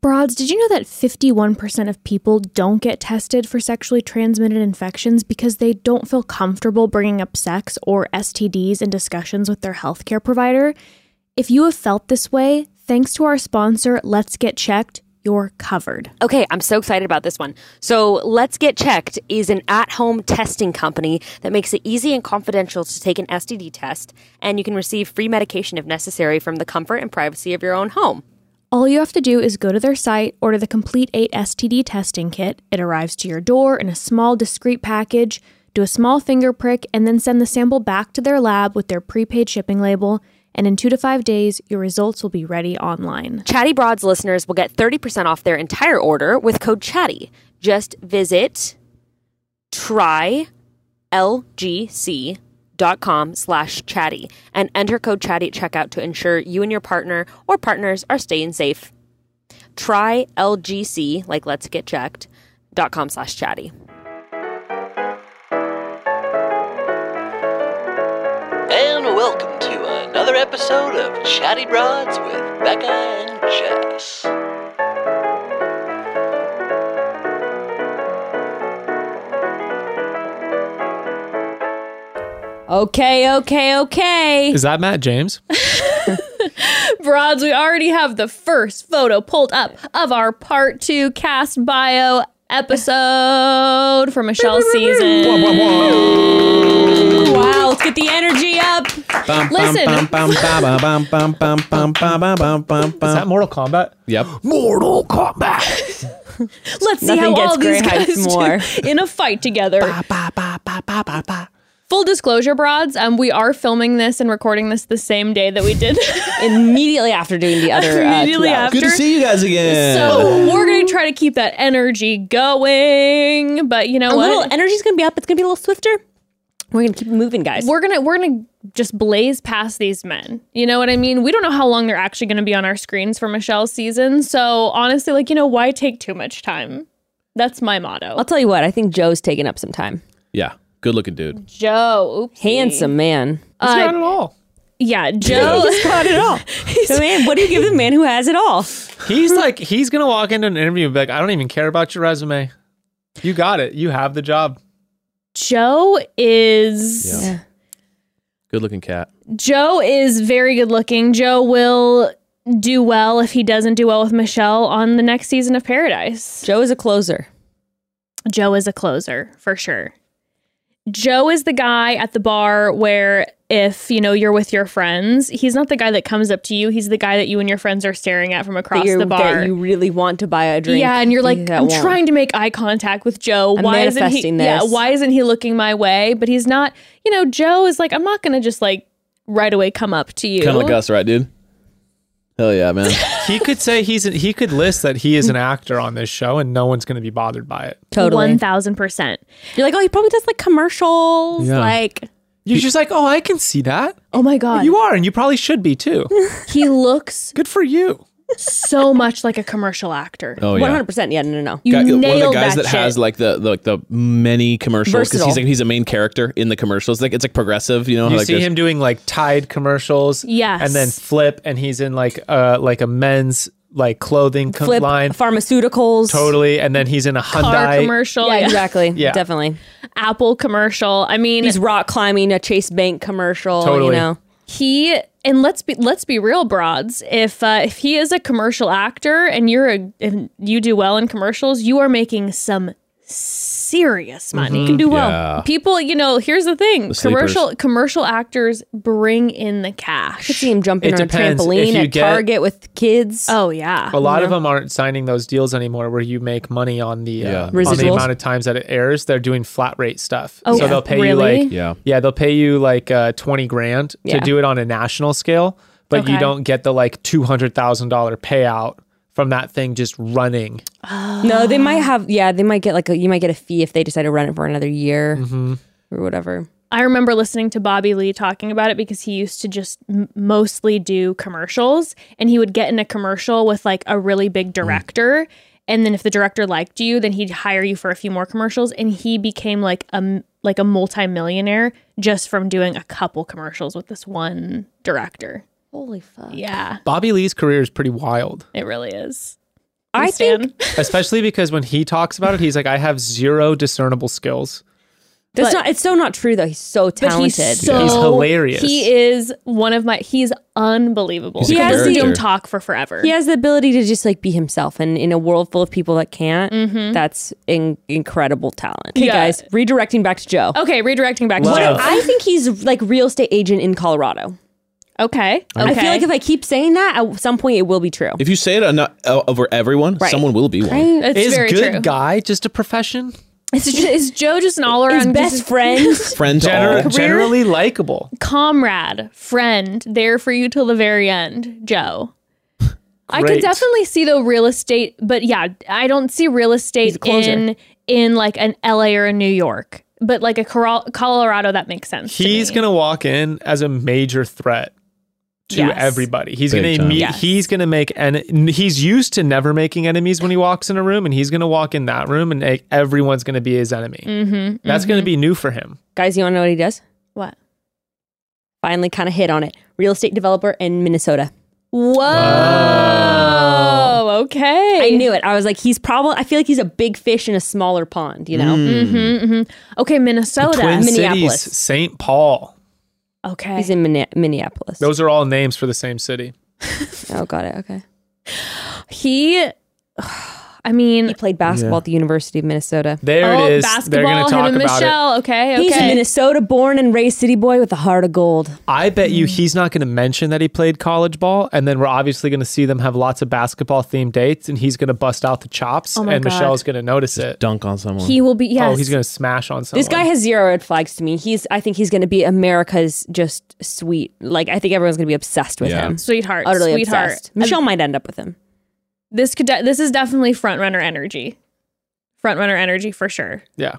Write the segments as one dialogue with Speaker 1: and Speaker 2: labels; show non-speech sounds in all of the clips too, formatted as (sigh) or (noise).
Speaker 1: Broads, did you know that 51% of people don't get tested for sexually transmitted infections because they don't feel comfortable bringing up sex or STDs in discussions with their healthcare provider? If you have felt this way, thanks to our sponsor, Let's Get Checked, you're covered.
Speaker 2: Okay, I'm so excited about this one. So, Let's Get Checked is an at home testing company that makes it easy and confidential to take an STD test, and you can receive free medication if necessary from the comfort and privacy of your own home.
Speaker 1: All you have to do is go to their site, order the complete 8 STD testing kit. It arrives to your door in a small, discreet package. Do a small finger prick and then send the sample back to their lab with their prepaid shipping label. And in two to five days, your results will be ready online.
Speaker 2: Chatty Broads listeners will get 30% off their entire order with code CHATTY. Just visit trylgc.com slash chatty and enter code chatty at checkout to ensure you and your partner or partners are staying safe. Try LGC, like let's get checked, dot com slash chatty.
Speaker 3: And welcome to another episode of Chatty Broads with Becca and Jess.
Speaker 4: Okay, okay, okay.
Speaker 5: Is that Matt (laughs) James?
Speaker 4: Broads, we already have the first photo pulled up of our part two cast bio episode for Michelle's
Speaker 1: (laughs)
Speaker 4: season. Wow, let's get the energy up. Listen.
Speaker 5: Is that Mortal Kombat? Yep. Mortal Kombat.
Speaker 4: Let's see
Speaker 2: Nothing
Speaker 4: how
Speaker 2: gets
Speaker 4: all these
Speaker 2: Grey
Speaker 4: guys
Speaker 2: Hypes
Speaker 4: do (laughs) in a fight together. Full disclosure, Broads, um, we are filming this and recording this the same day that we did (laughs)
Speaker 2: Immediately after doing the (laughs) other. uh,
Speaker 4: immediately after.
Speaker 5: Good to see you guys again.
Speaker 4: So we're gonna try to keep that energy going, but you know
Speaker 2: a
Speaker 4: what?
Speaker 2: little energy's gonna be up. It's gonna be a little swifter. We're gonna keep it moving, guys.
Speaker 4: we're gonna we're gonna just blaze past these men. You know what I mean? We don't know how long they're actually gonna be on our screens for Michelle's season. So honestly, like you know, why take too much time? That's my motto.
Speaker 2: I'll tell you what. I think Joe's taking up some time.
Speaker 5: yeah. Good looking dude.
Speaker 4: Joe, oops,
Speaker 2: Handsome man.
Speaker 5: He's got it all.
Speaker 4: yeah, Joe.
Speaker 2: (laughs) He's got it all. so, man, what do you give the man who has it all?
Speaker 5: He's like, he's going to walk into an interview and be like, I don't even care about your resume. You got it. You have the job.
Speaker 4: Joe is
Speaker 5: Yeah. Good looking cat.
Speaker 4: Joe is very good looking. Joe will do well if he doesn't do well with Michelle on the next season of Paradise.
Speaker 2: Joe is a closer.
Speaker 4: Joe is a closer for sure. Joe is the guy at the bar where if you know you're with your friends, he's not the guy that comes up to you. He's the guy that you and your friends are staring at from across
Speaker 2: you're-
Speaker 4: the bar.
Speaker 2: That you really want to buy a drink.
Speaker 4: yeah, and you're like,
Speaker 2: that
Speaker 4: I'm
Speaker 2: won't.
Speaker 4: trying to make eye contact with Joe.
Speaker 2: I'm
Speaker 4: why isn't he?
Speaker 2: manifesting
Speaker 4: Yeah,
Speaker 2: this."
Speaker 4: why isn't he looking my way? But he's not. You know, Joe is like, I'm not gonna just like right away come up to you.
Speaker 6: Kind of like us, right, dude? Hell yeah, man.
Speaker 5: He could say he's, an, he could list that he is an actor on this show and no one's going to be bothered by it.
Speaker 2: Totally.
Speaker 4: One thousand percent.
Speaker 2: You're like, oh, he probably does like commercials.
Speaker 5: Yeah.
Speaker 2: Like,
Speaker 5: You're just like, oh, I can see that.
Speaker 4: Oh my god,
Speaker 5: You are, and you probably should be too.
Speaker 4: he looks
Speaker 5: Good for you.
Speaker 4: so much like a commercial actor.
Speaker 6: Oh yeah.
Speaker 2: 100%. Yeah, no, no, no.
Speaker 4: You
Speaker 6: Guy-
Speaker 4: nailed
Speaker 6: one of the guys
Speaker 4: that,
Speaker 6: that, has
Speaker 4: shit.
Speaker 6: like the, the like the many commercials because
Speaker 2: Versatile.
Speaker 6: he's like he's a main character in the commercials. Like it's like progressive, you know.
Speaker 5: You
Speaker 6: like
Speaker 5: see
Speaker 6: there's-
Speaker 5: him doing like Tide commercials,
Speaker 4: Yes.
Speaker 5: and then Flip, and he's in like uh like a men's like clothing co-
Speaker 2: Flip
Speaker 5: line,
Speaker 2: pharmaceuticals.
Speaker 5: totally, and then he's in a
Speaker 4: car
Speaker 5: Hyundai.
Speaker 4: commercial,
Speaker 2: Yeah,
Speaker 4: yeah.
Speaker 2: exactly.
Speaker 5: (laughs) Yeah.
Speaker 2: Definitely.
Speaker 4: Apple commercial. I mean,
Speaker 2: He's rock climbing a Chase Bank commercial. You
Speaker 5: Totally.
Speaker 2: know,
Speaker 4: he and let's be let's be real, broads. If uh, if he is a commercial actor and you're a and you do well in commercials, you are making some serious money. You can do well.
Speaker 6: Mm-hmm. Yeah.
Speaker 4: People, you know, here's the thing:
Speaker 6: sleepers.
Speaker 4: commercial commercial actors bring in the cash.
Speaker 2: see him jumping
Speaker 5: It
Speaker 2: on a
Speaker 5: depends. If
Speaker 2: trampoline
Speaker 5: you
Speaker 2: at
Speaker 5: get-
Speaker 2: Target with kids.
Speaker 4: Oh yeah,
Speaker 5: A lot of them aren't signing those deals anymore, where you make money on the
Speaker 6: Yeah.
Speaker 5: uh, on the
Speaker 2: Residuals.
Speaker 5: amount of times that it airs. They're doing flat rate stuff,
Speaker 4: Oh,
Speaker 5: so
Speaker 4: yeah.
Speaker 5: they'll pay
Speaker 4: Really?
Speaker 5: you like
Speaker 6: Yeah.
Speaker 5: yeah, they'll pay you like uh, twenty grand
Speaker 2: Yeah.
Speaker 5: to do it on a national scale, but
Speaker 4: Okay.
Speaker 5: you don't get the like two hundred thousand dollar payout from that thing just running.
Speaker 2: No, they
Speaker 7: Um,
Speaker 2: might have. Yeah, they might get like a, you might get a fee if they decide to run it for another year or whatever.
Speaker 4: I remember listening to Bobby Lee talking about it because he used to just m- mostly do commercials and he would get in a commercial with like a really big
Speaker 6: Mm-hmm.
Speaker 4: director. And then if the director liked you, then he'd hire you for a few more commercials and he became like a m- like a multimillionaire just from doing a couple commercials with this one director.
Speaker 2: Holy fuck!
Speaker 4: Yeah,
Speaker 5: Bobby Lee's career is pretty wild.
Speaker 4: it really is.
Speaker 2: I
Speaker 7: Stan.
Speaker 2: think
Speaker 5: Especially because when he talks about it, he's like, I have zero discernible skills.
Speaker 8: That's
Speaker 7: But-
Speaker 8: not. It's so not true though. He's so
Speaker 7: But
Speaker 8: talented.
Speaker 7: he's so
Speaker 5: He's hilarious.
Speaker 7: He is one of my. He's unbelievable.
Speaker 9: He's a
Speaker 7: he has
Speaker 9: character.
Speaker 7: Doom talk for forever.
Speaker 8: he has the ability to just like be himself, and in a world full of people that can't, that's in- incredible talent. Okay,
Speaker 7: Mm-hmm. Yeah. Oh.
Speaker 8: guys, redirecting back to Joe.
Speaker 7: Okay, redirecting back
Speaker 5: What
Speaker 7: to
Speaker 5: a-
Speaker 7: Joe.
Speaker 8: I think he's like real estate agent in Colorado.
Speaker 7: Okay, okay.
Speaker 8: I feel like if I keep saying that, at some point it will be
Speaker 5: (laughs)
Speaker 8: true.
Speaker 9: If you say it enough, uh, over everyone, someone will be one.
Speaker 7: it's
Speaker 5: is
Speaker 7: very
Speaker 5: good
Speaker 7: true.
Speaker 5: guy just a profession?
Speaker 7: Is, Jo- is Joe just an all
Speaker 8: His
Speaker 7: around
Speaker 8: best friend. (laughs)
Speaker 9: Friend to
Speaker 5: Gener-
Speaker 9: all.
Speaker 5: generally likable.
Speaker 7: comrade, friend, there for you till the very end, Joe. I could
Speaker 5: Great.
Speaker 7: definitely see though real estate, but yeah, I don't see real estate
Speaker 8: closer.
Speaker 7: in in like an LA or a New York, but like a Coro- Colorado that makes sense. to
Speaker 5: He's
Speaker 7: me.
Speaker 5: gonna walk in as a major threat to
Speaker 7: Yes.
Speaker 5: everybody. He's
Speaker 9: Big
Speaker 5: gonna
Speaker 9: time.
Speaker 5: meet,
Speaker 7: Yes.
Speaker 5: he's gonna make and he's used to never making enemies when he walks in a room, and he's gonna walk in that room and like, everyone's gonna be his enemy.
Speaker 7: Mm-hmm,
Speaker 5: That's gonna be new for him.
Speaker 8: guys, you want to know what he does?
Speaker 7: what?
Speaker 8: Finally, kind of hit on it. Real estate developer in Minnesota.
Speaker 7: Whoa.
Speaker 6: Oh.
Speaker 4: Oh,
Speaker 7: Okay.
Speaker 8: I knew it. I was like, he's probably. I feel like he's a big fish in a smaller pond. You know,
Speaker 5: Mm.
Speaker 7: Okay, Minnesota.
Speaker 5: Twin
Speaker 8: Minneapolis.
Speaker 5: Cities, St. Paul.
Speaker 7: okay.
Speaker 8: he's in Minne- Minneapolis.
Speaker 5: Those are all names for the same city.
Speaker 8: Oh, got it. Okay.
Speaker 7: he (sighs) I mean,
Speaker 8: He played basketball at the University of Minnesota.
Speaker 5: There
Speaker 7: oh,
Speaker 5: it is. They're
Speaker 7: basketball,
Speaker 5: gonna talk
Speaker 7: him and
Speaker 5: about it.
Speaker 7: Michelle. Okay, okay.
Speaker 8: He's a Minnesota born and raised city boy with a heart of gold.
Speaker 5: I bet you he's not going to mention that he played college ball, and then we're obviously going to see them have lots of basketball themed dates, and he's going to bust out the chops,
Speaker 8: Oh
Speaker 7: my
Speaker 5: and
Speaker 7: God.
Speaker 5: Michelle's going to notice it.
Speaker 9: Dunk on someone.
Speaker 7: he will be yes.
Speaker 5: Oh, he's going to smash on someone.
Speaker 8: This guy has zero red flags to me. He's I think he's going to be America's just sweet. Like I think everyone's going to be obsessed with
Speaker 9: Yeah.
Speaker 8: him.
Speaker 7: sweetheart,
Speaker 8: Utterly
Speaker 7: sweetheart.
Speaker 8: obsessed. Michelle might end up with him.
Speaker 7: this could de- this is definitely front runner energy front runner energy for sure
Speaker 5: yeah,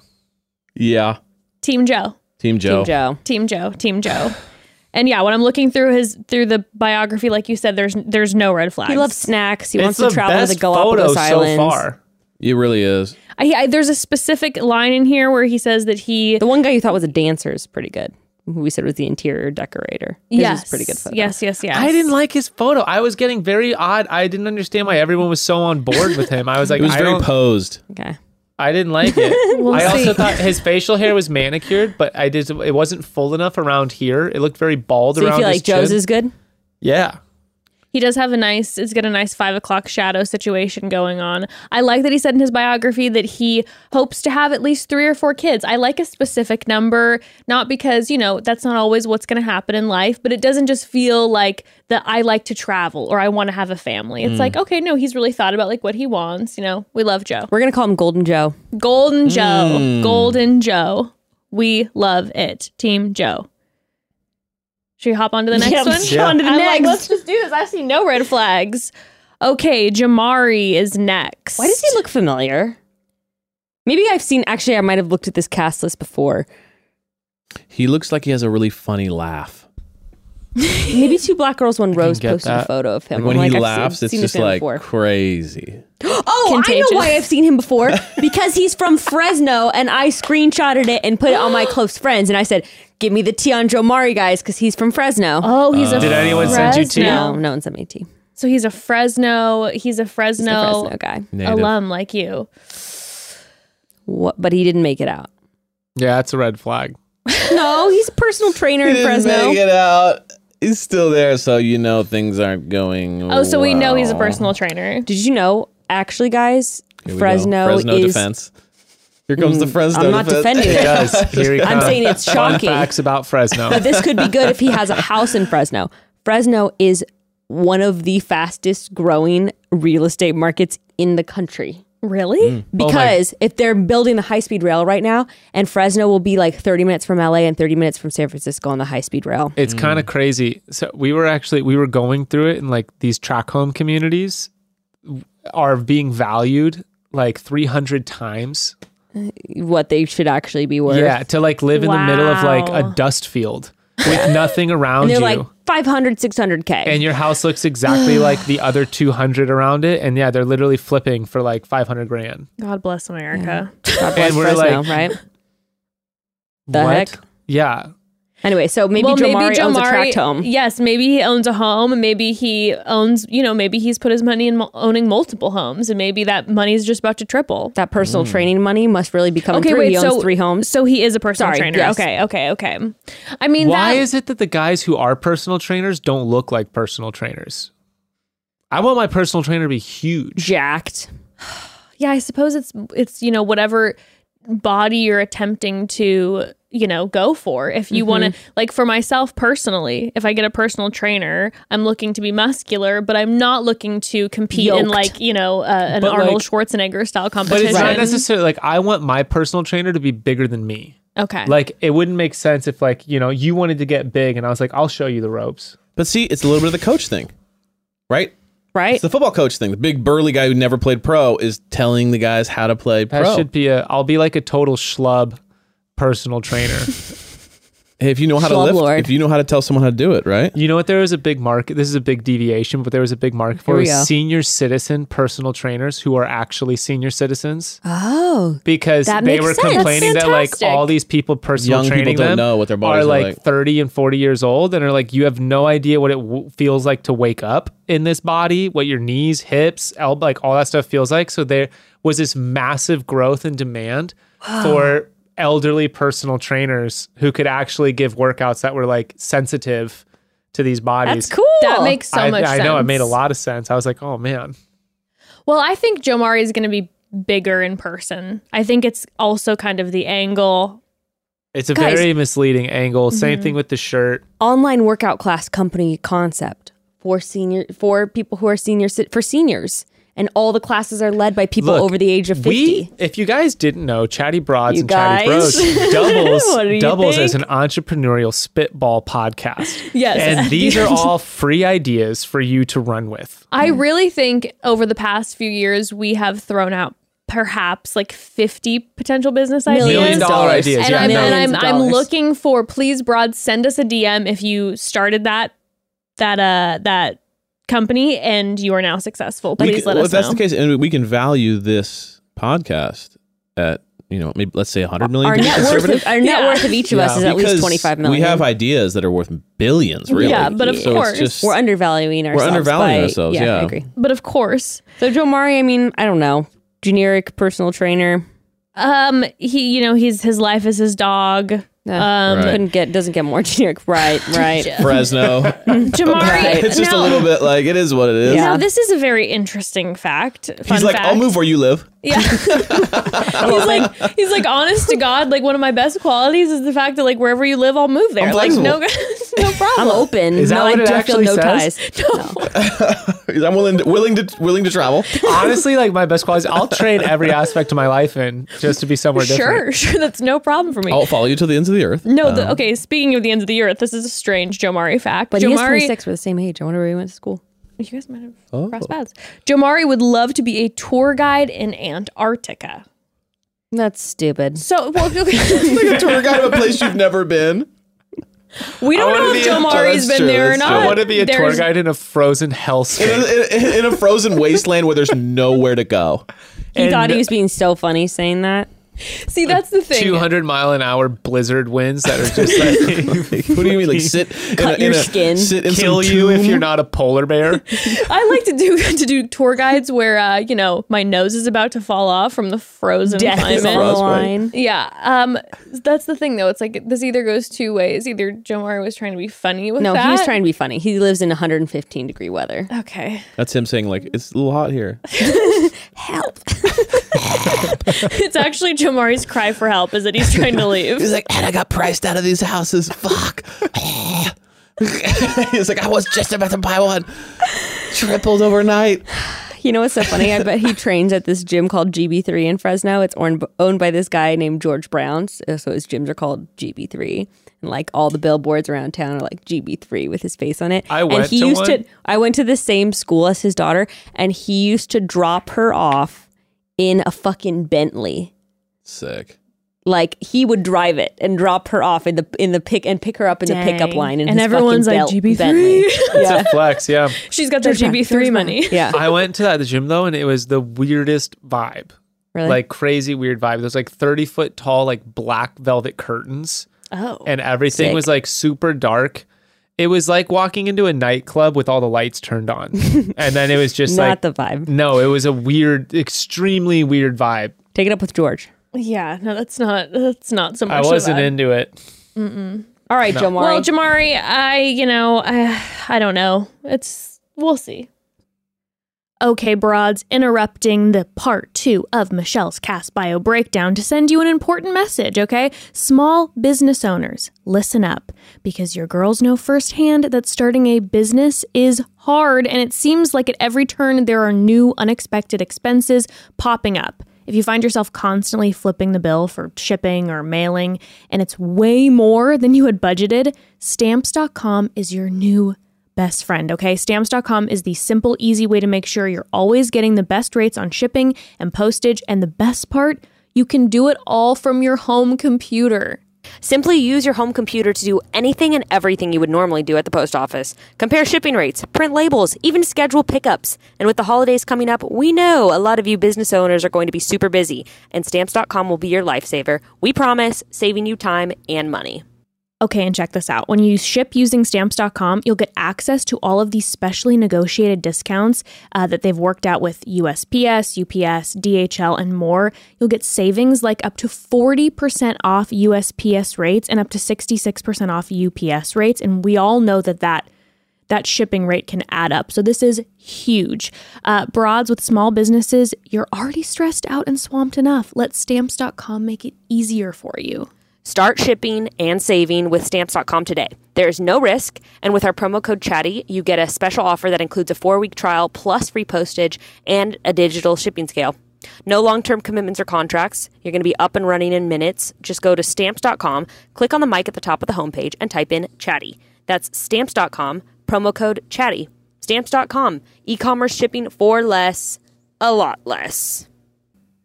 Speaker 9: yeah.
Speaker 7: team joe
Speaker 9: Team Joe.
Speaker 8: Team Joe.
Speaker 7: team joe team joe (laughs) and yeah when i'm looking through his through the biography like you said there's there's no red flags
Speaker 8: He loves snacks. He wants
Speaker 5: It's
Speaker 8: to travel to the Galapagos
Speaker 5: photo
Speaker 8: Islands.
Speaker 5: so far.
Speaker 9: It really is.
Speaker 7: I, I, there's a specific line in here where he says that he
Speaker 8: The one guy you thought was a dancer is pretty good. Who we said was the interior decorator. His is
Speaker 7: yes
Speaker 8: pretty good photo.
Speaker 7: yes yes yes
Speaker 5: I didn't like his photo. I was getting very odd. I didn't understand why everyone was so on board with him. I
Speaker 9: (laughs)
Speaker 5: was like,
Speaker 9: It was
Speaker 5: I,
Speaker 9: very
Speaker 5: don't-
Speaker 9: posed.
Speaker 8: Okay.
Speaker 5: I didn't like
Speaker 8: (laughs)
Speaker 5: it.
Speaker 7: We'll
Speaker 5: I also
Speaker 7: see.
Speaker 5: thought his facial hair was manicured, but I did. It wasn't full enough around here. It looked very bald
Speaker 8: So you
Speaker 5: around.
Speaker 8: feel
Speaker 5: his
Speaker 8: like Joe's
Speaker 5: chin.
Speaker 8: is good?
Speaker 5: yeah.
Speaker 7: he does have a nice it's got a nice five o'clock shadow situation going on i like that he said in his biography that he hopes to have at least three or four kids i like a specific number not because you know that's not always what's going to happen in life but it doesn't just feel like that i like to travel or i want to have a family it's like okay no he's really thought about like what he wants you know we love joe
Speaker 8: We're going to call him Golden Joe.
Speaker 7: golden joe golden joe we love it team joe should we hop on to the next
Speaker 8: Yeah,
Speaker 7: one
Speaker 8: let's go on to the
Speaker 7: I'm like,
Speaker 8: next.
Speaker 7: (laughs) let's just do this. I see no red flags. Okay, Jamari is next.
Speaker 8: Why does he look familiar? Maybe I've seen. Actually, I might have looked at this cast list before.
Speaker 9: He looks like he has a really funny laugh.
Speaker 8: Maybe two black girls, one rose
Speaker 5: get
Speaker 8: posted a
Speaker 5: that.
Speaker 8: photo of him.
Speaker 9: when
Speaker 8: I'm
Speaker 9: he
Speaker 8: I've
Speaker 9: laughs,
Speaker 8: seen-
Speaker 9: it's
Speaker 8: seen this
Speaker 9: just
Speaker 8: man
Speaker 9: like
Speaker 8: before.
Speaker 9: crazy.
Speaker 8: oh, I know why
Speaker 7: contagious.
Speaker 8: I've seen him before because he's from Fresno, and I screenshotted it and put it on my close friends, and I said, "Give me the tea on Joe Mari, guys, because he's from Fresno."
Speaker 7: Oh, he's a
Speaker 5: Uh, Did anyone
Speaker 7: Fresno.
Speaker 5: send you tea?
Speaker 8: no, no one sent me tea.
Speaker 7: So he's a Fresno. He's a
Speaker 8: He's a
Speaker 7: Fresno,
Speaker 8: Fresno guy,
Speaker 9: Native.
Speaker 7: alum like you.
Speaker 8: what, but he didn't make it out.
Speaker 5: Yeah, that's a red flag.
Speaker 8: No, he's a personal trainer
Speaker 9: He
Speaker 8: in
Speaker 9: didn't
Speaker 8: Fresno.
Speaker 9: make it out. He's still there, so you know things aren't going.
Speaker 7: Oh, so we know he's a
Speaker 9: well.
Speaker 7: personal trainer.
Speaker 8: Did you know? Actually, guys,
Speaker 9: Here we go.
Speaker 8: Fresno,
Speaker 9: Fresno
Speaker 8: is. Mm,
Speaker 9: defense. Here comes the Fresno.
Speaker 8: I'm not
Speaker 9: defense.
Speaker 8: defending it.
Speaker 5: Guys,
Speaker 8: (laughs)
Speaker 5: here he (laughs)
Speaker 8: I'm
Speaker 5: comes.
Speaker 8: saying it's
Speaker 5: Fun
Speaker 8: shocking.
Speaker 5: facts about Fresno.
Speaker 8: (laughs) But this could be good if he
Speaker 5: (laughs)
Speaker 8: has a house in Fresno. Fresno is one of the fastest growing real estate markets in the country.
Speaker 5: Mm. Oh
Speaker 7: Really?
Speaker 8: Because if they're building the high speed rail right now, and Fresno will be like 30 minutes from LA and 30 minutes from San Francisco on the high speed rail.
Speaker 5: It's kind of crazy. So we were actually we were going through it, and like these track home communities are being valued like 300 times.
Speaker 8: What they should actually be worth.
Speaker 5: Yeah, to like live in the middle of like
Speaker 7: Wow.
Speaker 5: a dust field
Speaker 8: (laughs)
Speaker 5: with nothing
Speaker 8: And
Speaker 5: around
Speaker 8: they're
Speaker 5: you.
Speaker 8: like 500, 600K.
Speaker 5: and your house looks
Speaker 8: (sighs)
Speaker 5: exactly like the other 200 around it. And yeah, they're literally flipping for like 500 grand.
Speaker 7: God bless America.
Speaker 8: God bless
Speaker 5: and we're
Speaker 8: Fresno,
Speaker 5: like,
Speaker 8: right? The
Speaker 5: What?
Speaker 8: heck?
Speaker 5: Yeah.
Speaker 8: Anyway, so maybe
Speaker 7: well,
Speaker 8: Jamari,
Speaker 7: maybe
Speaker 8: owns a
Speaker 7: Jamari-
Speaker 8: tract home.
Speaker 7: Yes, maybe he owns a home. Maybe he owns, you know, maybe he's put his money in mul- owning multiple homes, and maybe that money's just about to triple.
Speaker 8: That personal training money must really be coming
Speaker 7: Okay,
Speaker 8: through.
Speaker 7: wait.
Speaker 8: he owns
Speaker 7: so
Speaker 8: three homes.
Speaker 7: So he is a personal
Speaker 8: Sorry,
Speaker 7: trainer.
Speaker 8: yes.
Speaker 7: Okay, okay, okay. I mean,
Speaker 5: Why
Speaker 7: that,
Speaker 5: is it that the guys who are personal trainers don't look like personal trainers? I want my personal trainer to be huge.
Speaker 8: jacked.
Speaker 7: yeah, I suppose it's it's you know whatever body you're attempting to you know go for. If you want to, like for myself personally, if I get a personal trainer, I'm looking to be muscular, but I'm not looking to compete in
Speaker 8: Yoked.
Speaker 7: like you know uh, an
Speaker 5: But,
Speaker 7: Arnold
Speaker 5: like-
Speaker 7: Schwarzenegger style
Speaker 5: But
Speaker 7: competition.
Speaker 5: it's not necessarily like I want my personal trainer to be bigger than me.
Speaker 7: Okay.
Speaker 5: Like it wouldn't make sense if like, you know, you wanted to get big and I was like, I'll show you the ropes.
Speaker 6: (laughs) But see, it's a little bit of the coach thing, right?
Speaker 8: Right?
Speaker 6: It's the football coach thing. The big burly guy who never played pro is telling the guys how to play
Speaker 5: That
Speaker 6: pro.
Speaker 5: should be a I'll be like a total schlub personal trainer.
Speaker 6: if you know how to
Speaker 8: Schlub
Speaker 6: lift,
Speaker 8: lord.
Speaker 6: if you know how to tell someone how to do it, right?
Speaker 5: you know what there was a big market this is a big deviation, but there was a big market for
Speaker 8: we
Speaker 5: was
Speaker 8: go.
Speaker 5: senior citizen personal trainers who are actually senior citizens.
Speaker 8: oh.
Speaker 5: because
Speaker 8: That
Speaker 5: they
Speaker 8: makes
Speaker 5: were
Speaker 8: sense.
Speaker 5: complaining
Speaker 7: That's
Speaker 5: that like
Speaker 7: fantastic.
Speaker 5: all these people personal
Speaker 6: Young people
Speaker 5: training
Speaker 6: don't
Speaker 5: them
Speaker 6: know what their
Speaker 5: are
Speaker 6: bodies are
Speaker 5: like,
Speaker 6: like.
Speaker 5: 30 and 40 years old and are like you have no idea what it w- feels like to wake up in this body what your knees hips elbow like all that stuff feels like so there was this massive growth in demand for elderly personal trainers who could actually give workouts that were like sensitive to these bodies
Speaker 8: That's cool.
Speaker 7: that makes so
Speaker 5: I,
Speaker 7: much
Speaker 5: I
Speaker 7: sense.
Speaker 5: know it made a lot of sense i was like oh man
Speaker 7: Well, I think Jomari is going to be bigger in person. I think it's also kind of the angle.
Speaker 5: it's a
Speaker 8: Guys. Mm-hmm.
Speaker 5: very misleading angle same thing with the shirt
Speaker 8: Online workout class company concept for senior for people who are senior ci- for seniors. And all the classes are led by people
Speaker 5: Look,
Speaker 8: over the age of 50.
Speaker 5: We, if you guys didn't know, Chatty Broads
Speaker 8: You
Speaker 5: and Chatty
Speaker 8: guys?
Speaker 5: Bros
Speaker 8: (laughs)
Speaker 5: doubles
Speaker 8: What do you
Speaker 5: doubles as an
Speaker 8: think?
Speaker 5: entrepreneurial spitball podcast.
Speaker 8: (laughs) Yes.
Speaker 5: and these are all free ideas for you to run with.
Speaker 7: I
Speaker 8: Mm.
Speaker 7: really think over the past few years, we have thrown out perhaps like 50 potential business ideas.
Speaker 5: Million
Speaker 8: Millions of
Speaker 5: dollar
Speaker 8: dollars.
Speaker 5: ideas,
Speaker 7: And,
Speaker 5: yeah,
Speaker 7: I'm,
Speaker 5: no.
Speaker 7: and
Speaker 8: Millions
Speaker 7: I'm,
Speaker 8: of
Speaker 7: I'm
Speaker 8: dollars.
Speaker 7: looking for please broad send us a DM if you started that that uh that company and you are now successful.
Speaker 6: We
Speaker 7: Please
Speaker 6: can-
Speaker 7: let
Speaker 6: well,
Speaker 7: us
Speaker 6: if that's
Speaker 7: know.
Speaker 6: the case, and we can value this podcast at you know maybe let's say 100 million.
Speaker 8: Our
Speaker 6: to be
Speaker 8: net worth
Speaker 6: conservative.
Speaker 8: of, our net
Speaker 7: Yeah.
Speaker 8: worth of each of us is at
Speaker 6: Because
Speaker 8: least 25 million.
Speaker 6: We have ideas that are worth billions, really.
Speaker 7: Yeah, but of
Speaker 6: so
Speaker 7: course.
Speaker 6: it's just,
Speaker 8: We're undervaluing ourselves.
Speaker 6: undervaluing
Speaker 8: by-
Speaker 6: ourselves,
Speaker 8: Yeah, I
Speaker 6: yeah.
Speaker 8: agree.
Speaker 7: But of course,
Speaker 8: So Joe Mari, I mean, I don't know, generic personal trainer.
Speaker 7: um he you know he's his life is his dog.
Speaker 8: (laughs) um,
Speaker 6: Right.
Speaker 8: couldn't get doesn't get more (laughs) generic. Right, right. (laughs)
Speaker 6: Fresno.
Speaker 7: Jamari
Speaker 6: it's just
Speaker 7: now-
Speaker 6: a little bit like it is what it is.
Speaker 8: Yeah.
Speaker 7: Now this is a very interesting fact. Fun
Speaker 6: He's like,
Speaker 7: fact.
Speaker 6: I'll move where you live.
Speaker 7: Yeah. (laughs)
Speaker 8: (laughs)
Speaker 7: he's like, he's like, honest to God, like one of my best qualities is the fact that like wherever you live, I'll move there.
Speaker 6: I'm
Speaker 7: like no, no (laughs) problem.
Speaker 8: I'm open.
Speaker 5: Is that
Speaker 8: no,
Speaker 5: what
Speaker 8: I
Speaker 5: it
Speaker 8: don't feel
Speaker 5: actually
Speaker 8: no
Speaker 5: says?
Speaker 8: ties. (laughs)
Speaker 6: I'm willing to, willing to willing to travel.
Speaker 5: Honestly, like my best qualities, I'll trade
Speaker 8: (laughs)
Speaker 5: every aspect of my life in just to be somewhere different.
Speaker 7: Sure, (laughs) sure, that's no problem for me.
Speaker 8: Oh,
Speaker 6: I'll follow you to the ends of the earth.
Speaker 7: No, the, okay. Speaking of the ends of the earth, this is a strange Jomari fact.
Speaker 8: uh-huh. But he is
Speaker 7: Jomari,
Speaker 8: 26. We're the same age. I wonder where he went to school.
Speaker 7: you guys might have
Speaker 8: Oh.
Speaker 7: crossed paths. Jomari would love to be a tour guide in Antarctica.
Speaker 8: That's stupid.
Speaker 7: So well, (laughs) okay.
Speaker 5: (laughs)
Speaker 6: Like a tour guide of a place you've never been.
Speaker 7: we don't
Speaker 5: wanna
Speaker 7: know
Speaker 5: be
Speaker 7: if
Speaker 5: a-
Speaker 6: that's
Speaker 7: Jomari's been
Speaker 6: true,
Speaker 7: there or
Speaker 6: that's
Speaker 7: not.
Speaker 6: true.
Speaker 5: I want to be a tour
Speaker 7: There's-
Speaker 5: guide in a frozen
Speaker 6: In
Speaker 5: hellscape.
Speaker 6: a, in, in a frozen wasteland where there's nowhere to go.
Speaker 8: He
Speaker 5: And
Speaker 8: thought he was being so funny saying that.
Speaker 7: See, that's the thing.
Speaker 5: 200 mile an hour blizzard winds that are just (laughs) like
Speaker 6: Like, what do you mean? Like sit
Speaker 8: Cut
Speaker 6: in a,
Speaker 8: your
Speaker 6: in a,
Speaker 8: skin.
Speaker 6: Sit in
Speaker 5: kill
Speaker 6: some
Speaker 5: you if
Speaker 6: tomb?
Speaker 5: you're not a polar (laughs) bear.
Speaker 7: I like to do (laughs) to do tour guides where uh, you know my nose is about to fall off from the frozen
Speaker 8: Death on
Speaker 7: climate.
Speaker 8: the
Speaker 6: Frostbite.
Speaker 8: line.
Speaker 7: Yeah, um, that's the thing though. It's like this either goes two ways. Either Jomari was trying to be funny with
Speaker 8: No,
Speaker 7: that.
Speaker 8: he was trying to be funny. He lives in 115 degree weather.
Speaker 7: Okay, (laughs)
Speaker 6: That's him saying like it's a little hot here.
Speaker 8: Help.
Speaker 7: it's actually Jomari's cry for help is that he's trying
Speaker 8: (laughs)
Speaker 7: to leave.
Speaker 6: He's like, and I got priced out of these houses. (laughs) Fuck. He's like, I was just about to buy one. Tripled overnight.
Speaker 8: You know what's so funny? I
Speaker 5: (laughs)
Speaker 8: bet he trains at this gym called GB3 in Fresno. It's owned, owned by this guy named George Brown. uh, So so his gyms are called GB3. And like all the billboards around town are like GB3 with his face on it.
Speaker 5: I
Speaker 8: and
Speaker 5: went
Speaker 8: he
Speaker 5: to
Speaker 8: used to
Speaker 5: one.
Speaker 8: I went to the same school as his daughter and he used to drop her
Speaker 5: (laughs)
Speaker 8: off in a fucking Bentley.
Speaker 6: Sick.
Speaker 8: Like he would drive it and drop her off in the in the pick and pick her up in the pickup
Speaker 7: Dang.
Speaker 8: line in
Speaker 7: And
Speaker 8: his
Speaker 7: everyone's
Speaker 8: fucking
Speaker 7: like,
Speaker 8: Bel-
Speaker 7: "GB3?"
Speaker 8: Bentley. yeah.
Speaker 5: Flex, yeah.
Speaker 7: She's got that GB three money.
Speaker 8: Yeah.
Speaker 5: (laughs) I went to that the gym though, and it was the weirdest vibe.
Speaker 8: Really?
Speaker 5: Like crazy weird vibe. There's like 30 foot tall, like black velvet curtains
Speaker 7: Oh.
Speaker 5: and everything
Speaker 8: Sick.
Speaker 5: was like super dark. It was like walking into a nightclub with all the lights turned (laughs) on. and then it was just
Speaker 8: Not
Speaker 5: like
Speaker 8: the vibe.
Speaker 5: No, it was a weird, extremely weird vibe.
Speaker 8: Take it up with George.
Speaker 7: Yeah, no, that's not that's not so much.
Speaker 5: I
Speaker 7: of
Speaker 5: wasn't
Speaker 7: that.
Speaker 5: into it.
Speaker 8: All right, Jomari.
Speaker 7: Well, Jamari, I you know I I don't know. It's we'll see.
Speaker 4: Okay, broads, interrupting the part two of Michelle's Cast Bio Breakdown to send you an important message, okay? Small business owners, listen up, because your girls know firsthand that starting a business is hard, and it seems like at every turn there are new unexpected expenses popping up. If you find yourself constantly flipping the bill for shipping or mailing, and it's way more than you had budgeted, stamps.com is your new best friend, okay? Stamps.com is the simple, easy way to make sure you're always getting the best rates on shipping and postage. And the best part, you can do it all from your home computer.
Speaker 2: Simply use your home computer to do anything and everything you would normally do at the post office. Compare shipping rates, print labels, even schedule pickups. And with the holidays coming up, we know a lot of you business owners are going to be super busy, and stamps.com will be your lifesaver. We promise, saving you time and money.
Speaker 4: Okay, and check this out. When you ship using stamps.com, you'll get access to all of these specially negotiated discounts uh, that they've worked out with USPS, UPS, DHL, and more. You'll get savings like up to 40% off USPS rates and up to 66% off UPS rates. And we all know that that that shipping rate can add up. So this is huge. Uh, broads with small businesses, you're already stressed out and swamped enough. Let stamps.com make it easier for you.
Speaker 2: Start shipping and saving with stamps.com today. There is no risk, and with our promo code chatty, you get a special offer that includes a 4-week trial plus free postage and a digital shipping scale. No long-term commitments or contracts. You're going to be up and running in minutes. Just go to stamps.com, click on the mic at the top of the homepage and type in chatty. That's stamps.com, promo code chatty. stamps.com. E-commerce shipping for less, a lot less.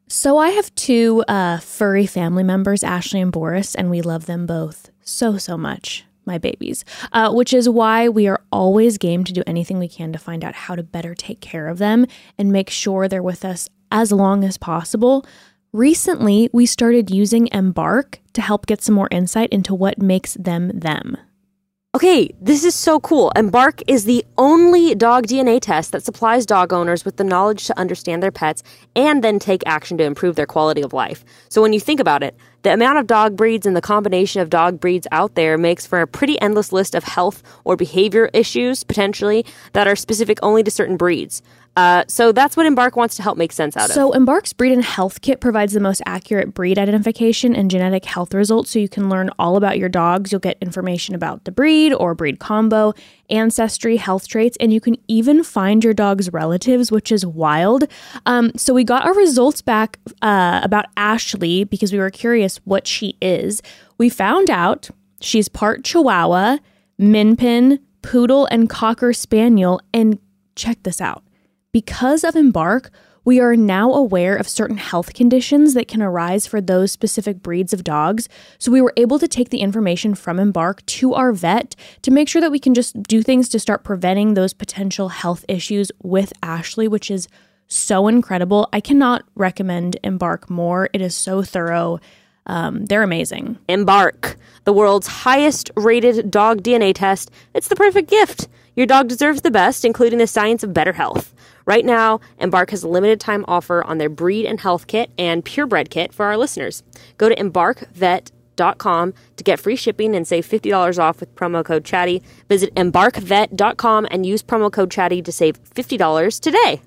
Speaker 4: So I have two uh, furry family members, Ashley and Boris, and we love them both so, so much, my babies, uh, which is why we are always game to do anything we can to find out how to better take care of them and make sure they're with us as long as possible. Recently, we started using Embark to help get some more insight into what makes them them.
Speaker 2: Okay, this is so cool. Embark is the only dog DNA test that supplies dog owners with the knowledge to understand their pets and then take action to improve their quality of life. So when you think about it, the amount of dog breeds and the combination of dog breeds out there makes for a pretty endless list of health or behavior issues, potentially, that are specific only to certain breeds. Uh, so that's what Embark wants to help make sense out of.
Speaker 4: So, Embark's Breed and Health Kit provides the most accurate breed identification and genetic health results so you can learn all about your dogs. You'll get information about the breed or breed combo, ancestry, health traits, and you can even find your dog's relatives, which is wild. Um, so, we got our results back uh, about Ashley because we were curious what she is. We found out she's part Chihuahua, Min Pin, Poodle, and Cocker Spaniel. And check this out. Because of Embark, we are now aware of certain health conditions that can arise for those specific breeds of dogs. So we were able to take the information from Embark to our vet to make sure that we can just do things to start preventing those potential health issues with Ashley, which is so incredible. I cannot recommend Embark more. It is so thorough. Um, they're amazing.
Speaker 2: Embark, the world's highest rated dog DNA test. It's the perfect gift. Your dog deserves the best, including the science of better health. Right now, Embark has a limited time offer on their breed and health kit and purebred kit for our listeners. Go to embarkvet.com to get free shipping and save $50 off with promo code chatty. Visit embarkvet.com and use promo code chatty to save $50 today.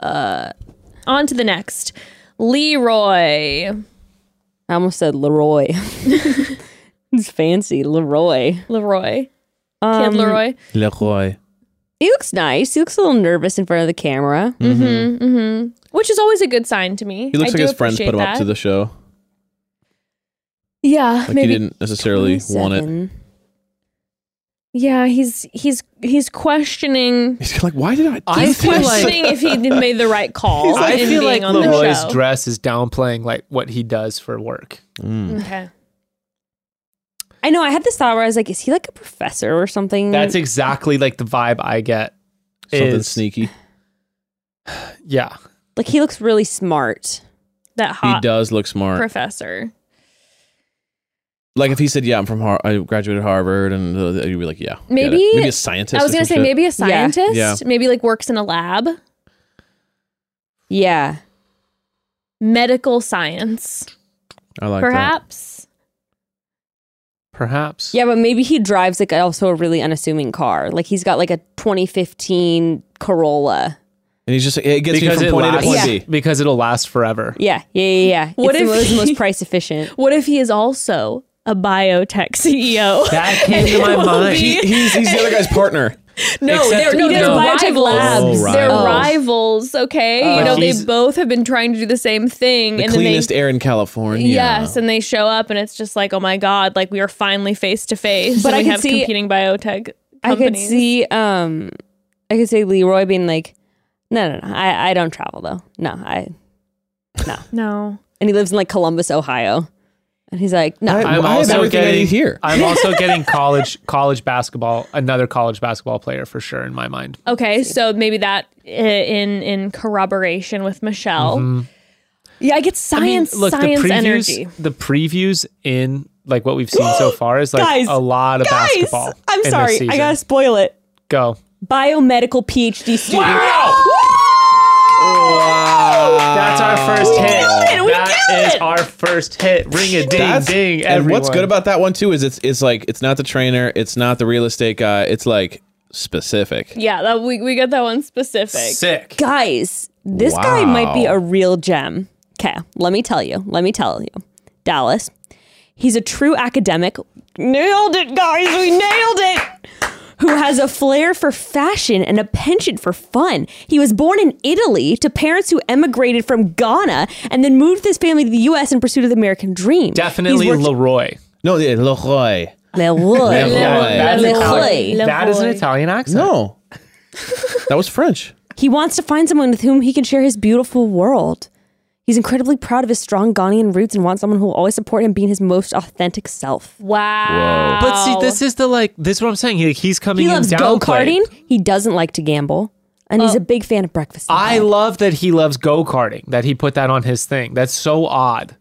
Speaker 7: On to the next, Leroy.
Speaker 8: I almost
Speaker 7: (laughs)
Speaker 8: said Leroy. (laughs) it's fancy, Leroy.
Speaker 7: Leroy. Kid
Speaker 8: Um,
Speaker 7: Leroy.
Speaker 9: Leroy.
Speaker 8: He looks nice. He looks a little nervous in front of the camera.
Speaker 7: Mm-hmm, Which is always a good sign to me.
Speaker 9: Mm-hmm. He looks
Speaker 7: I
Speaker 9: like
Speaker 7: do
Speaker 9: his friends put
Speaker 7: appreciate
Speaker 9: him up
Speaker 7: that.
Speaker 9: to the show.
Speaker 7: Yeah,
Speaker 9: Like
Speaker 7: maybe
Speaker 9: he didn't necessarily want it.
Speaker 8: 27.
Speaker 7: Yeah, he's he's he's questioning
Speaker 9: He's like, why did I? Do
Speaker 5: I
Speaker 7: he's
Speaker 5: feel like-
Speaker 7: questioning if he made the right call.
Speaker 5: I
Speaker 7: in
Speaker 5: feel like
Speaker 7: being on the
Speaker 5: Leroy's
Speaker 7: show.
Speaker 5: dress is downplaying like what he does for work.
Speaker 9: Mm.
Speaker 7: Okay.
Speaker 8: I know. I had this thought where I was like, is he like a professor or something?
Speaker 5: That's exactly like the vibe I get.
Speaker 9: Something
Speaker 5: Is-
Speaker 9: sneaky.
Speaker 5: (sighs) Yeah.
Speaker 8: like he looks really smart.
Speaker 7: That
Speaker 9: He
Speaker 7: hot
Speaker 9: does look smart.
Speaker 7: professor.
Speaker 9: Like if he said, "Yeah, I'm from Har- I graduated Harvard," and uh, you'd be like, "Yeah, get
Speaker 7: Maybe-
Speaker 9: it." maybe a scientist."
Speaker 7: I was
Speaker 9: or
Speaker 7: gonna
Speaker 9: some
Speaker 7: say
Speaker 9: shit.
Speaker 7: maybe a scientist,
Speaker 9: Yeah.
Speaker 7: maybe like works in a lab,
Speaker 8: Yeah.
Speaker 7: medical science,
Speaker 9: I like that.
Speaker 7: perhaps.
Speaker 5: Perhaps.
Speaker 8: Yeah, but maybe he drives like also a really unassuming car. Like he's got like a 2015 Corolla.
Speaker 9: And he's just it gets
Speaker 5: Because
Speaker 9: you
Speaker 5: it
Speaker 9: from point A to
Speaker 5: lasts,
Speaker 9: point B.
Speaker 5: because it'll last forever.
Speaker 8: Yeah, yeah, yeah. yeah.
Speaker 7: What
Speaker 8: it's
Speaker 7: if
Speaker 8: the most,
Speaker 7: he-
Speaker 8: most price efficient?
Speaker 7: What if he is also a biotech E
Speaker 9: (laughs)
Speaker 7: CEO?
Speaker 5: (laughs) That came to my
Speaker 7: It will
Speaker 5: mind.
Speaker 6: (laughs)
Speaker 7: be-
Speaker 9: He- (laughs) he's, he's the other guy's partner.
Speaker 7: No,
Speaker 5: Except-
Speaker 7: they're, no,
Speaker 5: he
Speaker 7: they're
Speaker 5: does
Speaker 7: biotech
Speaker 8: biotech
Speaker 7: labs.
Speaker 9: labs. Oh,
Speaker 7: They're
Speaker 9: rivals.
Speaker 7: rivals, okay?
Speaker 5: Oh.
Speaker 7: you know,
Speaker 5: He's-
Speaker 7: they both have been trying to do the same thing.
Speaker 9: The
Speaker 7: and then they,
Speaker 9: cleanest air in California.
Speaker 7: Yes, and they show up, and it's just like, oh my God, like we are finally face to face.
Speaker 8: But
Speaker 7: and
Speaker 8: I
Speaker 7: we
Speaker 8: could
Speaker 7: have
Speaker 8: see-
Speaker 7: competing biotech companies.
Speaker 8: I could see um I could see Leroy being like, No, no, no. I, I don't travel though. No, I
Speaker 7: No.
Speaker 8: and he lives in like Columbus, Ohio. And he's like, No,
Speaker 9: I-
Speaker 5: I'm
Speaker 9: Well, have
Speaker 5: also
Speaker 9: everything I
Speaker 5: getting
Speaker 9: need here.
Speaker 5: I'm
Speaker 9: (laughs)
Speaker 5: also getting college college basketball, another college basketball player for sure in my mind.
Speaker 7: Okay, so maybe that uh, in in corroboration with Michelle.
Speaker 8: Mm-hmm.
Speaker 7: Yeah, I get science, science
Speaker 5: the previews,
Speaker 7: energy.
Speaker 5: the previews in like what we've seen so far is like
Speaker 8: Guys,
Speaker 5: a lot of basketball. in this season.
Speaker 8: spoil it.
Speaker 5: go.
Speaker 8: Biomedical PhD student.
Speaker 9: Oh, Uh,
Speaker 5: That's our first hit. that is our first hit. Ring a ding
Speaker 9: That's-
Speaker 5: ding.
Speaker 9: and what's
Speaker 5: everyone.
Speaker 9: good about that one too is it's it's like it's not the trainer, it's not the real estate guy, it's like specific.
Speaker 7: yeah, that we, we got that one specific.
Speaker 5: sick?
Speaker 8: Guys, this guy might be
Speaker 9: Wow.
Speaker 8: a real gem. Okay, let me tell you. Let me tell you. Dallas, he's a true academic. Nailed it, guys. We nailed it. Who has a flair for fashion and a penchant for fun. He was born in Italy to parents who emigrated from Ghana and then moved with his family to the US in pursuit of the American dream.
Speaker 5: Definitely
Speaker 8: He's worked-
Speaker 5: Leroy.
Speaker 9: No, yeah, Leroy.
Speaker 8: Leroy.
Speaker 9: Leroy.
Speaker 5: That's
Speaker 8: Leroy.
Speaker 5: Italian. That is an
Speaker 7: Leroy.
Speaker 5: Italian accent.
Speaker 9: No. that was French.
Speaker 8: He wants to find someone with whom he can share his beautiful world. He's incredibly proud of his strong Ghanaian roots and wants someone who will always support him being his most authentic self.
Speaker 7: Wow.
Speaker 5: But see, this is the like. This is what I'm saying. He, he's coming
Speaker 8: He
Speaker 5: in
Speaker 8: loves go
Speaker 5: downplayed.
Speaker 8: karting. He doesn't like to gamble. And he's a big fan of breakfast. and
Speaker 5: I
Speaker 8: bed.
Speaker 5: love that he loves go karting. That he put that on his thing. That's so odd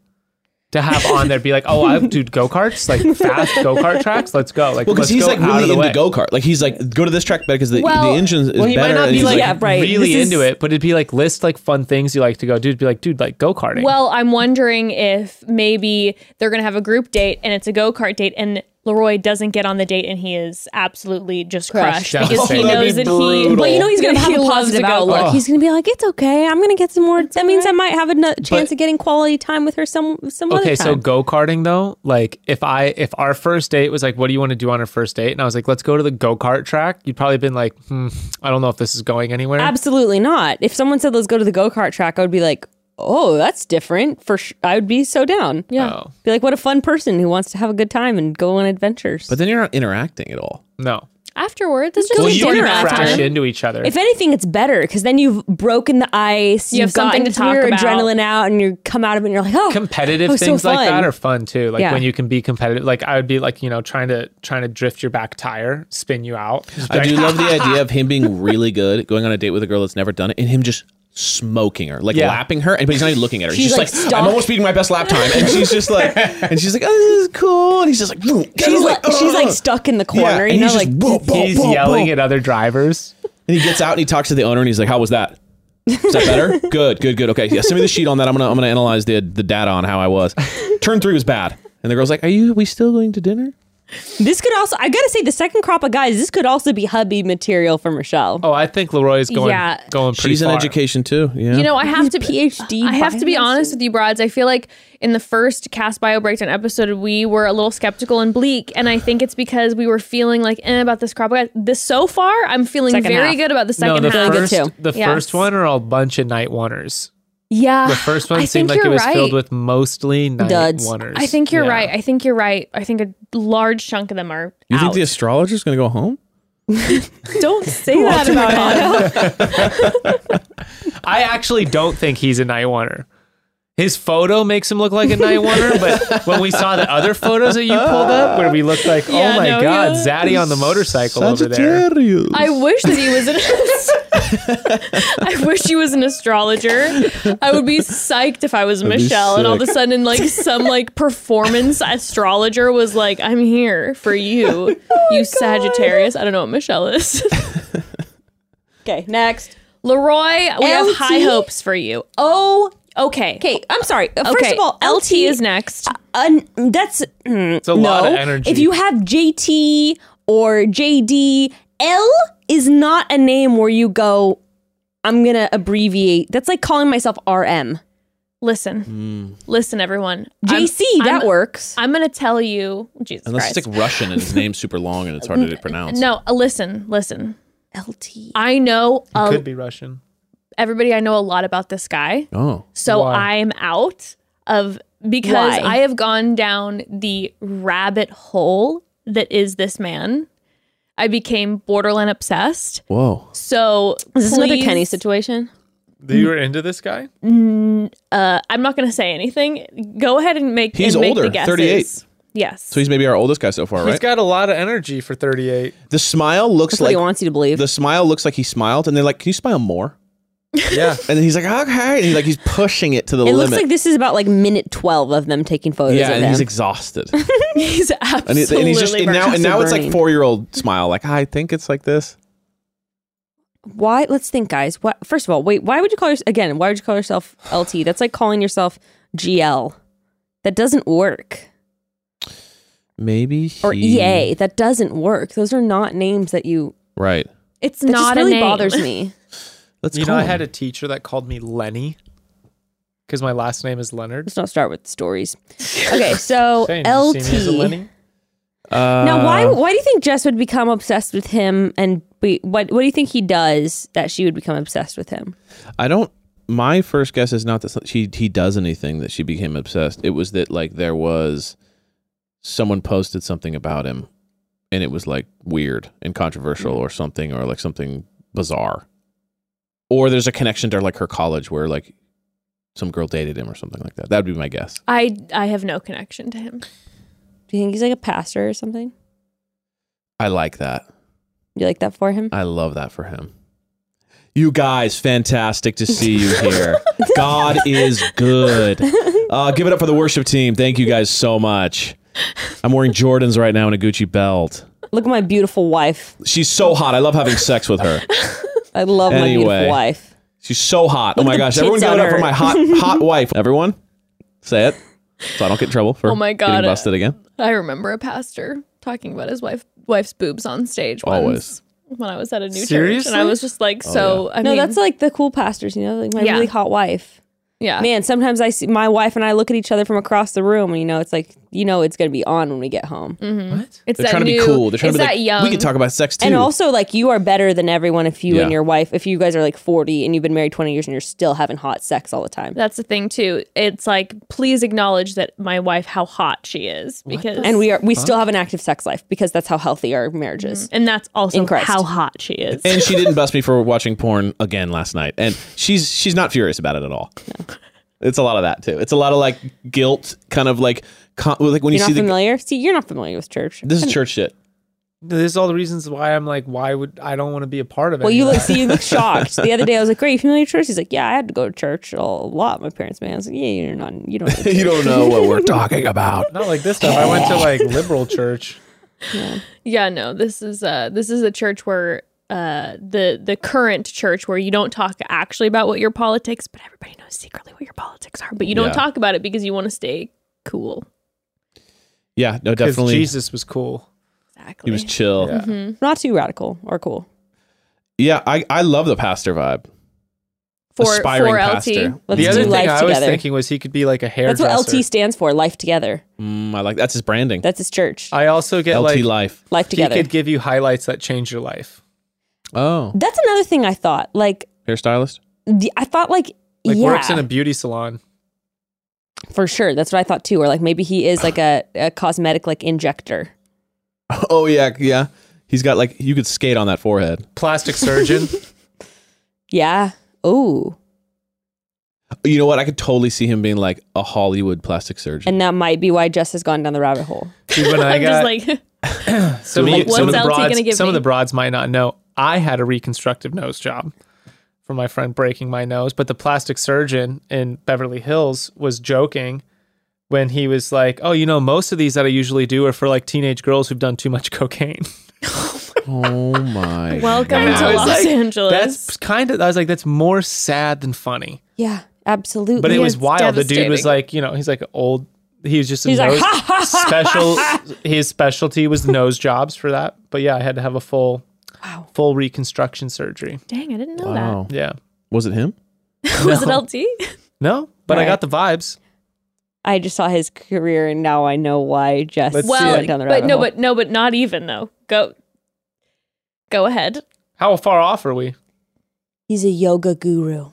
Speaker 5: to have on there. Be like, oh, I dude, go karts, like fast go kart tracks. Let's go. Like,
Speaker 9: Well,
Speaker 5: let's
Speaker 9: because he's
Speaker 5: go
Speaker 9: like
Speaker 5: out of
Speaker 9: really
Speaker 5: the
Speaker 9: into
Speaker 5: way.
Speaker 9: go kart. Like he's like go to this track because the,
Speaker 7: Well-
Speaker 9: the engine is
Speaker 5: Well, he
Speaker 9: better.
Speaker 5: might not
Speaker 9: and
Speaker 5: be
Speaker 9: he's
Speaker 5: like
Speaker 8: Yeah, right.
Speaker 5: really
Speaker 8: This is-
Speaker 5: into it, but it'd be like list like fun things you like to go do. It'd be like, dude, like go karting.
Speaker 7: Well, I'm wondering if maybe they're going to have a group date and it's a go kart date and Leroy doesn't get on the date and he is absolutely just crushed,
Speaker 5: Crushed.
Speaker 7: because he
Speaker 5: Oh, that'd
Speaker 7: knows
Speaker 5: be
Speaker 7: that he.
Speaker 5: brutal.
Speaker 8: But you know he's gonna have
Speaker 7: He
Speaker 8: a
Speaker 7: loves
Speaker 8: positive
Speaker 7: to go
Speaker 8: outlook.
Speaker 7: karting.
Speaker 8: He's gonna be like, "It's okay. I'm gonna get some more. that means I might have a no- chance of getting quality time with her some some
Speaker 5: okay,
Speaker 8: other
Speaker 5: so
Speaker 8: time."
Speaker 5: go karting though, like if I if our first date was like, what do you want to do on our first date? And I was like, let's go to the go kart track. You'd probably been like, hmm, I don't know if this is going anywhere.
Speaker 8: Absolutely not. If someone said, "Let's go to the go kart track," I would be like, "Oh, that's different." For sh- I would be so down.
Speaker 7: Yeah.
Speaker 5: Oh,
Speaker 8: Be like, what a fun person who wants to have a good time and go on adventures.
Speaker 9: But then you're not interacting at all.
Speaker 5: no.
Speaker 7: Afterwards, it's just
Speaker 8: Well,
Speaker 7: a
Speaker 8: you
Speaker 5: you
Speaker 8: dinner
Speaker 5: can
Speaker 7: dinner
Speaker 8: after.
Speaker 5: crash
Speaker 7: after.
Speaker 5: into each other.
Speaker 8: if anything, it's better because then you've broken the ice.
Speaker 7: You have
Speaker 8: have gotten
Speaker 7: something to talk
Speaker 8: your
Speaker 7: about.
Speaker 8: adrenaline out, and you come out of it, and you're like, oh,
Speaker 5: competitive
Speaker 8: (laughs) oh, so
Speaker 5: things like
Speaker 8: fun.
Speaker 5: that are fun too. Like
Speaker 8: Yeah.
Speaker 5: when you can be competitive. Like I would be like, you know, trying to trying to drift your back tire, spin you out. Just be
Speaker 9: I
Speaker 5: like,
Speaker 9: do love the idea of him being really good, going on a date with a girl that's never done it, and him just smoking her, like
Speaker 5: Yeah.
Speaker 9: lapping her, and but he's not even looking at her. He's,
Speaker 8: She's, like,
Speaker 9: just like,
Speaker 8: stuck.
Speaker 9: I'm almost beating my best lap time, and she's just like, and she's like, oh, this is cool, and he's just like, "Vroom."
Speaker 8: she's like,
Speaker 9: "Ugh."
Speaker 8: she's like stuck in the
Speaker 9: Yeah,
Speaker 8: corner.
Speaker 9: and
Speaker 8: you know,
Speaker 9: he's
Speaker 8: like
Speaker 9: just, "Whoa,
Speaker 5: (laughs)
Speaker 9: whoa,
Speaker 5: he's
Speaker 9: whoa,
Speaker 5: yelling
Speaker 9: whoa."
Speaker 5: at other drivers.
Speaker 9: and he gets out and he talks to the owner, and he's like, how was that? Is that (laughs) better? good, good, good. Okay, yeah, send me the sheet on that. I'm gonna I'm gonna analyze the the data on how I was. Turn three was bad, and the girl's like, are you? we still going to dinner?
Speaker 8: this could also. I gotta say, the second crop of guys, this could also be hubby material for Michelle.
Speaker 5: Oh, I think Leroy is going
Speaker 7: Yeah.
Speaker 5: going pretty
Speaker 9: She's in
Speaker 5: far.
Speaker 9: education too. Yeah,
Speaker 7: You know, I have to
Speaker 8: PhD
Speaker 7: I have to be
Speaker 8: biochemist.
Speaker 7: honest with you, broads. I feel like in the first cast bio breakdown episode, we were a little skeptical and bleak, and I think it's because we were feeling like eh, about this crop. This so far, I'm feeling
Speaker 8: Second
Speaker 7: very
Speaker 8: half.
Speaker 7: good about the
Speaker 5: No,
Speaker 7: second
Speaker 5: the
Speaker 7: half.
Speaker 5: first
Speaker 8: too.
Speaker 5: the
Speaker 7: Yes.
Speaker 5: first one are a bunch of night oneers.
Speaker 7: yeah,
Speaker 5: The first
Speaker 7: I
Speaker 5: one seemed
Speaker 7: think
Speaker 5: like it
Speaker 7: you're
Speaker 5: was filled
Speaker 7: right.
Speaker 5: with mostly night
Speaker 8: Duds.
Speaker 5: oneers.
Speaker 7: I think you're
Speaker 5: Yeah.
Speaker 7: right. I think you're right. I think a large chunk of them are.
Speaker 9: you think
Speaker 7: out.
Speaker 9: the astrologer's gonna go home?
Speaker 7: Don't say that about him.
Speaker 5: I actually don't think he's a night oneer. His photo makes him look like a night oneer, but when we saw the other photos that you pulled up, where we looked like,
Speaker 7: Yeah,
Speaker 5: oh my
Speaker 7: no,
Speaker 5: god,
Speaker 7: yeah.
Speaker 5: Zaddy on the motorcycle over there.
Speaker 7: I wish that he was an. (laughs) I wish he was an astrologer. I would be psyched if I was
Speaker 9: be
Speaker 7: Michelle, and all of a
Speaker 9: sick.
Speaker 7: sudden, like some like performance astrologer was like, "I'm here for you,
Speaker 8: Oh
Speaker 7: you Sagittarius." I don't know what Michelle is. (laughs)
Speaker 8: Okay, next.
Speaker 7: Leroy, we have
Speaker 8: LT?
Speaker 7: high hopes for you. Oh, okay.
Speaker 8: Okay, I'm sorry. Uh, First
Speaker 7: Okay,
Speaker 8: of all, Uh,
Speaker 7: LT, is next.
Speaker 8: un- that's mm,
Speaker 5: a
Speaker 8: no.
Speaker 5: lot of energy.
Speaker 8: If you have JT or JD, L is not a name where you go. I'm gonna abbreviate. That's like calling myself RM.
Speaker 7: Listen,
Speaker 9: Hmm.
Speaker 7: listen, everyone. I'm-
Speaker 8: JC that
Speaker 7: I'm-
Speaker 8: works.
Speaker 7: I'm gonna tell you, Jesus
Speaker 9: Unless
Speaker 7: Christ.
Speaker 9: it's like Russian and his name's super long and it's hard to pronounce.
Speaker 7: no, uh, listen, listen.
Speaker 8: LT.
Speaker 7: I know a
Speaker 5: Could be Russian.
Speaker 7: everybody I know a lot about this guy.
Speaker 9: Oh.
Speaker 7: So
Speaker 5: Why?
Speaker 7: I'm out of because
Speaker 8: Why?
Speaker 7: I have gone down the rabbit hole that is this man. I became borderline obsessed.
Speaker 9: Whoa.
Speaker 7: So
Speaker 8: Is this another
Speaker 7: please-
Speaker 8: Kenny situation?
Speaker 5: You were into this guy?
Speaker 7: Uh, I'm not going to say anything. Go ahead and make.
Speaker 9: He's
Speaker 7: and make
Speaker 9: older,
Speaker 7: the guesses.
Speaker 9: 38.
Speaker 7: Yes.
Speaker 9: So he's maybe our oldest guy so far,
Speaker 5: He's
Speaker 9: right?
Speaker 5: got a lot of energy for 38.
Speaker 9: the smile looks
Speaker 8: That's what
Speaker 9: like
Speaker 8: he wants you to believe.
Speaker 9: the smile looks like he smiled, and they're like, "Can you smile more?"
Speaker 5: (laughs) Yeah.
Speaker 9: And then he's like, "Okay," and he's like, he's pushing it to the
Speaker 8: it
Speaker 9: limit.
Speaker 8: looks like this is about like minute twelve of them taking photos.
Speaker 9: yeah,
Speaker 8: of
Speaker 9: and
Speaker 8: him. (laughs)
Speaker 9: he's exhausted,
Speaker 7: (laughs) he's absolutely.
Speaker 9: and, he- and he's just and now and
Speaker 8: Absolutely
Speaker 9: now it's like
Speaker 8: burning.
Speaker 9: four year old smile, like I think it's like this.
Speaker 8: why let's think guys what first of all wait why would you call yourself again why would you call yourself (laughs) lt that's like calling yourself gl that doesn't work
Speaker 9: Maybe
Speaker 8: or E
Speaker 9: he-
Speaker 8: ea that doesn't work those are not names that you
Speaker 9: right?
Speaker 7: it's
Speaker 8: that
Speaker 7: not
Speaker 8: just really
Speaker 7: a name.
Speaker 8: bothers me
Speaker 9: Let's
Speaker 5: you
Speaker 9: call
Speaker 5: know, I
Speaker 9: him.
Speaker 5: had a teacher that called me Lenny because my last name is Leonard.
Speaker 8: let's not start with stories okay
Speaker 7: Oh,
Speaker 8: so
Speaker 5: Shane, you
Speaker 8: lt
Speaker 5: see me as a Lenny?
Speaker 9: Uh,
Speaker 8: now why why do you think jess would become obsessed with him and be, what what do you think he does that she would become obsessed with him
Speaker 9: I don't. My first guess is not that she he does anything that she became obsessed. It was that like there was someone posted something about him, and it was like weird and controversial or something or like something bizarre. Or there's a connection to like her college where like some girl dated him or something like that. That would be my guess.
Speaker 7: I I have no connection to him.
Speaker 8: do you think he's like a pastor or something
Speaker 9: I like that.
Speaker 8: you like that for him
Speaker 9: I love that for him. You guys, fantastic to see you
Speaker 7: (laughs)
Speaker 9: here. God is good. Uh, give it up for the worship team. Thank you guys so much. I'm wearing Jordans right now and a Gucci belt.
Speaker 8: look at my beautiful wife
Speaker 9: She's so hot. I love having sex with her.
Speaker 8: i love my
Speaker 9: Anyway.
Speaker 8: beautiful wife
Speaker 9: She's so hot. oh
Speaker 8: Look
Speaker 9: my
Speaker 8: at the
Speaker 9: gosh.
Speaker 8: tits
Speaker 9: Everyone give it
Speaker 8: on
Speaker 9: up for
Speaker 8: her.
Speaker 9: my hot,
Speaker 7: (laughs)
Speaker 9: hot wife. Everyone, say it so I don't get in trouble for
Speaker 7: Oh my God.
Speaker 9: getting busted again.
Speaker 7: I remember a pastor talking about his wife wife's boobs on stage. once
Speaker 9: Always. Oh,
Speaker 7: When I was at a new church,
Speaker 5: Seriously?
Speaker 7: and I was just like, so I
Speaker 8: no,
Speaker 7: mean,
Speaker 8: that's like the cool pastors, you know, like my
Speaker 7: Yeah.
Speaker 8: really hot wife.
Speaker 7: yeah.
Speaker 8: Man, sometimes I see my wife and I look at each other from across the room, and you know, it's like you know, it's gonna be on when we get home.
Speaker 5: What?
Speaker 7: It's
Speaker 9: They're
Speaker 7: that
Speaker 9: trying
Speaker 7: new,
Speaker 9: to be cool. They're trying
Speaker 7: it's
Speaker 9: to be
Speaker 7: that
Speaker 9: like,
Speaker 7: young.
Speaker 9: we can talk about sex too.
Speaker 8: And also, like you are better than everyone if you and
Speaker 9: Yeah.
Speaker 8: your wife, if you guys are like forty and you've been married twenty years and you're still having hot sex all the time.
Speaker 7: That's the thing too. It's like, please acknowledge that my wife, how hot she is, because
Speaker 8: And we are we still have an active sex life because that's how healthy our marriage is.
Speaker 7: and that's also
Speaker 8: In Christ.
Speaker 7: how hot she is.
Speaker 9: and she didn't bust me for watching porn again last night. And she's she's not furious about it at all. It's a lot of that too. It's a lot of like guilt, kind of like con- well, like when
Speaker 8: You're
Speaker 9: you
Speaker 8: not
Speaker 9: see the
Speaker 8: familiar. see, you're not familiar with church.
Speaker 9: this is church shit.
Speaker 5: This is all the reasons why I'm like, why would I don't want to be a part of it?
Speaker 8: Well, you look, see, you look shocked. The other day, I was like, "Great, you familiar with church?" He's like, "Yeah, I had to go to church a lot. My parents, man." I was like, "Yeah, you're not.
Speaker 5: (laughs)
Speaker 8: You don't. know church."
Speaker 9: you don't know what
Speaker 7: (laughs)
Speaker 9: we're talking about.
Speaker 5: (laughs) Not like this stuff. I went to like liberal church.
Speaker 7: yeah, no, this is uh this is a church where uh the the current church where you don't talk actually about what your politics, but everybody knows secretly what your politics are, but you don't
Speaker 9: Yeah.
Speaker 7: talk about it because you want to stay cool.
Speaker 9: Yeah, no,
Speaker 5: Because
Speaker 9: definitely.
Speaker 5: Jesus was cool.
Speaker 9: He
Speaker 7: Exactly.
Speaker 9: was chill. Yeah,
Speaker 7: Mm-hmm.
Speaker 8: not too radical or cool.
Speaker 9: I, I love the pastor vibe.
Speaker 7: for
Speaker 9: Aspiring
Speaker 7: for
Speaker 9: pastor.
Speaker 7: LT.
Speaker 8: Let's
Speaker 5: the other
Speaker 8: do
Speaker 5: thing
Speaker 8: life
Speaker 5: I was
Speaker 8: together.
Speaker 5: thinking was he could be like a
Speaker 8: That's
Speaker 5: hairdresser.
Speaker 8: what LT stands for. Life together.
Speaker 9: Mm, I like that's his branding.
Speaker 8: That's his church.
Speaker 5: I also get
Speaker 9: LT
Speaker 5: like
Speaker 9: life.
Speaker 8: life
Speaker 5: Uh, he
Speaker 8: together.
Speaker 5: could give you highlights that change your life.
Speaker 9: Oh,
Speaker 8: That's another thing I thought. Like
Speaker 9: hairstylist.
Speaker 8: the, I thought like,
Speaker 5: Like
Speaker 8: yeah,
Speaker 5: works in a beauty salon.
Speaker 8: for sure. That's what I thought too. Or like maybe he is like a, a cosmetic like injector.
Speaker 9: (laughs) Oh yeah, yeah. He's got like you could skate on that forehead.
Speaker 5: Plastic
Speaker 8: (laughs)
Speaker 5: surgeon.
Speaker 8: Yeah. Oh,
Speaker 9: You know what? I could totally see him being like a Hollywood
Speaker 7: (laughs)
Speaker 9: plastic surgeon.
Speaker 8: and that might be why Jess has gone down the rabbit hole.
Speaker 5: See, when I
Speaker 7: I'm
Speaker 5: got
Speaker 7: just like (laughs)
Speaker 5: some, of
Speaker 9: Like,
Speaker 5: you- some
Speaker 7: what's
Speaker 5: of the
Speaker 7: LT
Speaker 5: broads,
Speaker 7: gonna give
Speaker 5: some of
Speaker 7: me?
Speaker 5: the broads might not know. I had a reconstructive nose job. from my friend breaking my nose, but the plastic surgeon in Beverly Hills was joking when he was like, "Oh, you know, most of these that I usually do are for like teenage girls who've done too much (laughs) cocaine."
Speaker 9: Oh my.
Speaker 7: Welcome
Speaker 5: And
Speaker 7: to
Speaker 5: I was
Speaker 7: Los
Speaker 5: like, (laughs)
Speaker 7: Angeles.
Speaker 5: That's kind of. I was like, that's more sad than funny.
Speaker 8: Yeah, absolutely.
Speaker 5: But it was
Speaker 7: it's
Speaker 5: wild. The dude was
Speaker 7: devastating.
Speaker 5: like, you know, he's like old. He was just a
Speaker 8: He's like,
Speaker 5: nose
Speaker 8: (laughs)
Speaker 5: special. His specialty was nose jobs for that. But yeah, I had to have a full, full reconstruction surgery.
Speaker 7: Dang, I didn't know
Speaker 9: Wow.
Speaker 5: Yeah,
Speaker 9: Was it him?
Speaker 7: that. (laughs) was it LT?
Speaker 5: no, but I
Speaker 8: Right.
Speaker 5: got the vibes.
Speaker 8: I just saw his career, and now I know why Jess
Speaker 5: Let's see
Speaker 7: Well,
Speaker 5: it.
Speaker 8: went down the
Speaker 7: but
Speaker 8: rabbit
Speaker 7: no,
Speaker 8: hole.
Speaker 7: but no, but not even though. Go, go ahead.
Speaker 5: How far off are we?
Speaker 8: he's a yoga guru,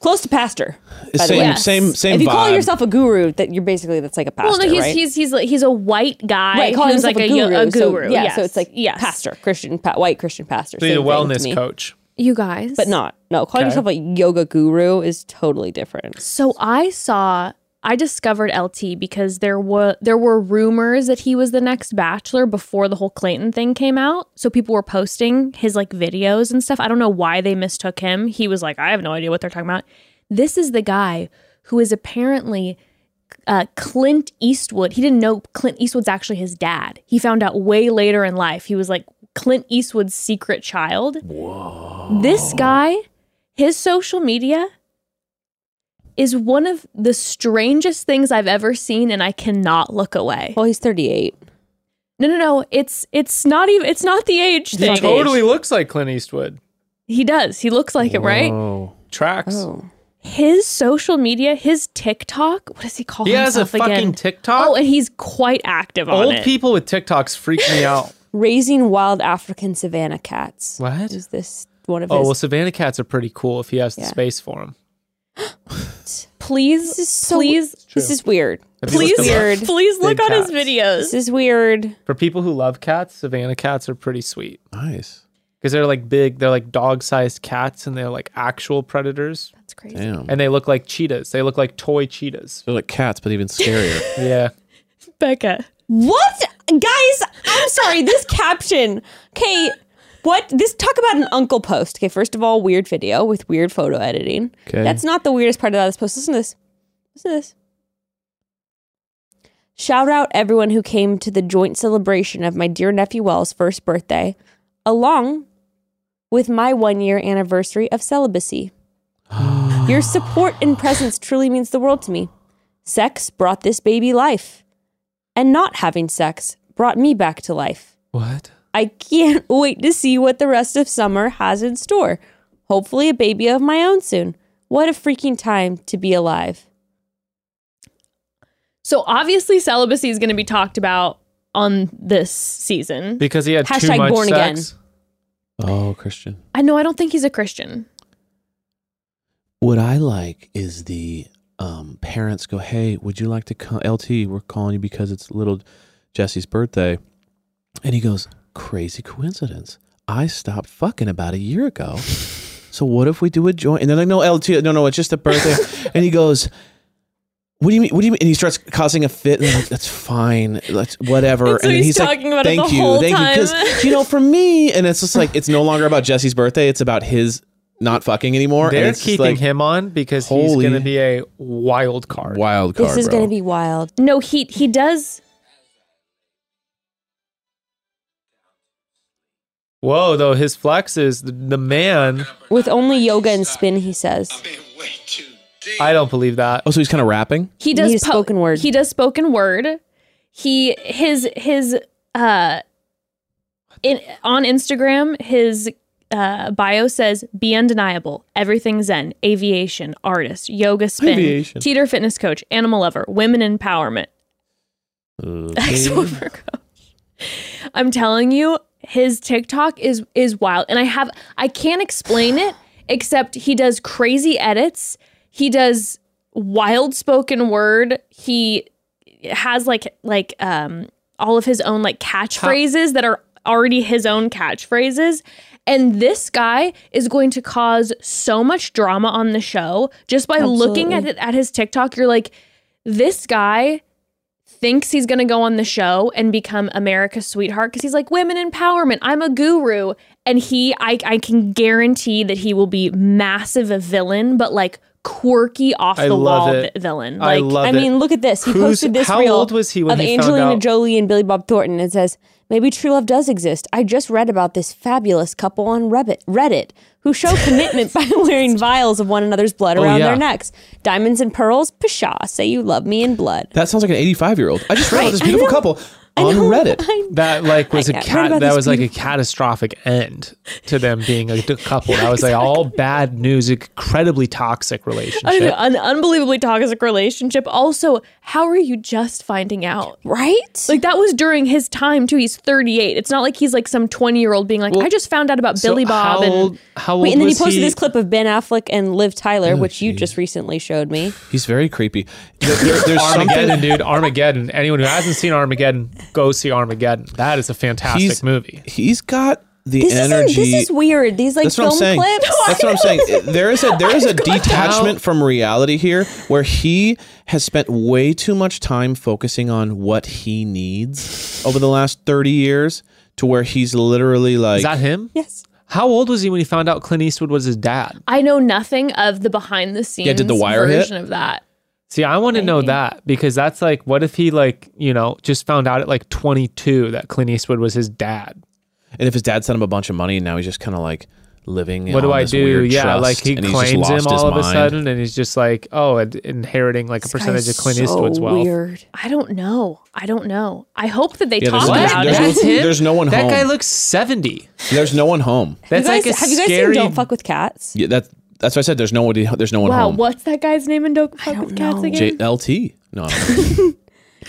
Speaker 8: close to pastor. by the
Speaker 9: Same,
Speaker 8: way.
Speaker 7: Yes.
Speaker 9: same, same.
Speaker 8: if you call
Speaker 9: vibe.
Speaker 8: yourself a guru, that you're basically that's like a pastor,
Speaker 7: Well, no, he's
Speaker 8: right?
Speaker 7: he's he's like, he's a white guy
Speaker 8: right, calling
Speaker 7: who's
Speaker 8: himself
Speaker 7: like a,
Speaker 8: a guru.
Speaker 7: yo- a
Speaker 8: so-
Speaker 7: guru.
Speaker 8: yeah,
Speaker 7: yes.
Speaker 8: so it's like
Speaker 7: yes.
Speaker 8: pastor, Christian, pa- white Christian pastor.
Speaker 5: So you need a
Speaker 8: same thing to
Speaker 5: wellness
Speaker 8: me.
Speaker 5: coach.
Speaker 4: You guys.
Speaker 8: but not no. Calling
Speaker 5: Okay.
Speaker 8: yourself a yoga guru is totally different.
Speaker 4: So
Speaker 7: I saw I discovered LT because there were there were rumors that he was the next bachelor before the whole Clayton thing came out. So people were posting his like videos and stuff. I don't know why they mistook him. He was like, I have no idea what they're talking about. This is the guy who is apparently uh, Clint Eastwood. He didn't know Clint Eastwood's actually his dad. He found out way later in life. He was like Clint Eastwood's secret child. This guy, his social media is one of the strangest things I've ever seen, and I cannot look away.
Speaker 8: Well, he's 38.
Speaker 7: No, no, no. It's it's not even it's not the age
Speaker 5: He
Speaker 7: thing.
Speaker 5: totally looks like Clint Eastwood.
Speaker 7: He does. He looks like it, right?
Speaker 9: Whoa.
Speaker 5: Tracks.
Speaker 8: Oh.
Speaker 7: His social media, his TikTok. What does he call
Speaker 5: He has a
Speaker 7: himself
Speaker 5: fucking
Speaker 7: again?
Speaker 5: TikTok.
Speaker 7: Oh, and he's quite active on
Speaker 5: Old
Speaker 7: it.
Speaker 5: people with TikToks freak me
Speaker 8: (laughs)
Speaker 5: out.
Speaker 8: raising wild African savannah cats.
Speaker 5: What?
Speaker 8: is this? One of
Speaker 5: Oh
Speaker 8: his.
Speaker 5: well, Savannah Cats are pretty cool if he has the
Speaker 8: Yeah.
Speaker 5: space for them.
Speaker 7: please,
Speaker 8: this is so.
Speaker 7: please,
Speaker 8: this is weird.
Speaker 7: please,
Speaker 8: weird.
Speaker 7: (laughs) please look
Speaker 5: Big
Speaker 7: on his
Speaker 5: cats.
Speaker 8: This
Speaker 7: videos.
Speaker 8: is weird.
Speaker 5: For people who love cats, Savannah Cats are pretty sweet
Speaker 9: Nice.
Speaker 5: because they're like big. They're like dog-sized cats, and they're like actual predators,
Speaker 7: That's crazy.
Speaker 8: Oh.
Speaker 9: Damn.
Speaker 5: and they look like cheetahs. They look like toy
Speaker 8: (laughs)
Speaker 5: cheetahs.
Speaker 9: They're like cats, but even scarier.
Speaker 5: Yeah.
Speaker 7: Becca,
Speaker 8: What, guys? I'm sorry. This caption. Okay, what? This talk about an uncle post. Okay, first of all, weird video with weird photo editing.
Speaker 9: 'Kay.
Speaker 8: That's not the weirdest part about this post. Listen to this. Listen to this. Shout out everyone who came to the joint celebration of my dear nephew Wells' first birthday, along with my one year anniversary of celibacy. Your support and presence truly means the world to me. Sex brought this baby life, and not having sex brought me back to life.
Speaker 5: What?
Speaker 8: I can't (laughs) wait to see what the rest of summer has in store. Hopefully, a baby of my own soon. What a freaking time to be alive.
Speaker 7: so obviously celibacy is going to be talked about on this season.
Speaker 5: Because he had too
Speaker 8: Hashtag
Speaker 5: much
Speaker 8: born again.
Speaker 5: sex.
Speaker 9: oh, Christian.
Speaker 7: I know. I don't think he's a Christian.
Speaker 9: What I like is the um, parents go, "Hey, would you like to come? LT, we're calling you because it's little Jesse's birthday," and he goes, "Crazy coincidence! I stopped fucking about a year ago, so what if we do a joint?" And they're like, "No, LT, no, no, it's just
Speaker 7: (laughs)
Speaker 9: a birthday," and he goes. What do you mean? What do you mean? And he starts causing a fit. And I'm like, that's fine. That's whatever.
Speaker 7: And so
Speaker 9: then
Speaker 7: he's talking about it the whole time.
Speaker 9: you. 'Cause, you know, for me, and it's just like it's no longer about Jesse's birthday. It's about his not fucking anymore. and
Speaker 5: They're
Speaker 9: it's just
Speaker 5: keeping
Speaker 9: like-
Speaker 5: him on because he's
Speaker 9: holy-
Speaker 5: going to be a wild card.
Speaker 9: wild card.
Speaker 8: This is
Speaker 9: bro.
Speaker 8: going to be wild.
Speaker 7: No, he he does.
Speaker 5: Whoa, though his flex is the, the man.
Speaker 8: With only yoga and spin, he says.
Speaker 5: I don't believe that.
Speaker 9: Oh, so he's kind of rapping.
Speaker 7: He does
Speaker 8: He's spoken word.
Speaker 7: He does spoken word. He his his uh in on Instagram his uh bio says be undeniable, everything zen, aviation, artist, yoga spin,
Speaker 9: Aviation.
Speaker 7: teeter fitness coach, animal lover, women empowerment, (laughs) ex Wilbur Coach. I'm telling you, his TikTok is is wild, and I have I can't explain it except he does crazy edits. He does wild spoken word. He has like like um all of his own like catchphrases that are already his own catchphrases. And this guy is going to cause so much drama on the show just by looking at
Speaker 8: Absolutely.
Speaker 7: it at his TikTok. You're like, this guy thinks he's going to go on the show and become America's sweetheart because he's like, women empowerment. I'm a guru. and he I, I can guarantee that he will be massive a villain but like quirky off
Speaker 5: I
Speaker 7: the
Speaker 5: love
Speaker 7: wall
Speaker 5: it.
Speaker 7: vi- villain
Speaker 5: I
Speaker 7: like
Speaker 5: love
Speaker 8: I
Speaker 5: it.
Speaker 8: mean, look at this. He
Speaker 5: Who's-
Speaker 8: posted this
Speaker 5: how
Speaker 8: reel
Speaker 5: old was he when
Speaker 8: of
Speaker 5: he found
Speaker 8: Angelina
Speaker 5: out?
Speaker 8: Jolie and Billy Bob Thornton. It says, "Maybe true love does exist. I just read about this fabulous couple on Reddit, Reddit
Speaker 7: (laughs)
Speaker 8: who show commitment by wearing vials of one another's blood around
Speaker 5: yeah.
Speaker 8: their necks, diamonds and pearls. Pshaw! Say you love me in blood."
Speaker 9: That sounds like an 85 year old. I just read about this beautiful couple on Reddit.
Speaker 5: That like was a
Speaker 8: I've heard
Speaker 5: cat.
Speaker 8: about
Speaker 5: That
Speaker 8: this
Speaker 5: was like a catastrophic end to them being a d- couple. That was like all bad news. Incredibly toxic relationship.
Speaker 8: uh,
Speaker 7: an unbelievably toxic relationship also how are you just finding out
Speaker 8: Right?
Speaker 7: like that was during his time too he's 38 it's not like he's like some 20 year old being like i just found out about
Speaker 5: So
Speaker 7: billy bob
Speaker 5: How
Speaker 7: and
Speaker 5: old, how old
Speaker 8: Wait, and then he
Speaker 5: was Oh,
Speaker 8: posted this clip of Ben Affleck and Liv Tyler, which you just recently showed me.
Speaker 9: He's very creepy. There- there- there's
Speaker 5: Armageddon,
Speaker 9: something.
Speaker 5: dude. Armageddon. Anyone who hasn't seen Armageddon, go see Armageddon. That is a fantastic
Speaker 9: He's-
Speaker 5: movie.
Speaker 9: He's got the
Speaker 8: This
Speaker 9: energy.
Speaker 8: isn't. This is weird. These like
Speaker 9: That's what
Speaker 8: film
Speaker 9: I'm saying.
Speaker 8: clips.
Speaker 9: That's what I'm saying.
Speaker 8: (laughs)
Speaker 9: There is a there is a detachment from reality here where he has spent way too much time focusing on what he needs over the last 30 years to where he's literally like
Speaker 5: Is that him?
Speaker 8: Yes.
Speaker 5: How old was he when he found out Clint Eastwood was his dad?
Speaker 7: i know nothing of the behind the scenes
Speaker 9: did the wire hit?
Speaker 7: version of that
Speaker 5: See, I want to know that because that's like, what if he like, you know, just found out at like 22 that Clint Eastwood was his dad?
Speaker 9: and if his dad sent him a bunch of money and now he's just kind of like living
Speaker 5: What do
Speaker 9: on
Speaker 5: I
Speaker 9: this
Speaker 5: do?
Speaker 9: weird
Speaker 5: Yeah,
Speaker 9: trust,
Speaker 5: like he
Speaker 9: and he's just
Speaker 5: claims him
Speaker 9: lost his
Speaker 5: all of a
Speaker 9: mind.
Speaker 5: sudden, and he's just like, oh, and inheriting like a percentage of Clint Eastwood's wealth.
Speaker 8: Weird.
Speaker 7: i don't know i don't know i hope that they
Speaker 9: Yeah,
Speaker 7: talk
Speaker 9: there's,
Speaker 5: What?
Speaker 7: about
Speaker 9: there's,
Speaker 7: it
Speaker 5: That's
Speaker 9: no,
Speaker 5: him?
Speaker 9: there's no one
Speaker 5: That
Speaker 9: home.
Speaker 5: guy looks 70.
Speaker 9: there's no one home.
Speaker 5: That's
Speaker 8: you guys,
Speaker 5: like a
Speaker 8: have you guys
Speaker 5: scary.
Speaker 8: seen Don't Fuck with Cats?
Speaker 9: Yeah, that, that's why I said there's no one. There's no one
Speaker 7: wow
Speaker 9: home.
Speaker 7: what's that guy's name in don't fuck
Speaker 8: don't
Speaker 7: with cats
Speaker 8: know.
Speaker 7: again
Speaker 9: J- LT. No, I don't know.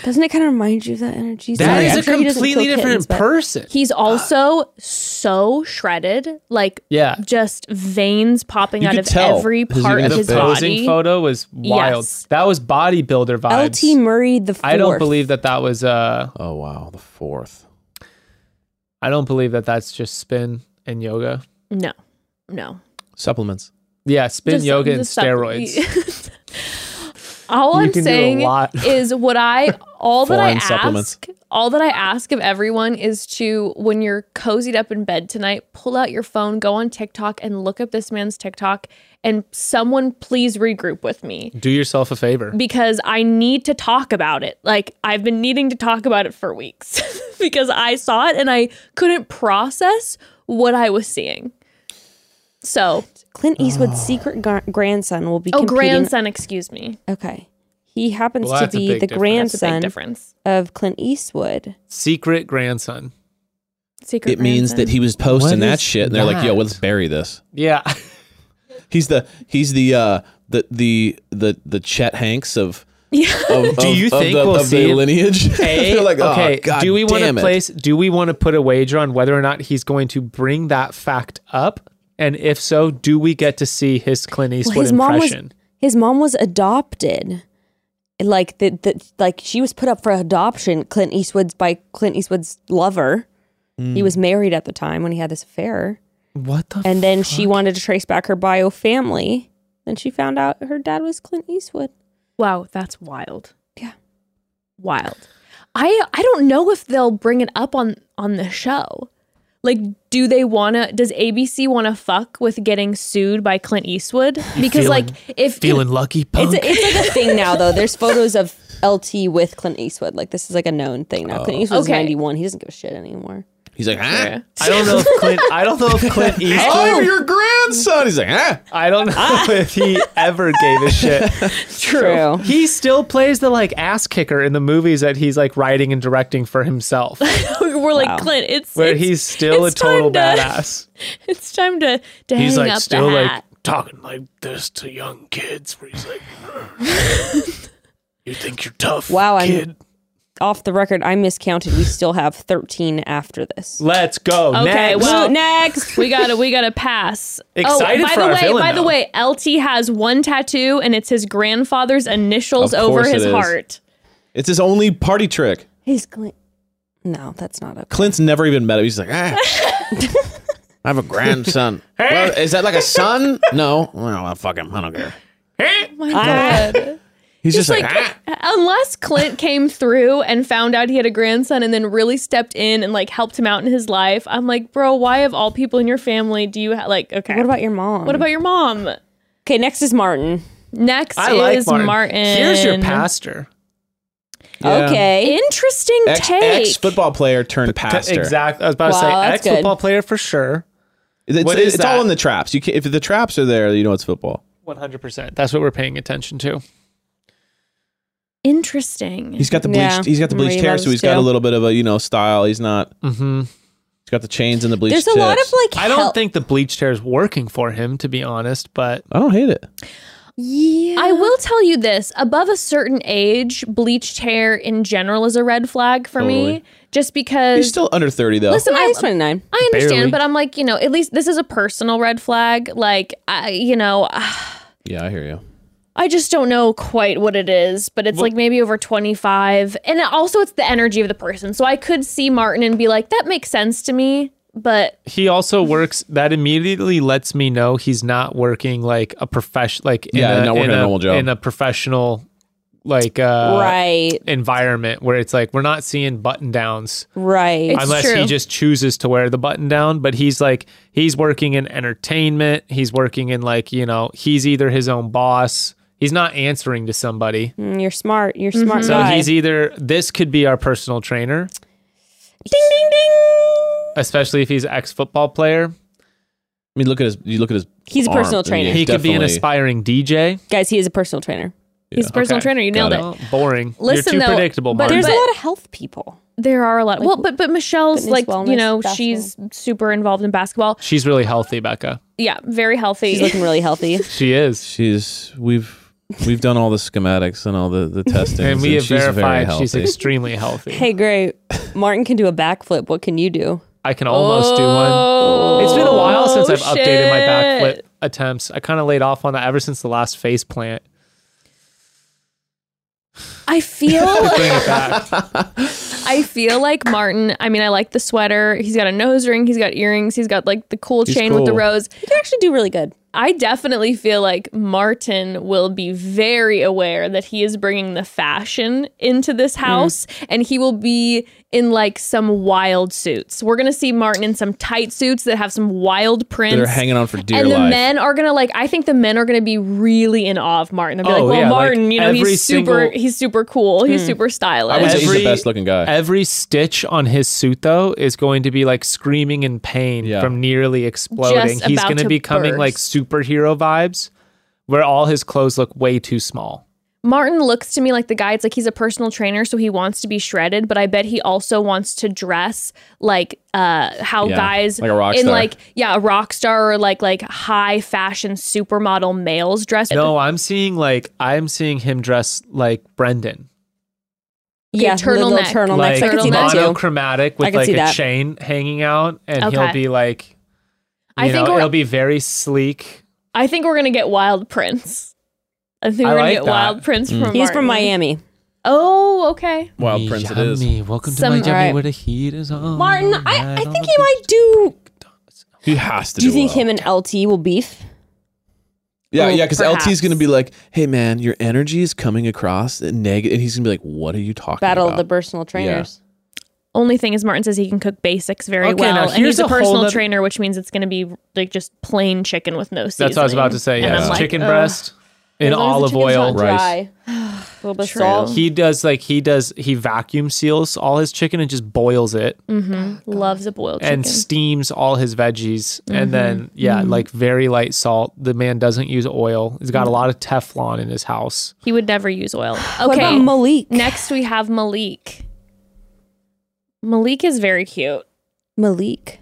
Speaker 8: Doesn't it kind of remind you of that energy?
Speaker 5: that
Speaker 8: Sorry,
Speaker 5: is
Speaker 8: I'm
Speaker 5: a
Speaker 8: sure he doesn't
Speaker 5: completely
Speaker 8: kill
Speaker 5: different
Speaker 8: kittens, but-
Speaker 5: person.
Speaker 7: He's also so shredded, like
Speaker 5: Yeah.
Speaker 7: just veins popping
Speaker 9: You
Speaker 7: out
Speaker 9: could
Speaker 7: of
Speaker 9: tell
Speaker 7: every
Speaker 9: because you
Speaker 7: part
Speaker 9: can
Speaker 7: of
Speaker 5: the
Speaker 7: his
Speaker 5: posing
Speaker 7: body.
Speaker 5: photo was wild.
Speaker 7: Yes.
Speaker 5: That was bodybuilder vibes.
Speaker 8: LT Murray the fourth.
Speaker 5: I don't believe that that was. Uh,
Speaker 9: Oh wow, the fourth.
Speaker 5: I don't believe that that's just spin and yoga.
Speaker 7: No, no.
Speaker 9: Supplements.
Speaker 5: Yeah, spin
Speaker 7: Just-
Speaker 5: yoga and
Speaker 7: just stop-
Speaker 5: steroids.
Speaker 7: (laughs) all
Speaker 5: You can
Speaker 7: I'm
Speaker 5: do a
Speaker 7: saying
Speaker 5: lot.
Speaker 7: is what I all that I
Speaker 9: Foreign supplements.
Speaker 7: ask all that I ask of everyone is to when you're cozied up in bed tonight, pull out your phone, go on TikTok and look up this man's TikTok and someone please regroup with me.
Speaker 5: (laughs) Do yourself a favor.
Speaker 7: because I need to talk about it. Like I've been needing to talk about it for weeks (laughs) because I saw it and I couldn't process what I was seeing. So,
Speaker 8: Clint Eastwood's secret gar- grandson will be.
Speaker 7: oh,
Speaker 8: competing-
Speaker 7: grandson, excuse me.
Speaker 8: Okay, he happens
Speaker 5: Well,
Speaker 8: to
Speaker 5: that's a
Speaker 8: be the
Speaker 5: big difference.
Speaker 7: That's a big
Speaker 8: grandson
Speaker 7: difference.
Speaker 8: of Clint Eastwood.
Speaker 5: Secret grandson.
Speaker 7: Secret.
Speaker 9: It means that
Speaker 7: grandson.
Speaker 9: he was
Speaker 5: What
Speaker 9: posting
Speaker 5: is
Speaker 9: that shit, and they're like, "Yo,
Speaker 5: that?
Speaker 9: let's bury this."
Speaker 7: (laughs)
Speaker 5: Yeah. (laughs)
Speaker 9: He's the he's the uh the the the the Chet Hanks of. of-
Speaker 5: (laughs) Do
Speaker 9: of-
Speaker 5: you
Speaker 9: of
Speaker 5: think
Speaker 9: the,
Speaker 5: we'll
Speaker 9: of
Speaker 5: see
Speaker 9: the
Speaker 5: it?
Speaker 9: lineage?
Speaker 5: A,
Speaker 9: (laughs) They're like, "Oh,
Speaker 5: okay.
Speaker 9: God
Speaker 5: do we want to
Speaker 9: damn it."
Speaker 5: place? Do we want to put a wager on whether or not he's going to bring that fact up? And if so, do we get to see his Clint Eastwood
Speaker 8: Well, his mom was
Speaker 5: impression?
Speaker 8: his mom was adopted. Like the, the like she was put up for adoption. Clint Eastwood's by Clint Eastwood's lover.
Speaker 5: Hmm.
Speaker 8: He was married at the time when he had this affair,
Speaker 5: what the?
Speaker 8: and then she wanted to trace back her bio family. Then she found out her dad was Clint Eastwood.
Speaker 7: wow, that's wild.
Speaker 8: Yeah.
Speaker 7: Wild. I I don't know if they'll bring it up on on the show. Like do they want to does ABC want to fuck with getting sued by
Speaker 5: (laughs)
Speaker 7: Clint Eastwood? Because
Speaker 5: feeling-
Speaker 7: like if
Speaker 5: feeling lucky, punk.
Speaker 8: It's, a, it's like a thing now, though. There's photos of LT with Clint Eastwood. Like this is like a known thing now.
Speaker 5: Oh.
Speaker 8: Clint Eastwood's
Speaker 7: Okay.
Speaker 8: 91. He doesn't give a shit anymore.
Speaker 9: He's like, "Ah,
Speaker 5: I don't know if
Speaker 7: (laughs)
Speaker 5: Clint. I don't know if Clint Eastwood.
Speaker 7: Oh!
Speaker 9: I'm your grandson." He's like, "Ah."
Speaker 5: I don't know if he ever gave a
Speaker 7: (laughs)
Speaker 5: shit.
Speaker 8: True.
Speaker 5: He still plays the like ass kicker in the movies that he's like writing and directing for
Speaker 7: (laughs)
Speaker 5: himself,
Speaker 7: (laughs) we're like Clint, it's
Speaker 5: where
Speaker 7: it's-
Speaker 5: he's still a
Speaker 7: it's
Speaker 5: total
Speaker 7: time to-
Speaker 5: badass.
Speaker 7: It's time to to
Speaker 5: He's
Speaker 7: (laughs) hang
Speaker 5: like
Speaker 7: up
Speaker 5: still
Speaker 7: the
Speaker 5: like
Speaker 7: hat.
Speaker 5: talking like this to young kids, where
Speaker 7: (laughs)
Speaker 5: he's like, "You think you're tough,
Speaker 8: Wow, I'm-
Speaker 5: kid?
Speaker 8: Off the record, I miscounted. We still have 13 after this.
Speaker 5: Let's go."
Speaker 7: Okay,
Speaker 5: next.
Speaker 7: well,
Speaker 8: Next.
Speaker 7: we gotta we gotta pass.
Speaker 5: Excited
Speaker 7: oh, by
Speaker 5: for
Speaker 7: the
Speaker 5: our
Speaker 7: way,
Speaker 5: villain,
Speaker 7: by the
Speaker 5: though.
Speaker 7: way, LT has one tattoo and it's his grandfather's initials
Speaker 9: Of
Speaker 7: over
Speaker 9: course
Speaker 7: his
Speaker 9: it is.
Speaker 7: heart.
Speaker 9: It's his only party trick.
Speaker 8: He's Clint. No, that's not okay.
Speaker 9: Clint's never even met him. He's like,
Speaker 8: (laughs)
Speaker 9: "Ah." I have a grandson. well, is that like a son? No. Well, fuck him. I don't care.
Speaker 7: Oh my god.
Speaker 9: He's just, like, "Ah."
Speaker 7: Unless Clint came through and found out he had a grandson and then really stepped in and like helped him out in his life, I'm like, bro, why of all people in your family do you ha- like? Okay,
Speaker 8: What about your mom?
Speaker 7: what about your mom?
Speaker 8: Okay, next is Martin.
Speaker 7: Next
Speaker 5: I
Speaker 7: is
Speaker 5: like
Speaker 7: Martin.
Speaker 5: Martin. Here's your pastor.
Speaker 9: Yeah.
Speaker 8: Okay.
Speaker 7: Interesting
Speaker 9: Ex,
Speaker 7: take.
Speaker 9: ex football player turned pastor.
Speaker 5: Exactly. I was about to
Speaker 8: Wow,
Speaker 5: say
Speaker 8: that's
Speaker 5: ex football player for sure.
Speaker 9: It's,
Speaker 5: What
Speaker 9: it's
Speaker 5: is
Speaker 9: all
Speaker 5: that?
Speaker 9: in the traps. You can, if the traps are there, you know it's football.
Speaker 5: 100%. That's what we're paying attention to.
Speaker 7: Interesting.
Speaker 9: He's got the bleached.
Speaker 8: Yeah.
Speaker 9: he's got the bleached
Speaker 8: Marie
Speaker 9: hair,
Speaker 8: loves
Speaker 9: so he's
Speaker 8: to.
Speaker 9: got a little bit of a you know style. He's not.
Speaker 5: Mm-hmm.
Speaker 9: He's got the chains and the bleached.
Speaker 8: There's a lot of
Speaker 9: tips.
Speaker 8: like.
Speaker 5: I don't
Speaker 8: hel-
Speaker 5: think the bleached hair is working for him, to be honest, but
Speaker 9: I don't hate it.
Speaker 8: Yeah.
Speaker 7: I will tell you this above a certain age, bleached hair in general is a red flag for me,
Speaker 9: Totally.
Speaker 7: just because.
Speaker 9: He's still under thirty though.
Speaker 7: Listen,
Speaker 8: Yeah,
Speaker 7: I,
Speaker 8: he's 29.
Speaker 7: I understand,
Speaker 5: Barely.
Speaker 7: but I'm like, you know, at least this is a personal red flag. Like, I, you know,
Speaker 9: yeah, I hear you.
Speaker 7: I just don't know quite what it is, but it's like maybe over 25. And it- also, it's the energy of the person. So I could see Martin and be like, that makes sense to me, but
Speaker 5: he also works. That immediately lets me know he's not working like a profession, like in
Speaker 9: Yeah,
Speaker 5: a,
Speaker 9: not working
Speaker 5: in
Speaker 9: a normal job.
Speaker 5: in a professional, like uh,
Speaker 8: right.
Speaker 5: environment where it's like we're not seeing button downs
Speaker 8: Right.
Speaker 7: It's-
Speaker 5: unless
Speaker 7: true.
Speaker 5: he just chooses to wear the button down. But he's like he's working in entertainment. He's working in like you know he's either his own boss. He's not answering to somebody.
Speaker 8: Mm, you're smart. You're
Speaker 7: Mm-hmm.
Speaker 8: smart
Speaker 5: So
Speaker 8: guy.
Speaker 5: he's either this could be our personal trainer,
Speaker 8: ding ding ding.
Speaker 5: especially if he's ex football player.
Speaker 9: I mean, look at his. You look at his.
Speaker 8: He's a
Speaker 9: arm.
Speaker 8: personal
Speaker 9: I mean,
Speaker 8: trainer.
Speaker 9: he's
Speaker 5: He could be an
Speaker 9: definitely-
Speaker 5: aspiring DJ.
Speaker 8: Guys, he is a personal trainer.
Speaker 7: he's a personal
Speaker 5: Okay.
Speaker 7: trainer. You nailed
Speaker 9: Got
Speaker 7: it.
Speaker 5: Oh, boring.
Speaker 7: Listen,
Speaker 5: You're too
Speaker 7: though,
Speaker 5: predictable, Mark.
Speaker 7: but
Speaker 8: There's
Speaker 7: But-
Speaker 8: a lot of health people.
Speaker 7: There are a lot. well, but but Michelle's like
Speaker 8: fitness,
Speaker 7: you
Speaker 8: wellness,
Speaker 7: know
Speaker 8: basketball.
Speaker 7: she's super involved in basketball.
Speaker 5: She's really healthy, Becca.
Speaker 7: Yeah, very healthy.
Speaker 8: He's looking really healthy.
Speaker 5: She is.
Speaker 9: She's. We've. We've done all the schematics and all the (laughs) the testing,
Speaker 5: And we have
Speaker 9: she's very
Speaker 5: verified she's
Speaker 9: healthy.
Speaker 5: extremely healthy.
Speaker 8: hey, great. Martin can do a backflip. What can you do?
Speaker 5: I can almost do one.
Speaker 7: Oh,
Speaker 5: It's been a while since I've updated my backflip
Speaker 7: shit.
Speaker 5: attempts. I kind of laid off on that ever since the last face plant.
Speaker 7: I
Speaker 8: (laughs)
Speaker 7: feel
Speaker 5: Bring it back.
Speaker 7: I feel like Martin. I mean, I like the sweater. He's got a nose ring. He's got earrings. He's got like the cool
Speaker 9: He's
Speaker 7: chain with the
Speaker 9: cool.
Speaker 7: rose.
Speaker 8: He can actually do really good.
Speaker 7: I definitely feel like Martin will be very aware that he is bringing the fashion into
Speaker 5: Mm.
Speaker 7: this house and he will be in like some wild suits. We're going to see Martin in some tight suits that have some wild prints.
Speaker 9: that are hanging on for dear
Speaker 7: and the
Speaker 9: life.
Speaker 7: men are gonna like. I think the men are gonna be really in awe of Martin. They'll be
Speaker 5: Oh,
Speaker 7: like, "Well,
Speaker 5: yeah, like,
Speaker 7: Martin, you know,
Speaker 5: every
Speaker 7: he's super.
Speaker 5: single-
Speaker 7: he's super cool. He's super stylish."
Speaker 9: I would say he's the
Speaker 5: Every-
Speaker 9: best looking guy.
Speaker 5: Every stitch on his suit, though, is going to be like screaming in pain
Speaker 9: Yeah.
Speaker 5: from nearly exploding.
Speaker 7: Just
Speaker 5: He's
Speaker 7: about
Speaker 5: going
Speaker 7: to
Speaker 5: to be coming like
Speaker 7: burst.
Speaker 5: superhero vibes, where all his clothes look way too small.
Speaker 7: Martin looks to me like the guy. It's like he's a personal trainer, so he wants to be shredded, but I bet he also wants to dress like uh
Speaker 8: Oh,
Speaker 7: how
Speaker 9: Yeah,
Speaker 7: guys
Speaker 9: like a rock
Speaker 7: in
Speaker 9: star.
Speaker 7: like yeah a rock star or like like high fashion supermodel males dress.
Speaker 5: No, I'm seeing like I'm seeing him dress like Brendan,
Speaker 8: yeah,
Speaker 7: turtleneck.
Speaker 8: little turtleneck.
Speaker 5: like
Speaker 8: I could see that too.
Speaker 5: monochromatic
Speaker 8: I
Speaker 5: with
Speaker 8: could
Speaker 5: like
Speaker 8: see
Speaker 5: a
Speaker 8: that.
Speaker 5: chain hanging out, and
Speaker 7: Okay.
Speaker 5: he'll be like, you
Speaker 7: I think
Speaker 5: know,
Speaker 7: we're-
Speaker 5: it'll be very sleek.
Speaker 7: I think we're gonna get Wild Prince. I think
Speaker 5: I
Speaker 7: we're gonna
Speaker 5: like
Speaker 7: get
Speaker 5: that. Mm.
Speaker 7: Wild Prince from.
Speaker 8: He's from
Speaker 7: Martin.
Speaker 8: Miami.
Speaker 7: Oh, okay.
Speaker 9: Wild Prince, it is.
Speaker 5: Yummy. Welcome
Speaker 7: Some-
Speaker 5: to my
Speaker 8: All
Speaker 5: yummy
Speaker 8: right.
Speaker 5: where the heat is on.
Speaker 8: Martin,
Speaker 5: Right
Speaker 8: I, I
Speaker 5: on
Speaker 8: think
Speaker 5: the
Speaker 8: he might do.
Speaker 9: He has to.
Speaker 8: Do you think
Speaker 9: well.
Speaker 8: him and LT will beef?
Speaker 9: Yeah,
Speaker 7: Oh,
Speaker 9: yeah, because
Speaker 7: perhaps.
Speaker 9: LT's gonna be like, "Hey, man, your energy is coming across negative," and he's gonna be like, "What are you talking
Speaker 8: Battle of
Speaker 9: about?"
Speaker 8: the personal trainers.
Speaker 7: Only thing is, Martin says he can cook basics very
Speaker 5: Okay, now
Speaker 7: well, and
Speaker 5: here's
Speaker 7: he's a,
Speaker 5: a whole
Speaker 7: personal
Speaker 5: nother-
Speaker 7: trainer, which means it's going to be like just plain chicken with no seasoning.
Speaker 5: That's what I was about to say.
Speaker 7: And I'm
Speaker 5: Yes,
Speaker 7: like,
Speaker 5: chicken
Speaker 7: ugh.
Speaker 5: breast in
Speaker 8: As long as the
Speaker 5: olive
Speaker 8: chicken's
Speaker 5: oil.
Speaker 8: not
Speaker 9: rice.
Speaker 8: dry. A little bit of
Speaker 7: True.
Speaker 8: salt.
Speaker 5: He does like he does. He vacuum seals all his chicken and just boils it
Speaker 7: Loves a boiled chicken.
Speaker 5: and steams all his veggies. And then yeah, like very light salt. The man doesn't use oil. He's got a lot of Teflon in his house.
Speaker 7: he would never use oil. Okay.
Speaker 8: What about Malik?
Speaker 7: Next, we have Malik. Malik is very cute.
Speaker 8: Malik.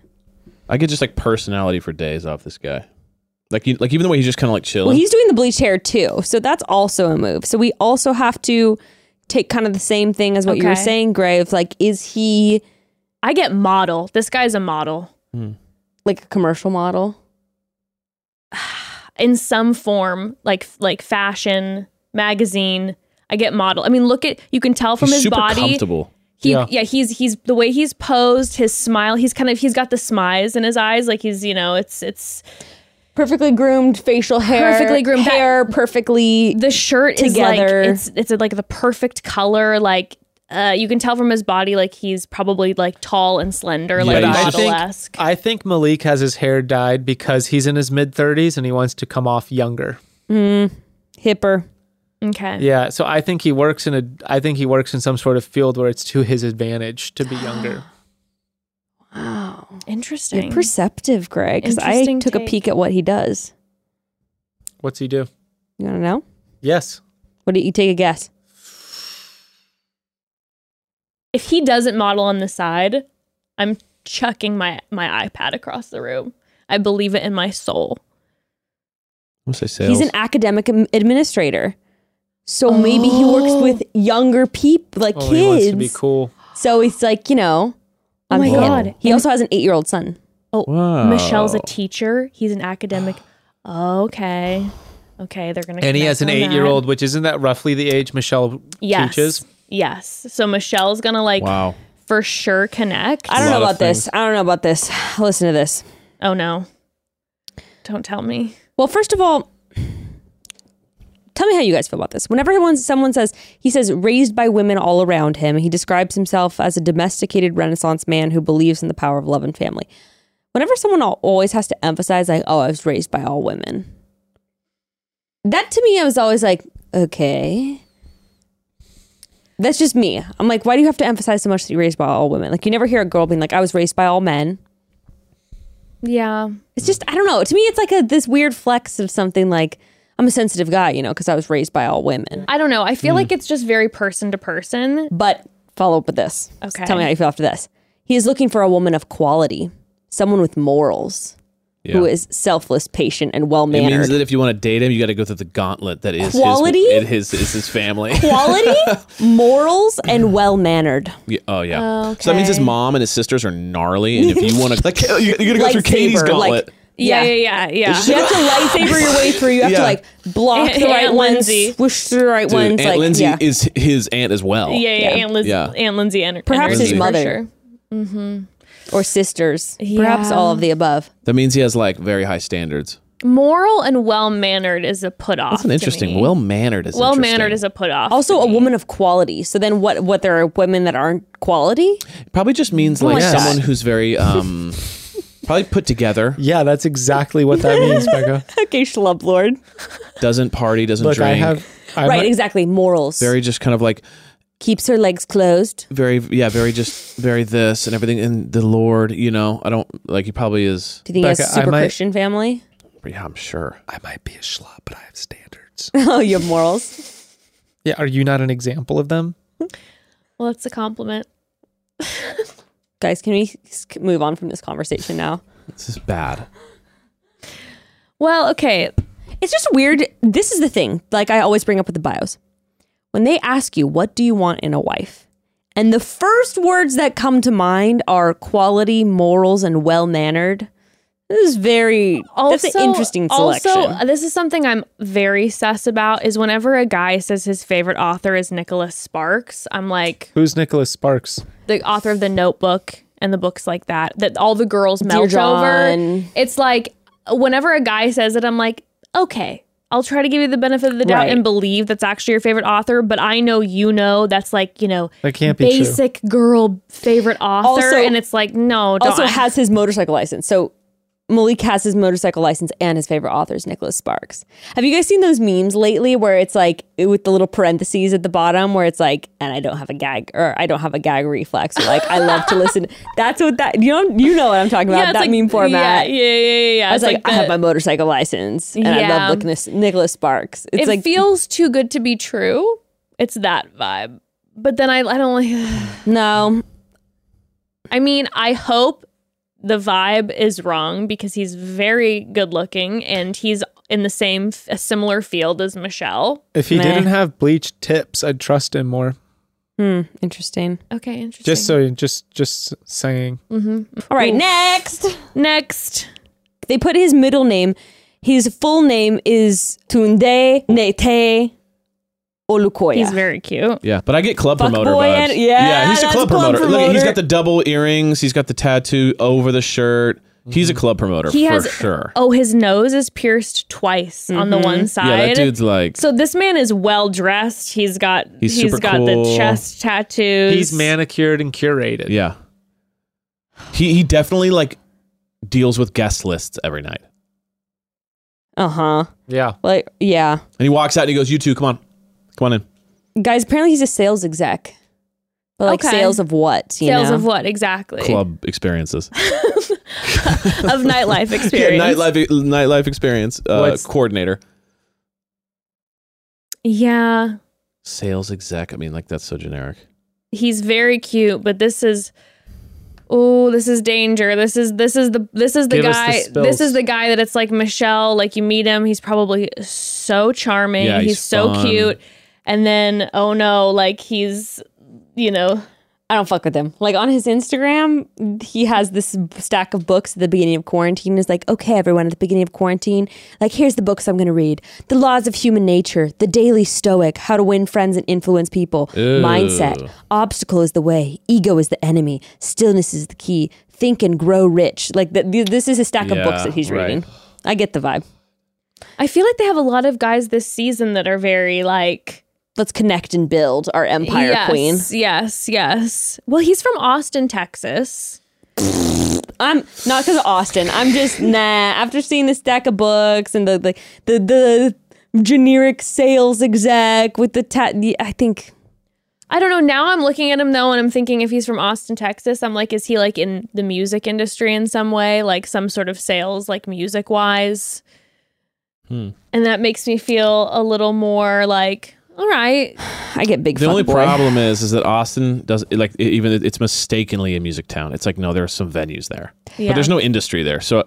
Speaker 9: I get just like personality for days off this guy. Like, you, like even the way he's just kind of like chilling.
Speaker 8: Well, he's doing the bleached hair too, so that's also a move. So we also have to take kind of the same thing as what you were
Speaker 7: Okay.
Speaker 8: saying, Gray. Of like, is he
Speaker 7: I get model. This guy's a model
Speaker 8: like a commercial model?
Speaker 7: in some form, like like fashion magazine. I get model. I mean, look at you can tell from
Speaker 9: He's
Speaker 7: his
Speaker 9: super
Speaker 7: body.
Speaker 9: comfortable.
Speaker 7: He, yeah.
Speaker 5: Yeah.
Speaker 7: he's he's the way he's posed, his smile, he's kind of he's got the smize in his eyes, like he's you know, it's it's
Speaker 8: perfectly groomed facial hair,
Speaker 7: Perfectly groomed. That-
Speaker 8: hair, perfectly.
Speaker 7: the shirt
Speaker 8: Together.
Speaker 7: is like it's it's like the perfect color like uh, you can tell from his body like he's probably like tall and slender like
Speaker 9: But I
Speaker 7: model-esque
Speaker 5: I think Malik has his hair dyed because he's in his mid 30s and he wants to come off younger.
Speaker 8: hipper.
Speaker 7: okay
Speaker 5: Yeah, so I think he works in a I think he works in some sort of field where it's to his advantage to be younger.
Speaker 8: Wow.
Speaker 7: interesting
Speaker 8: You're perceptive, Greg. Because I
Speaker 7: Interesting
Speaker 8: took a
Speaker 7: take.
Speaker 8: peek at what he does.
Speaker 5: What's he do?
Speaker 8: You want to know?
Speaker 5: Yes.
Speaker 8: What do you take a guess?
Speaker 7: if he doesn't model on the side i'm chucking my my ipad across the room i believe it in my soul
Speaker 9: What's I sales?
Speaker 8: He's an academic am- administrator. So maybe he works with younger people, like
Speaker 5: Oh, he
Speaker 8: kids.
Speaker 5: wants to be cool.
Speaker 8: So it's like, you know,
Speaker 7: Oh
Speaker 8: I'm
Speaker 7: my
Speaker 8: hip.
Speaker 7: God.
Speaker 8: He also has an eight year old son.
Speaker 5: Oh.
Speaker 9: wow.
Speaker 7: michelle's a teacher he's an academic (gasps) okay okay they're gonna
Speaker 5: And he
Speaker 7: connect
Speaker 5: has an
Speaker 7: on that.
Speaker 5: 8-year-old, which isn't that roughly the age Michelle
Speaker 7: yes
Speaker 5: teaches?
Speaker 7: yes so michelle's gonna like
Speaker 9: Wow.
Speaker 7: for sure connect
Speaker 8: I don't know
Speaker 9: lot of
Speaker 8: about this. I don't know about this. Listen to this.
Speaker 7: Oh no. Don't tell me.
Speaker 8: Well, first of all, tell me how you guys feel about this. Whenever someone, someone says, he says, raised by women all around him, he describes himself as a domesticated Renaissance man who believes in the power of love and family. Whenever someone al- always has to emphasize, like, oh, I was raised by all women, that to me, I was always like, okay. That's just me. I'm like, why do you have to emphasize so much that you're raised by all women? Like, you never hear a girl being like, I was raised by all men.
Speaker 7: Yeah.
Speaker 8: It's just I don't know. To me, it's like a this weird flex of something like I'm a sensitive guy, you know, because I was raised by all women.
Speaker 7: I don't know. I
Speaker 9: Mm.
Speaker 7: feel like it's just very person to person.
Speaker 8: But follow up with this.
Speaker 7: Okay.
Speaker 8: Tell me how you feel after this. He is looking for a woman of quality, someone with morals,
Speaker 9: Yeah.
Speaker 8: who is selfless, patient, and well
Speaker 9: It means
Speaker 8: mannered.
Speaker 9: that (laughs) if you want to date him, you got to go through the gauntlet that is
Speaker 8: Quality?
Speaker 9: His, it is, is
Speaker 8: (laughs)
Speaker 9: his family. (laughs)
Speaker 8: quality, morals, and well mannered.
Speaker 9: Yeah, oh yeah. So that means his
Speaker 7: Okay.
Speaker 9: mom and his sisters are gnarly, and if
Speaker 8: (laughs)
Speaker 9: you want to, like, you, you got to go through Katie's
Speaker 8: Lightsaber,
Speaker 9: gauntlet.
Speaker 8: like
Speaker 7: Yeah, yeah, yeah, yeah.
Speaker 8: You
Speaker 9: (laughs)
Speaker 8: have to lightsaber your way through. You have
Speaker 9: Yeah.
Speaker 8: to like block
Speaker 7: Aunt-
Speaker 8: the right
Speaker 7: Aunt
Speaker 8: ones,
Speaker 7: Lindsay.
Speaker 8: swoosh through the right
Speaker 9: Dude,
Speaker 8: ones.
Speaker 9: Aunt
Speaker 8: like
Speaker 9: Lindsay
Speaker 8: yeah.
Speaker 9: is his aunt as well.
Speaker 7: Yeah, yeah, Aunt, Liz-
Speaker 9: Yeah.
Speaker 7: Aunt Lindsay and
Speaker 8: Perhaps
Speaker 9: his
Speaker 8: mother. or sisters, perhaps
Speaker 7: Yeah.
Speaker 8: all of the above.
Speaker 9: That means he has like very high standards.
Speaker 7: Moral and well mannered is a put off.
Speaker 9: That's an interesting. Well mannered is
Speaker 7: Well mannered is a
Speaker 9: interesting.
Speaker 7: put off.
Speaker 8: also a woman of quality. So then what what there are women that aren't quality?
Speaker 9: probably just means like
Speaker 5: Yes.
Speaker 9: someone who's
Speaker 8: (laughs)
Speaker 9: very um probably put together,
Speaker 5: Yeah, that's exactly what that
Speaker 8: (laughs)
Speaker 5: means, Becca.
Speaker 8: okay, schlub lord.
Speaker 9: doesn't party, doesn't
Speaker 5: Look,
Speaker 9: drink.
Speaker 5: I have I'm
Speaker 8: right,
Speaker 5: a-
Speaker 8: exactly. Morals.
Speaker 9: very just kind of like
Speaker 8: Keeps her legs closed.
Speaker 9: very yeah, very just very this and everything and the Lord, you know. I don't like he probably is
Speaker 8: Do you think
Speaker 5: Becca,
Speaker 8: he has
Speaker 5: I
Speaker 8: a super
Speaker 5: might-
Speaker 8: Christian family? (laughs)
Speaker 9: yeah, I'm sure.
Speaker 5: I might be a schlub, but I have standards. (laughs)
Speaker 8: oh, you have morals.
Speaker 5: yeah, are you not an example of them?
Speaker 7: well, that's a compliment.
Speaker 8: Guys, can we s- move on from this conversation now?
Speaker 9: This is bad.
Speaker 7: Well, okay.
Speaker 8: It's just weird. This is the thing. Like I always bring up with the bios. When they ask you, what do you want in a wife? And the first words that come to mind are quality, morals, and well mannered. This is very
Speaker 7: Also,
Speaker 8: that's an interesting selection.
Speaker 7: Also, uh, this is something I'm very sus about is whenever a guy says his favorite author is Nicholas Sparks, I'm like,
Speaker 5: Who's Nicholas Sparks?
Speaker 7: the author of the notebook and the books like that that all the girls melt over
Speaker 8: John.
Speaker 7: it's like whenever a guy says it i'm like okay i'll try to give you the benefit of the doubt
Speaker 8: Right.
Speaker 7: and believe that's actually your favorite author but i know you know that's like you know
Speaker 5: That can't be true.
Speaker 7: basic girl favorite author
Speaker 8: Also-
Speaker 7: and it's like no don't (laughs)
Speaker 8: also has his motorcycle license. So Malik has his motorcycle license and his favorite author is Nicholas Sparks. Have you guys seen those memes lately where it's like with the little parentheses at the bottom where it's like, and I don't have a gag or I don't have a gag reflex or like I love
Speaker 7: (laughs)
Speaker 8: to listen. That's what that you know you know what I'm talking about
Speaker 7: it's
Speaker 8: that
Speaker 7: like-
Speaker 8: meme format.
Speaker 7: yeah yeah yeah yeah, yeah.
Speaker 8: I was
Speaker 7: It's
Speaker 8: like, I have
Speaker 7: the-
Speaker 8: my motorcycle license and I
Speaker 7: Yeah.
Speaker 8: love looking at Nicholas Sparks. It's
Speaker 7: it
Speaker 8: like
Speaker 7: feels too good to be true it's that vibe but then i, I don't like
Speaker 8: no,
Speaker 7: I mean, I hope the vibe is wrong because he's very good looking and he's in the same a similar field as Michelle.
Speaker 5: If he
Speaker 8: Meh.
Speaker 5: didn't have bleached tips, I'd trust him more.
Speaker 8: interesting.
Speaker 7: Okay, interesting.
Speaker 5: Just so, just, just saying.
Speaker 8: All right, next.
Speaker 7: Next,
Speaker 8: They put his middle name. His full name is Tunde Nete Olukoya.
Speaker 7: he's very cute.
Speaker 9: Yeah, but I get club
Speaker 8: Fuck
Speaker 9: promoter
Speaker 8: boy
Speaker 9: vibes.
Speaker 8: and- yeah,
Speaker 9: he's a
Speaker 8: that's club
Speaker 9: club promoter. Look, he's
Speaker 8: promoter.
Speaker 9: got the double earrings. He's got the tattoo over the shirt. He's a club promoter
Speaker 7: He
Speaker 9: for
Speaker 7: has-
Speaker 9: sure.
Speaker 7: Oh, his nose is pierced twice on the one side.
Speaker 9: Mm-hmm. yeah, that dude's like
Speaker 7: so this man is well dressed. He's got
Speaker 9: He's
Speaker 7: he's
Speaker 9: super
Speaker 7: got
Speaker 9: cool.
Speaker 7: the chest tattoos.
Speaker 5: He's manicured and curated.
Speaker 9: yeah. He he definitely like deals with guest lists every night.
Speaker 8: Uh huh. (laughs)
Speaker 5: Yeah.
Speaker 8: Like, yeah.
Speaker 9: And he walks out and he goes, "You two, come on, come on in."
Speaker 8: Guys, apparently he's a sales exec. But like
Speaker 7: Okay.
Speaker 8: sales of what? You
Speaker 7: Sales
Speaker 8: know?
Speaker 7: of what exactly?
Speaker 9: Club experiences,
Speaker 7: Of nightlife
Speaker 9: (laughs) yeah,
Speaker 7: experience.
Speaker 9: nightlife nightlife experience uh,
Speaker 5: What's-
Speaker 9: coordinator,
Speaker 7: Yeah.
Speaker 9: sales exec. I mean, like that's so generic.
Speaker 7: He's very cute, but this is oh, this is danger. This is this is the this is the
Speaker 5: Give us the
Speaker 7: guy.
Speaker 5: spills.
Speaker 7: this is the guy that it's like Michelle. Like you meet him, he's probably so charming.
Speaker 9: Yeah,
Speaker 7: he's,
Speaker 9: he's
Speaker 7: so
Speaker 9: fun.
Speaker 7: cute. And then oh no, like he's you know
Speaker 8: I don't fuck with him. Like on his Instagram, he has this stack of books at the beginning of quarantine. Is like, okay, everyone, at the beginning of quarantine, like here's the books I'm going to read: The Laws of Human Nature, The Daily Stoic, How to Win Friends and Influence People, Mindset, Obstacle is the Way, Ego is the Enemy, Stillness is the Key, Think and Grow Rich. Like th- th- this is a stack of books
Speaker 9: Yeah,
Speaker 8: that he's
Speaker 9: right.
Speaker 8: reading. I get the vibe.
Speaker 7: I feel like they have a lot of guys this season that are very like
Speaker 8: Let's connect and build our empire,
Speaker 7: yes,
Speaker 8: queen.
Speaker 7: Yes, yes. Well, he's from Austin, Texas.
Speaker 8: I'm not because of Austin. I'm just nah. After seeing the stack of books and the like the, the generic sales exec with the tat, the- I think
Speaker 7: I don't know. Now I'm looking at him though, and I'm thinking if he's from Austin, Texas, I'm like, is he like in the music industry in some way, like some sort of sales, like music wise?
Speaker 8: Hmm.
Speaker 7: And that makes me feel a little more like, all right,
Speaker 8: I get big.
Speaker 9: The
Speaker 8: fuck
Speaker 9: only
Speaker 8: boy.
Speaker 9: problem is, is that Austin does like it- even it- it's mistakenly a music town. It's like no, there are some venues there,
Speaker 7: Yeah.
Speaker 9: but there's no industry there. So,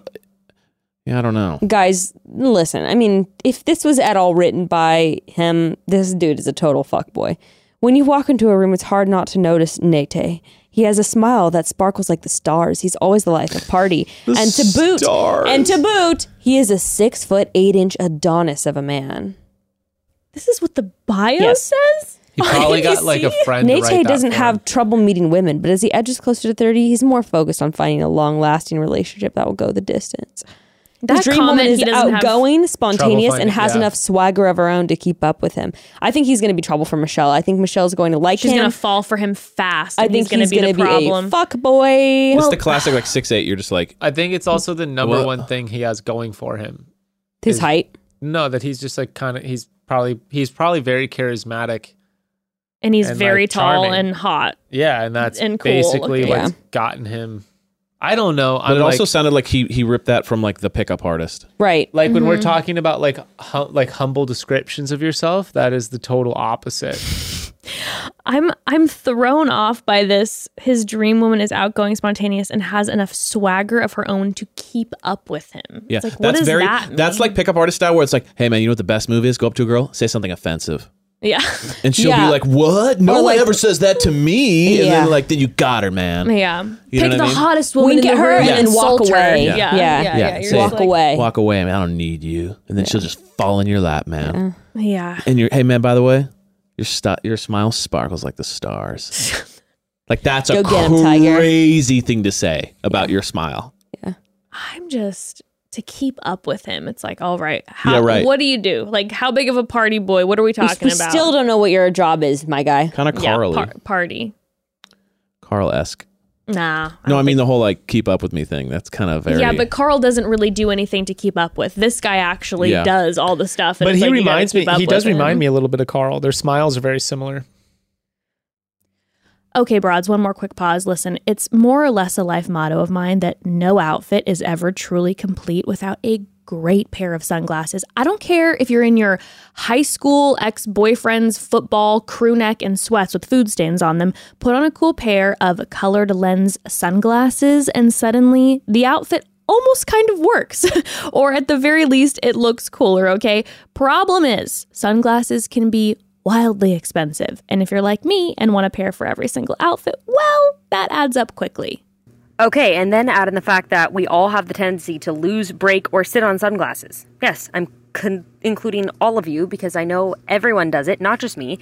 Speaker 9: yeah, I don't know.
Speaker 8: Guys, listen. I mean, if this was at all written by him, this dude is a total fuckboy. When you walk into a room, it's hard not to notice Nate. He has a smile that sparkles like the stars. He's always the life of party. and to boot,
Speaker 9: stars.
Speaker 8: and to boot, he is a six foot eight inch Adonis of a man.
Speaker 7: this is what the bio
Speaker 8: Yes.
Speaker 7: says.
Speaker 5: He probably got like a friend. to
Speaker 8: Nate
Speaker 5: write that
Speaker 8: doesn't
Speaker 5: for
Speaker 8: have
Speaker 5: him.
Speaker 8: trouble meeting women, but as he edges closer to 30, he's more focused on finding a long lasting relationship that will go the distance.
Speaker 7: That
Speaker 8: His dream woman
Speaker 7: comment
Speaker 8: is
Speaker 7: he doesn't have-
Speaker 8: outgoing, spontaneous,
Speaker 5: finding-
Speaker 8: and has
Speaker 5: yeah.
Speaker 8: enough swagger of her own to keep up with him. I think he's going to be trouble for Michelle. I think Michelle's going to like
Speaker 7: She's
Speaker 8: him.
Speaker 7: gonna fall for him fast.
Speaker 8: I
Speaker 7: and
Speaker 8: think
Speaker 7: he's gonna be
Speaker 8: gonna
Speaker 7: the problem.
Speaker 8: a fuck boy.
Speaker 9: It's the classic like six eight. You're just like
Speaker 5: I think it's also the number
Speaker 9: Well-
Speaker 5: one thing he has going for him.
Speaker 8: his height.
Speaker 5: No, that he's just like kind of he's probably he's probably very charismatic.
Speaker 7: and he's
Speaker 5: and,
Speaker 7: very
Speaker 5: like,
Speaker 7: tall
Speaker 5: charming.
Speaker 7: and hot.
Speaker 5: Yeah, and that's
Speaker 7: And cool
Speaker 5: basically
Speaker 7: looking.
Speaker 5: what's gotten him. I don't know.
Speaker 9: But
Speaker 5: I'm
Speaker 9: it
Speaker 5: like,
Speaker 9: also sounded like he he ripped that from like the pickup artist.
Speaker 8: Right.
Speaker 5: like when
Speaker 7: Mm-hmm.
Speaker 5: we're talking about like hum, like humble descriptions of yourself, that is the total
Speaker 7: (laughs)
Speaker 5: opposite.
Speaker 7: I'm I'm thrown off by this. His dream woman is outgoing, spontaneous, and has enough swagger of her own to keep up with him.
Speaker 9: Yeah,
Speaker 7: It's like, what does
Speaker 9: very
Speaker 7: that mean?
Speaker 9: that's like pickup artist style where it's like, hey man, you know what the best move is? Go up to a girl, say something offensive,
Speaker 7: yeah,
Speaker 9: (laughs) and she'll
Speaker 8: Yeah.
Speaker 9: be like, what? No
Speaker 8: Or
Speaker 9: one
Speaker 8: like-
Speaker 9: ever says that to me. And
Speaker 8: Yeah.
Speaker 9: then like, then you got her, man.
Speaker 7: yeah.
Speaker 9: You know
Speaker 7: Pick
Speaker 9: what
Speaker 7: the
Speaker 9: I mean?
Speaker 7: hottest woman
Speaker 8: Wink
Speaker 7: in
Speaker 8: at
Speaker 7: the
Speaker 8: her
Speaker 7: room
Speaker 8: and then walk
Speaker 7: insult her.
Speaker 8: away.
Speaker 7: Yeah,
Speaker 8: Yeah.
Speaker 7: yeah,
Speaker 8: Yeah.
Speaker 7: yeah.
Speaker 9: Yeah,
Speaker 7: You're
Speaker 9: say-
Speaker 7: just
Speaker 8: Walk
Speaker 7: like,
Speaker 8: away.
Speaker 9: Walk away, man. I don't need you. And then she'll just fall in your lap, man.
Speaker 7: Yeah,
Speaker 9: And you're, hey man, by the way, your st- your smile sparkles like the stars. like that's
Speaker 8: Go
Speaker 9: a
Speaker 8: get 'em, tiger.
Speaker 9: crazy thing to say about your smile.
Speaker 7: I'm just to keep up with him. It's like, all right, how,
Speaker 9: Yeah, right.
Speaker 7: What do you do? Like, how big of a party boy? What are we
Speaker 8: We-
Speaker 7: talking
Speaker 8: we
Speaker 7: about?
Speaker 8: still don't know what your job is, my guy.
Speaker 9: Kind of
Speaker 7: yeah,
Speaker 9: Carly,
Speaker 7: par- party.
Speaker 9: Carl esque.
Speaker 7: Nah.
Speaker 9: No, I mean the whole like keep up with me thing. That's kind of very
Speaker 7: Yeah, but Carl doesn't really do anything to keep up with. This guy actually
Speaker 9: Yeah.
Speaker 7: does all the stuff. and
Speaker 5: but
Speaker 7: it's
Speaker 5: he
Speaker 7: like, you gotta
Speaker 5: reminds me.
Speaker 7: keep up
Speaker 5: He does
Speaker 7: with
Speaker 5: remind
Speaker 7: him.
Speaker 5: me a little bit of Carl. Their smiles are very similar.
Speaker 4: Okay, broads, one more quick pause. Listen, it's more or less a life motto of mine that no outfit is ever truly complete without a great pair of sunglasses. I don't care if you're in your high school ex boyfriend's football crew neck and sweats with food stains on them, put on a cool pair of colored lens sunglasses, and suddenly the outfit almost kind of works. (laughs) or at the very least, it looks cooler, okay? Problem is, sunglasses can be wildly expensive. And if you're like me and want a pair for every single outfit, well, that adds up quickly.
Speaker 2: Okay, and then add in the fact that we all have the tendency to lose, break, or sit on sunglasses. Yes, I'm con- including all of you because I know everyone does it, not just me.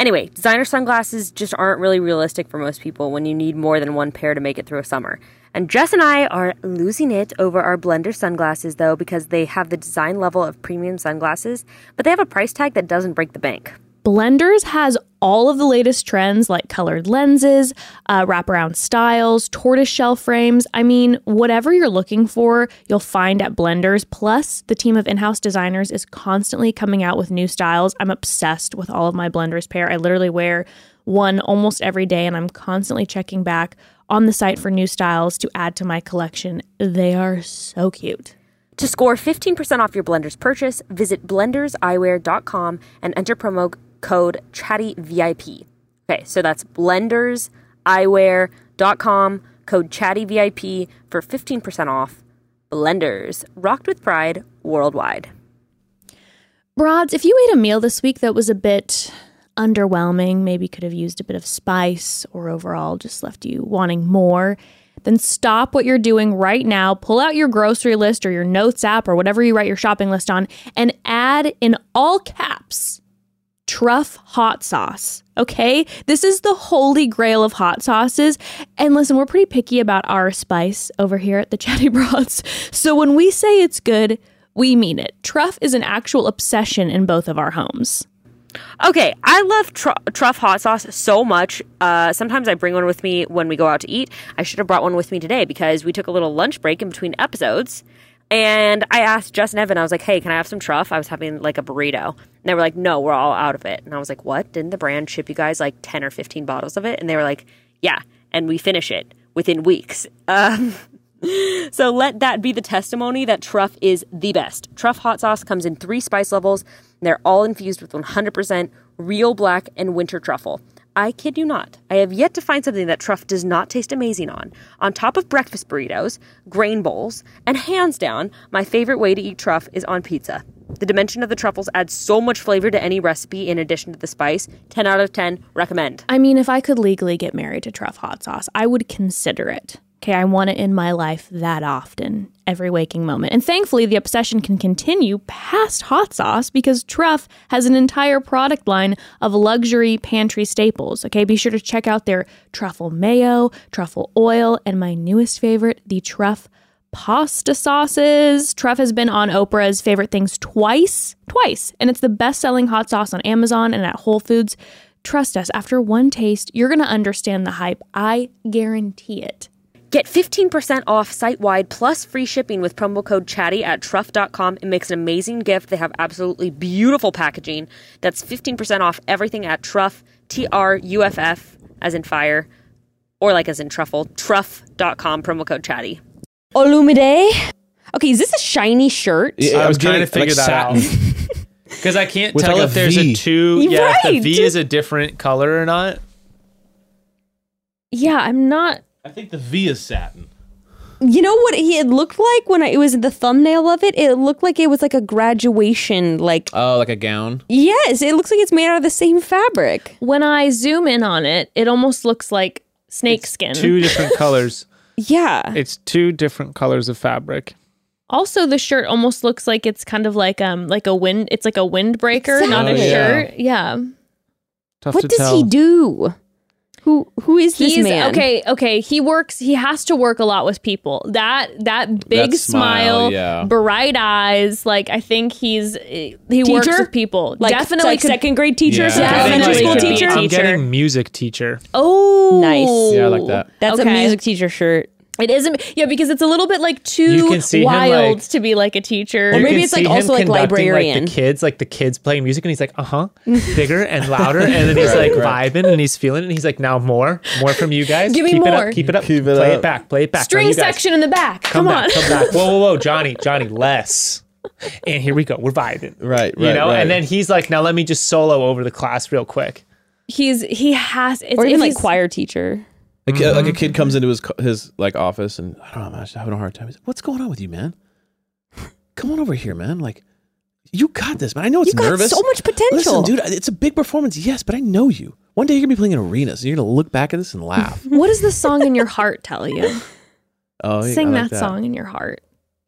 Speaker 2: Anyway, designer sunglasses just aren't really realistic for most people when you need more than one pair to make it through a summer. And Jess and I are losing it over our blender sunglasses, though, because they have the design level of premium sunglasses, but they have a price tag that doesn't break the bank.
Speaker 4: Blenders has all of the latest trends like colored lenses, uh, wraparound styles, tortoiseshell frames. I mean, whatever you're looking for, you'll find at Blenders. Plus, the team of in house designers is constantly coming out with new styles. I'm obsessed with all of my Blenders pair. I literally wear one almost every day, and I'm constantly checking back on the site for new styles to add to my collection. They are so cute.
Speaker 2: To score 15% off your Blender's purchase, visit blenderseyewear.com and enter promo code ChattyVIP. Okay, so that's blenderseyewear.com, code ChattyVIP for 15% off. Blenders, rocked with pride worldwide.
Speaker 4: Broads, if you ate a meal this week that was a bit underwhelming, maybe could have used a bit of spice or overall just left you wanting more, then stop what you're doing right now. Pull out your grocery list or your notes app or whatever you write your shopping list on and add in all caps truff hot sauce. Okay? This is the holy grail of hot sauces. And listen, we're pretty picky about our spice over here at the (laughs) Chatty Broads. So when we say it's good, we mean it. Truff is an actual obsession in both of our homes.
Speaker 2: Okay, I love tru- truff hot sauce so much. Uh, sometimes I bring one with me when we go out to eat. I should have brought one with me today because we took a little lunch break in between episodes. And I asked Jess and Evan, I was like, hey, can I have some truff? I was having like a burrito. And they were like, no, we're all out of it. And I was like, what? Didn't the brand ship you guys like 10 or 15 bottles of it? And they were like, yeah. And we finish it within weeks. Um, So let that be the testimony that Truff is the best. Truff hot sauce comes in three spice levels. And they're all infused with 100% real black and winter truffle. I kid you not. I have yet to find something that Truff does not taste amazing on. On top of breakfast burritos, grain bowls, and hands down, my favorite way to eat Truff is on pizza. The dimension of the truffles adds so much flavor to any recipe in addition to the spice. 10 out of 10, recommend.
Speaker 4: I mean, if I could legally get married to truff hot sauce, I would consider it. Okay, I want it in my life that often, every waking moment. And thankfully, the obsession can continue past hot sauce because Truff has an entire product line of luxury pantry staples. Okay, be sure to check out their truffle mayo, truffle oil, and my newest favorite, the Truff pasta sauces. Truff has been on Oprah's favorite things twice, twice, and it's the best selling hot sauce on Amazon and at Whole Foods. Trust us, after one taste, you're going to understand the hype. I guarantee it.
Speaker 2: Get 15% off site wide plus free shipping with promo code chatty at truff.com. It makes an amazing gift. They have absolutely beautiful packaging. That's 15% off everything at truff, T R U F F, as in fire, or like as in truffle, truff.com, promo code chatty.
Speaker 8: Olumide. Okay, is this a shiny shirt?
Speaker 9: Yeah,
Speaker 5: I was trying
Speaker 9: getting,
Speaker 5: to figure
Speaker 9: like,
Speaker 5: that
Speaker 9: satin.
Speaker 5: out
Speaker 9: (laughs)
Speaker 5: because I can't
Speaker 9: With
Speaker 5: tell
Speaker 9: like a
Speaker 5: if there's
Speaker 9: V.
Speaker 5: a two.
Speaker 7: (laughs)
Speaker 5: Yeah, if
Speaker 8: Right.
Speaker 5: the V is a different color or not.
Speaker 7: Yeah, I'm not.
Speaker 9: I think the V is satin.
Speaker 8: You know what he had looked like when I, it was in the thumbnail of it? It looked like it was like a graduation. Like,
Speaker 9: Oh, like a gown.
Speaker 8: yes, it looks like it's made out of the same fabric.
Speaker 7: When I zoom in on it, it almost looks like snake skin.
Speaker 5: Two different colors.
Speaker 8: Yeah.
Speaker 5: It's two different colors of fabric.
Speaker 7: also, the shirt almost looks like it's kind of like um like a wind. It's like a windbreaker, not a
Speaker 9: Exactly. Oh, yeah.
Speaker 7: shirt. Yeah.
Speaker 5: Tough to
Speaker 8: What does
Speaker 5: tell.
Speaker 8: he do? Who Who is this
Speaker 7: He's
Speaker 8: man?
Speaker 7: okay. Okay, he works. He has to work a lot with people. That that big
Speaker 9: That smile,
Speaker 7: smile,
Speaker 9: yeah.
Speaker 7: bright eyes. Like I think he's he works
Speaker 8: Teacher?
Speaker 7: with people.
Speaker 8: Like,
Speaker 7: definitely
Speaker 8: like
Speaker 7: could-
Speaker 8: second grade teacher,
Speaker 9: Yeah.
Speaker 8: some
Speaker 9: Yeah.
Speaker 8: elementary
Speaker 7: Definitely
Speaker 8: school
Speaker 7: could be.
Speaker 8: teacher.
Speaker 5: I'm
Speaker 7: Teacher.
Speaker 5: getting music teacher.
Speaker 7: Oh,
Speaker 8: Nice.
Speaker 9: Yeah, I like that.
Speaker 8: That's a
Speaker 7: Okay.
Speaker 8: music teacher shirt.
Speaker 7: It isn't, yeah, because it's a little bit like
Speaker 5: You
Speaker 7: too
Speaker 5: can see him,
Speaker 7: wild
Speaker 5: like-
Speaker 7: to be like a teacher.
Speaker 8: Or
Speaker 5: You
Speaker 8: maybe
Speaker 5: can
Speaker 8: it's, like,
Speaker 5: see him
Speaker 8: also, like,
Speaker 5: conducting,
Speaker 8: librarian.
Speaker 5: Like the kids, like the kids playing music, and he's like, uh
Speaker 8: (laughs)
Speaker 5: huh, bigger and louder, and then he's like vibing and he's feeling, it, and he's like, now more, more from you guys.
Speaker 7: Give me
Speaker 5: keep It
Speaker 7: more.
Speaker 5: up, keep it up.
Speaker 9: Keep it
Speaker 5: play
Speaker 9: up.
Speaker 5: it back. Play it back. Now
Speaker 7: String
Speaker 5: you guys,
Speaker 7: section in the back.
Speaker 5: Come,
Speaker 7: Come, on.
Speaker 5: back. Come back. Whoa, whoa,
Speaker 8: (laughs)
Speaker 5: whoa, Johnny, Johnny, less. And here we go. We're vibing.
Speaker 9: Right,
Speaker 5: You
Speaker 9: right,
Speaker 5: know,
Speaker 9: right.
Speaker 5: and then he's like, now let me just solo over the class real quick.
Speaker 7: He's he has it's
Speaker 8: Or even
Speaker 7: if
Speaker 8: like
Speaker 7: he's-
Speaker 8: choir teacher.
Speaker 9: Like, uh, like a kid comes into his co- his like office and I don't know, I'm just having a hard time. He's like, What's going on with you, man? Come on over here, man. Like, you got this, man. I know it's
Speaker 8: You got
Speaker 9: nervous.
Speaker 8: so much potential.
Speaker 9: Listen, dude, it's a big performance, yes, but I know you. One day you're gonna be playing in arenas, and you're gonna look back at this and laugh.
Speaker 4: What does the song in your heart tell you?
Speaker 9: oh, yeah, I
Speaker 4: Sing
Speaker 9: like
Speaker 4: that, song in your heart.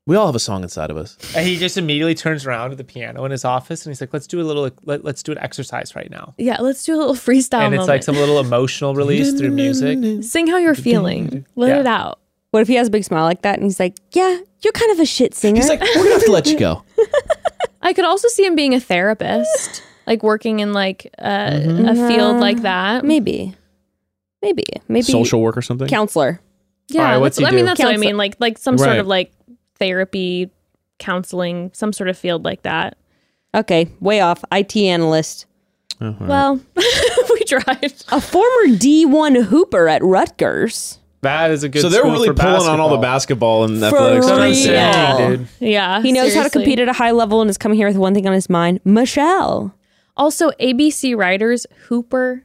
Speaker 9: We all have a song inside of us.
Speaker 5: And he just immediately turns around to the piano in his office, and he's like, let's do a little, let, let's do an exercise right now.
Speaker 4: Yeah, let's do a little freestyle
Speaker 5: and it's
Speaker 4: moment.
Speaker 5: like some little emotional release through music. (laughs)
Speaker 4: Sing how you're feeling. Let
Speaker 5: Yeah.
Speaker 4: it out.
Speaker 8: What if he has a big smile like that and he's like, yeah, you're kind of a shit singer.
Speaker 9: He's like, we're gonna have to let you go.
Speaker 7: I could also see him being a therapist, like working in like a,
Speaker 4: uh,
Speaker 5: Mm-hmm.
Speaker 7: a field like that.
Speaker 8: maybe, maybe, maybe
Speaker 9: (laughs) Social work or something.
Speaker 8: counselor.
Speaker 7: Yeah,
Speaker 5: All right, what's
Speaker 7: that's-
Speaker 5: he
Speaker 7: I mean
Speaker 5: do?
Speaker 7: that's what I
Speaker 8: Counsel-
Speaker 7: mean, like like some sort
Speaker 9: Right.
Speaker 7: of like therapy, counseling, some sort of field like that.
Speaker 8: Okay, way off. IT analyst.
Speaker 7: Well, (laughs) we tried.
Speaker 8: A former D1 hooper at Rutgers.
Speaker 5: That is a good.
Speaker 9: so they're
Speaker 5: school
Speaker 9: really
Speaker 5: for
Speaker 9: pulling on all the basketball and
Speaker 5: That's
Speaker 9: athletics.
Speaker 5: what I'm
Speaker 8: real.
Speaker 5: saying,
Speaker 8: Yeah.
Speaker 5: dude.
Speaker 7: Yeah,
Speaker 8: He knows how to
Speaker 7: seriously.
Speaker 8: compete at a high level and is coming here with one thing on his mind Michelle.
Speaker 7: Also, ABC writers Hooper.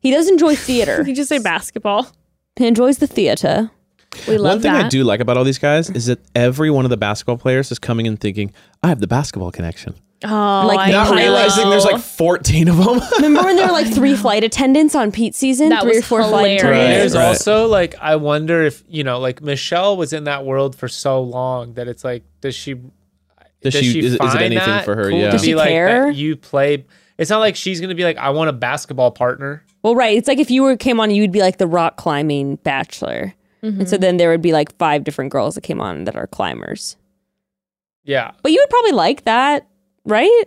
Speaker 8: He does enjoy theater,
Speaker 7: Did you just say basketball?
Speaker 8: he enjoys the theater.
Speaker 7: We love
Speaker 9: One thing
Speaker 7: that.
Speaker 9: I do like about all these guys is that every one of the basketball players is coming in thinking, "I have the basketball connection,"
Speaker 7: Oh,
Speaker 8: Like,
Speaker 7: I
Speaker 8: not
Speaker 7: know.
Speaker 8: I
Speaker 9: realizing there's like 14 of them.
Speaker 7: (laughs)
Speaker 8: Remember when there were like three flight attendants on Pete season?
Speaker 7: That
Speaker 8: three
Speaker 7: was
Speaker 8: or four
Speaker 7: hilarious.
Speaker 8: flight
Speaker 9: Right.
Speaker 5: There's
Speaker 8: attendants.
Speaker 9: Right.
Speaker 5: also like I wonder if you know like Michelle was in that world for so long that it's like does she
Speaker 9: Does
Speaker 5: does
Speaker 9: she-
Speaker 5: she
Speaker 9: is- is it
Speaker 5: find
Speaker 9: anything
Speaker 5: that
Speaker 9: for her?
Speaker 5: cool
Speaker 9: Yeah.
Speaker 5: to
Speaker 9: Does
Speaker 5: be
Speaker 8: she
Speaker 5: like
Speaker 8: care?
Speaker 5: that you play it's not like she's gonna be like I want a basketball partner
Speaker 8: Well, right. It's like if you were came on, you'd be like the rock climbing bachelor. And
Speaker 7: Mm-hmm.
Speaker 8: so then there would be like five different girls that came on that are climbers.
Speaker 5: yeah
Speaker 8: But you would probably like that, right?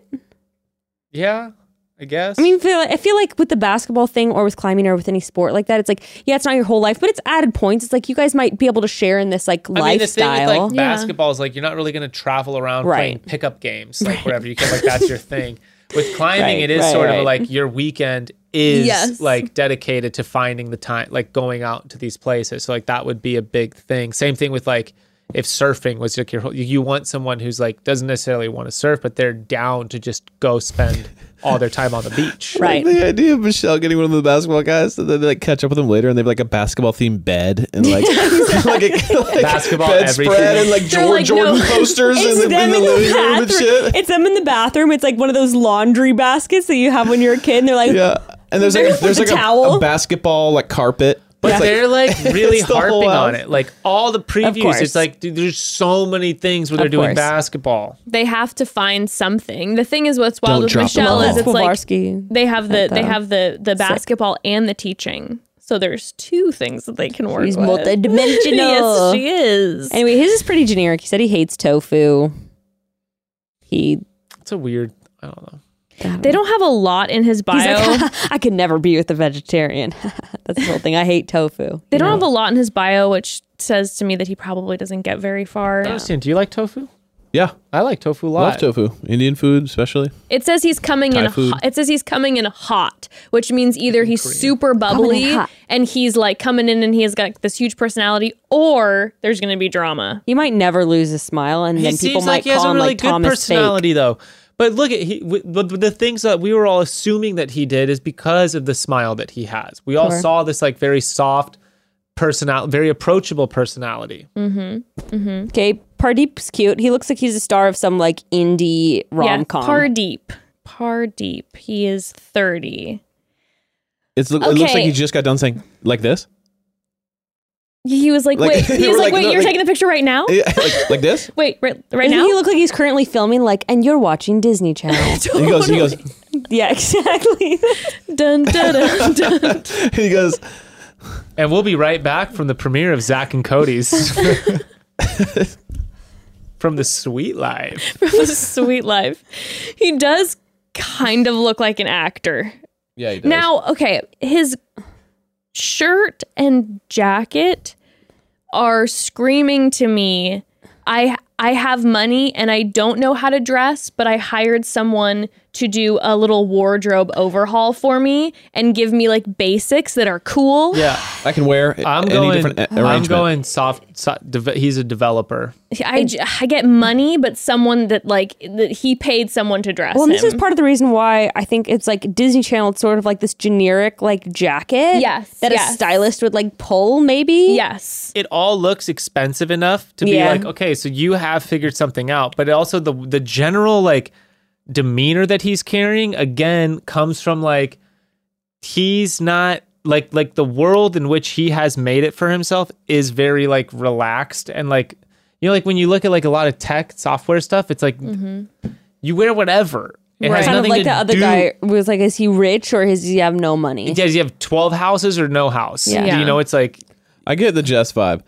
Speaker 5: yeah I guess
Speaker 8: I mean, feel- I feel like with the basketball thing or with climbing or with any sport like that, it's like, yeah, it's not your whole life, but it's added points. It's like you guys might be able to share in this like
Speaker 5: I mean, the thing with
Speaker 8: lifestyle.
Speaker 5: like basketball is like you're not really going to travel around playing
Speaker 8: Right.
Speaker 5: pickup games like wherever you can. Like that's your thing. With climbing,
Speaker 8: Right,
Speaker 5: it is
Speaker 8: right,
Speaker 5: sort of
Speaker 8: right.
Speaker 5: like your weekend is
Speaker 7: Yes.
Speaker 5: like dedicated to finding the time, like going out to these places. So like that would be a big thing. Same thing with like if surfing was like your whole, you want someone who's like doesn't necessarily want to surf, but they're down to just go spend all their time on the beach.
Speaker 8: right.
Speaker 9: (laughs) the idea of Michelle getting one of the basketball guys, so then they like catch up with him later, and they have like a basketball themed bed and
Speaker 7: (laughs)
Speaker 9: like (laughs) like a like
Speaker 5: Basketball,
Speaker 9: bedspread
Speaker 5: everything.
Speaker 9: and like Jordan,
Speaker 7: like,
Speaker 9: Jordan
Speaker 8: (laughs)
Speaker 7: no.
Speaker 9: posters in
Speaker 8: It's
Speaker 9: the, in
Speaker 8: them
Speaker 9: the
Speaker 8: in the
Speaker 9: living room and
Speaker 8: bathroom.
Speaker 9: shit.
Speaker 8: It's them in the bathroom. It's like one of those laundry baskets that you have when you're a kid, and they're like,
Speaker 9: Yeah, and there's like there's
Speaker 8: a
Speaker 9: like a,
Speaker 8: towel.
Speaker 9: a basketball like carpet,
Speaker 5: But
Speaker 9: it's,
Speaker 5: they're like
Speaker 9: (laughs)
Speaker 5: really
Speaker 9: It's the whole
Speaker 5: harping on
Speaker 9: house.
Speaker 5: it. Like all the previews,
Speaker 8: course.
Speaker 5: it's like dude, there's so many things where they're doing
Speaker 8: course.
Speaker 5: basketball.
Speaker 7: they have to find something. The thing is, what's wild
Speaker 9: Don't
Speaker 7: with
Speaker 9: drop the
Speaker 7: Michelle
Speaker 9: ball.
Speaker 7: is
Speaker 8: (laughs)
Speaker 7: it's like
Speaker 8: Kowalski.
Speaker 7: they have the they
Speaker 8: though.
Speaker 7: have the the basketball and the teaching. So there's two things that they can work
Speaker 8: She's
Speaker 7: with.
Speaker 5: (laughs)
Speaker 8: multidimensional.
Speaker 7: yes, she is.
Speaker 8: Anyway, his is pretty generic. He said he hates tofu. He
Speaker 5: It's a weird. I don't know.
Speaker 7: they don't have a lot in his
Speaker 8: he's
Speaker 7: bio.
Speaker 8: like, I could never be with a vegetarian. (laughs) That's the whole thing. I hate tofu.
Speaker 7: they don't have a lot in his bio, which says to me that he probably doesn't get very far.
Speaker 5: Austin, do you like tofu?
Speaker 9: yeah,
Speaker 5: I like tofu a lot.
Speaker 9: love tofu, Indian food especially.
Speaker 7: It says he's coming
Speaker 9: Thai
Speaker 7: in.
Speaker 9: food.
Speaker 7: Hot, it says he's coming in hot, which means either he's super
Speaker 8: Coming in
Speaker 7: bubbly
Speaker 8: hot.
Speaker 7: and he's like coming in and he has got this huge personality, or there's going to be drama.
Speaker 8: You might never lose a smile, and
Speaker 5: He
Speaker 8: then people
Speaker 5: seems like
Speaker 8: might
Speaker 5: he has
Speaker 8: call
Speaker 5: a
Speaker 8: him
Speaker 5: really
Speaker 8: like
Speaker 5: good
Speaker 8: Thomas
Speaker 5: personality, though. But look at he, w- the, the things that we were all assuming that he did is because of the smile that he has. We all saw this like very soft personality, very approachable personality.
Speaker 8: Fake. Okay, Pardeep's cute. He looks like he's a star of some like indie rom com.
Speaker 7: Yeah, Pardeep. Pardeep. He is 30.
Speaker 9: It's look, it looks like
Speaker 7: Okay.
Speaker 9: he just got done saying like this,
Speaker 7: He was like,
Speaker 9: Like, (laughs)
Speaker 7: wait.
Speaker 9: they
Speaker 7: He was
Speaker 9: were
Speaker 7: like,
Speaker 9: like,
Speaker 7: wait,
Speaker 9: no,
Speaker 7: you're
Speaker 9: like-
Speaker 7: taking the picture right now?
Speaker 9: (laughs) Yeah, like, like this.
Speaker 7: Wait, right, right
Speaker 8: Doesn't
Speaker 7: now?
Speaker 8: he look like he's currently filming like, and you're watching Disney Channel?
Speaker 9: (laughs) He goes, he goes,
Speaker 8: (laughs) yeah, exactly.
Speaker 7: (laughs) dun, dun, dun, (laughs) dun.
Speaker 9: he goes.
Speaker 5: And we'll be right back from the premiere of Zach and
Speaker 9: (laughs)
Speaker 5: Cody's. From the sweet life.
Speaker 7: It was sweet life. He does kind of look like an actor.
Speaker 9: Yeah, he does.
Speaker 7: Now, okay, his shirt and jacket are screaming to me. I I have money and I don't know how to dress, but I hired someone to do a little wardrobe overhaul for me and give me like basics that are cool.
Speaker 5: Yeah,
Speaker 9: I can wear
Speaker 5: I'm
Speaker 9: any
Speaker 5: going.
Speaker 9: different a-
Speaker 5: I'm
Speaker 9: arrangement.
Speaker 5: going soft. so- deve- he's a developer.
Speaker 7: I, j- I get money, but someone that like that he paid someone to dress.
Speaker 8: well, and this
Speaker 7: him.
Speaker 8: is part of the reason why I think it's like Disney Channel. It's sort of like this generic like jacket.
Speaker 7: Yes,
Speaker 8: that a
Speaker 7: yes.
Speaker 8: stylist would like pull, maybe.
Speaker 7: yes.
Speaker 5: it all looks expensive enough to be
Speaker 8: Yeah.
Speaker 5: like, okay, so you have figured something out, but also the the general like demeanor that he's carrying again comes from like he's not like like the world in which he has made it for himself is very like relaxed and like you know like when you look at like a lot of tech software stuff, it's like you wear whatever. It has
Speaker 8: Mm-hmm. Kind of
Speaker 5: nothing
Speaker 8: like
Speaker 5: to
Speaker 8: the other
Speaker 5: do-
Speaker 8: guy was like, is he rich or is he have no money?
Speaker 5: Does he have twelve houses or no house?
Speaker 8: Yeah.
Speaker 5: You know, it's like
Speaker 9: I get the Jess vibe.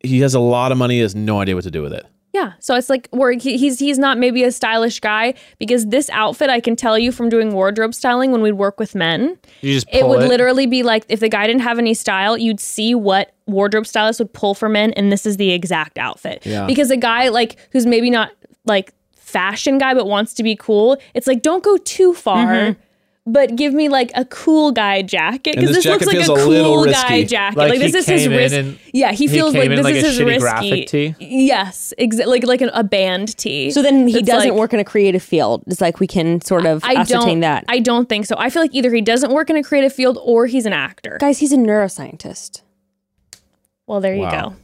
Speaker 9: he has a lot of money. He has no idea what to do with it.
Speaker 7: Yeah. So it's like where he- he's he's not maybe a stylish guy because this outfit I can tell you from doing wardrobe styling when we'd work with men,
Speaker 5: You just
Speaker 7: it
Speaker 5: pull
Speaker 7: would literally be like if the guy didn't have any style, you'd see what wardrobe stylist would pull for men and this is the exact outfit.
Speaker 9: Yeah.
Speaker 7: Because a guy like who's maybe not like fashion guy but wants to be cool, it's like don't go too far.
Speaker 8: Mm-hmm.
Speaker 7: But give me like a cool guy jacket
Speaker 9: And
Speaker 7: because
Speaker 9: this
Speaker 7: this, looks
Speaker 9: jacket
Speaker 7: like a
Speaker 9: feels a little
Speaker 7: cool guy
Speaker 9: risky.
Speaker 7: jacket.
Speaker 5: Like,
Speaker 7: Like,
Speaker 5: he
Speaker 7: this is his
Speaker 5: came in
Speaker 7: risk.
Speaker 5: and
Speaker 7: Yeah, he
Speaker 5: he
Speaker 7: feels
Speaker 5: came
Speaker 7: like
Speaker 5: in
Speaker 7: this
Speaker 5: like
Speaker 7: is
Speaker 5: a
Speaker 7: his
Speaker 5: shitty
Speaker 7: risky
Speaker 5: graphic tee.
Speaker 7: Yes, exa- like like an, a band tee.
Speaker 8: So then he
Speaker 7: It's
Speaker 8: doesn't
Speaker 7: like-
Speaker 8: work in a creative field. It's like we can sort of
Speaker 7: I
Speaker 8: ascertain
Speaker 7: don't.
Speaker 8: that.
Speaker 7: I don't think so. I feel like either he doesn't work in a creative field or he's an actor.
Speaker 8: Guys, he's a neuroscientist.
Speaker 7: Well, there you
Speaker 9: Wow.
Speaker 7: go.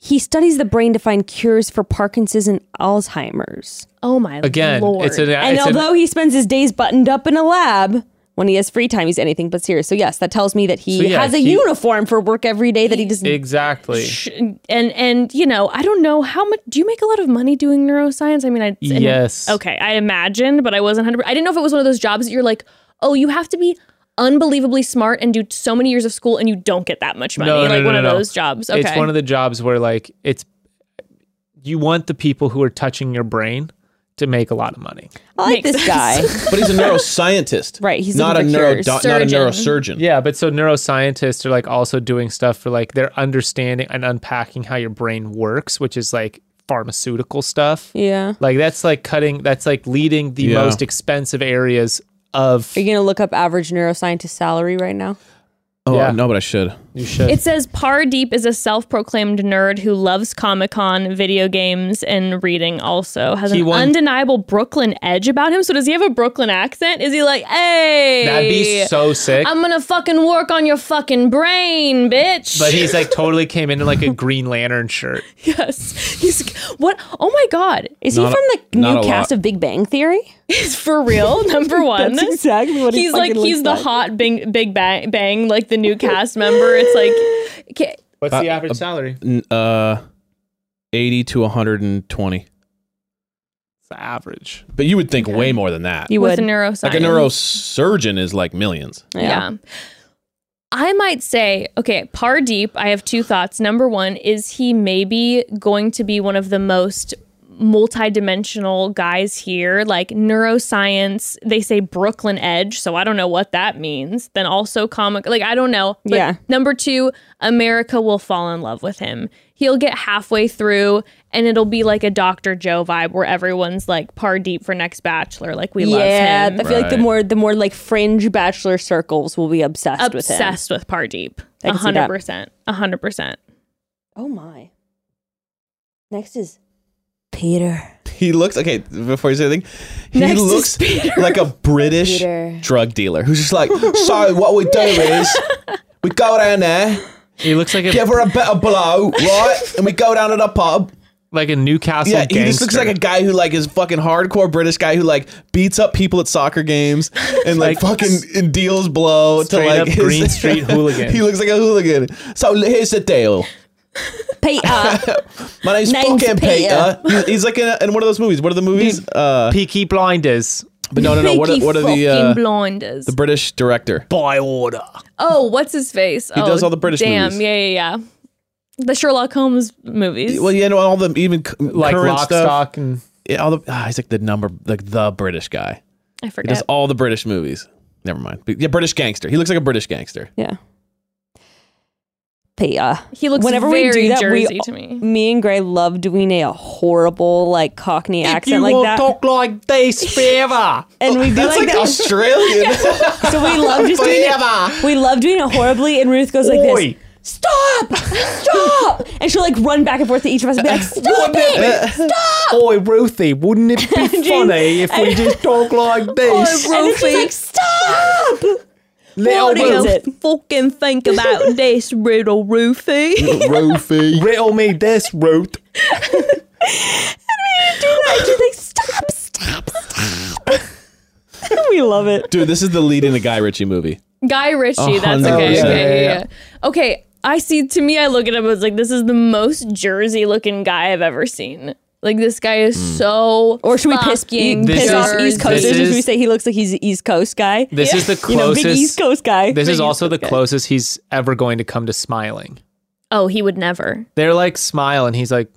Speaker 8: He studies the brain to find cures for Parkinson's and Alzheimer's.
Speaker 7: Oh my
Speaker 5: again.
Speaker 7: lord!
Speaker 5: It's an
Speaker 8: And
Speaker 5: it's an-
Speaker 8: although he spends his days buttoned up in a lab, when he has free time, he's anything but serious. So yes, that tells me that he
Speaker 5: So, yeah,
Speaker 8: has a
Speaker 5: he-
Speaker 8: uniform for work every day that he doesn't.
Speaker 5: exactly.
Speaker 7: Sh- and and you know, I don't know how much. Do you make a lot of money doing neuroscience? I mean, I and-
Speaker 5: Yes.
Speaker 7: Okay, I imagined, but I wasn't hundred. I didn't know if it was one of those jobs that you're like, oh, you have to be unbelievably smart and do so many years of school, and you don't get that much money.
Speaker 5: No, no,
Speaker 7: like
Speaker 5: no,
Speaker 7: one
Speaker 5: no,
Speaker 7: of
Speaker 5: no.
Speaker 7: those jobs. Okay,
Speaker 5: It's one of the jobs where like it's you want the people who are touching your brain to make a lot of money.
Speaker 8: I like this guy.
Speaker 7: (laughs)
Speaker 9: But he's a neuroscientist,
Speaker 8: Right, he's
Speaker 9: not a
Speaker 8: looking
Speaker 9: neuro
Speaker 8: for cures.
Speaker 9: doc- not a
Speaker 7: Surgeon.
Speaker 9: neurosurgeon.
Speaker 5: Yeah, but so neuroscientists are like also doing stuff for like they're understanding and unpacking how your brain works, which is like pharmaceutical stuff.
Speaker 8: yeah.
Speaker 5: Like that's like cutting that's like leading the
Speaker 9: Yeah.
Speaker 5: most expensive areas of
Speaker 8: Are you gonna look up average neuroscientist salary right now?
Speaker 9: Oh
Speaker 5: Yeah.
Speaker 9: no, but I should.
Speaker 5: you should
Speaker 7: It says Pardeep is a self-proclaimed nerd who loves Comic-Con, video games, and reading also. Has
Speaker 5: He
Speaker 7: an
Speaker 5: won-
Speaker 7: undeniable Brooklyn edge about him. So does he have a Brooklyn accent? Is he like, hey,
Speaker 5: That'd be so sick.
Speaker 7: I'm gonna fucking work on your fucking brain, bitch.
Speaker 5: but he's like totally came in in
Speaker 7: (laughs)
Speaker 5: like a Green Lantern shirt.
Speaker 7: yes. He's what? Oh my god.
Speaker 8: Is
Speaker 9: Not a-
Speaker 8: he from the
Speaker 9: not
Speaker 8: new
Speaker 9: a
Speaker 8: cast
Speaker 9: lot.
Speaker 8: of Big Bang Theory?
Speaker 7: He's for real, number one.
Speaker 8: That's exactly what he
Speaker 7: he's like.
Speaker 8: fucking
Speaker 7: He's
Speaker 8: looks
Speaker 7: the
Speaker 8: like.
Speaker 7: hot Bing, Big Bang, Bang, like the new cast member. It's like, okay,
Speaker 5: What's the
Speaker 9: Uh,
Speaker 5: average
Speaker 9: uh,
Speaker 5: salary?
Speaker 9: N- Uh, eighty to one hundred and twenty.
Speaker 5: It's the average.
Speaker 9: But you would think way more than that.
Speaker 8: You
Speaker 7: with
Speaker 8: would.
Speaker 7: neuroscience,
Speaker 9: like a neurosurgeon is like millions.
Speaker 7: Yeah. I might say, okay, Pardeep, I have two thoughts. Number one, is he maybe going to be one of the most multidimensional guys here? Like neuroscience, they say Brooklyn Edge, so I don't know what that means. Then also comic, like I don't know. But
Speaker 8: Yeah.
Speaker 7: Number two, America will fall in love with him. He'll get halfway through and it'll be like a Dr. Joe vibe where everyone's like Pardeep for next bachelor. Like we love
Speaker 8: yeah,
Speaker 7: him.
Speaker 8: I feel like the
Speaker 9: Right.
Speaker 8: more the more like fringe bachelor circles will be obsessed, with him.
Speaker 7: obsessed with Pardeep.
Speaker 8: I
Speaker 7: A
Speaker 8: can see that.
Speaker 7: hundred percent. A hundred percent.
Speaker 8: Oh my. Next is Peter.
Speaker 9: He looks okay. Before you say anything, he
Speaker 7: Next is
Speaker 9: looks
Speaker 7: Peter. (laughs)
Speaker 9: like a British
Speaker 8: Peter.
Speaker 9: drug dealer who's just like, so what we do is we go down there,
Speaker 5: He looks like a
Speaker 9: give her a bit of blow, right? And we go down to the pub.
Speaker 5: like a Newcastle.
Speaker 9: Yeah,
Speaker 5: gangster.
Speaker 9: he just looks like a guy who like is fucking hardcore British guy who like beats up people at soccer games and like,
Speaker 5: Like,
Speaker 9: fucking and deals blow to
Speaker 5: straight
Speaker 9: like
Speaker 5: up Green
Speaker 9: (laughs)
Speaker 5: Street hooligan.
Speaker 9: he looks like a hooligan. So here's the deal.
Speaker 8: Peter.
Speaker 9: My name's,
Speaker 8: Name's
Speaker 9: fucking Peter.
Speaker 8: Peter.
Speaker 9: He's, he's like in, a, in one of those movies. What are the movies? Uh,
Speaker 5: Peaky Blinders.
Speaker 9: but (laughs) no, no, no. What are, what are the uh,
Speaker 7: blinders?
Speaker 9: the British director?
Speaker 5: By order.
Speaker 7: oh, what's his face? He oh,
Speaker 9: does all the British
Speaker 7: damn.
Speaker 9: movies.
Speaker 7: yeah, yeah, yeah. The Sherlock Holmes movies.
Speaker 9: Well, you know all the even c-
Speaker 5: Like
Speaker 9: current
Speaker 5: lock,
Speaker 9: stuff.
Speaker 5: stock, and
Speaker 9: Yeah, all the ah, he's like the number like the British guy.
Speaker 7: I
Speaker 9: He does
Speaker 7: forget.
Speaker 9: all the British movies. Never mind. But yeah, British gangster. He looks like a British gangster.
Speaker 8: yeah. Peter.
Speaker 7: He looks
Speaker 8: Whenever
Speaker 7: very
Speaker 8: we do that,
Speaker 7: Jersey
Speaker 8: we,
Speaker 7: to me.
Speaker 8: and Gray love doing a horrible like Cockney accent like that,
Speaker 5: like this forever.
Speaker 8: and we do
Speaker 9: That's
Speaker 8: like,
Speaker 9: like
Speaker 8: that.
Speaker 9: Australian.
Speaker 8: (laughs) So we love just doing it. We love doing it horribly, and Ruth goes like
Speaker 5: Oi.
Speaker 8: this. Stop! Stop! (laughs) And she'll like run back and forth to each of us and be (laughs) like, "Stop it!"
Speaker 5: Oi, Ruthie, wouldn't it be funny if we just talk like this?
Speaker 8: And then she's like, "Stop!"
Speaker 5: Little
Speaker 8: what is
Speaker 5: Ruth,
Speaker 8: it?
Speaker 7: Fucking think about this, riddle Roofy.
Speaker 9: Roofy.
Speaker 5: riddle me this, Ruth.
Speaker 8: And she's like, "Stop! Stop! Stop!" we love it.
Speaker 9: Dude, this is the lead in the Guy Ritchie movie.
Speaker 7: Guy Ritchie.
Speaker 9: A
Speaker 7: That's
Speaker 9: hundred
Speaker 7: okay.
Speaker 9: percent.
Speaker 7: Okay, yeah, yeah. Okay, I see. To me, I look at him as like this is the most Jersey-looking guy I've ever seen. Like this guy is
Speaker 9: Hmm.
Speaker 7: so.
Speaker 8: Or should we piss, E-
Speaker 7: fucking
Speaker 5: This
Speaker 8: piss
Speaker 5: is-
Speaker 8: off East Coasters?
Speaker 5: this
Speaker 8: and Should we
Speaker 5: is-
Speaker 8: say he looks like he's an East Coast guy?
Speaker 5: This is the
Speaker 8: You know, big East
Speaker 5: closest.
Speaker 8: Coast guy.
Speaker 5: This
Speaker 8: Big
Speaker 5: is
Speaker 8: East
Speaker 5: also the
Speaker 8: Coast guy.
Speaker 5: closest he's ever going to come to smiling.
Speaker 7: Oh, he would never.
Speaker 5: They're like smile, and he's like,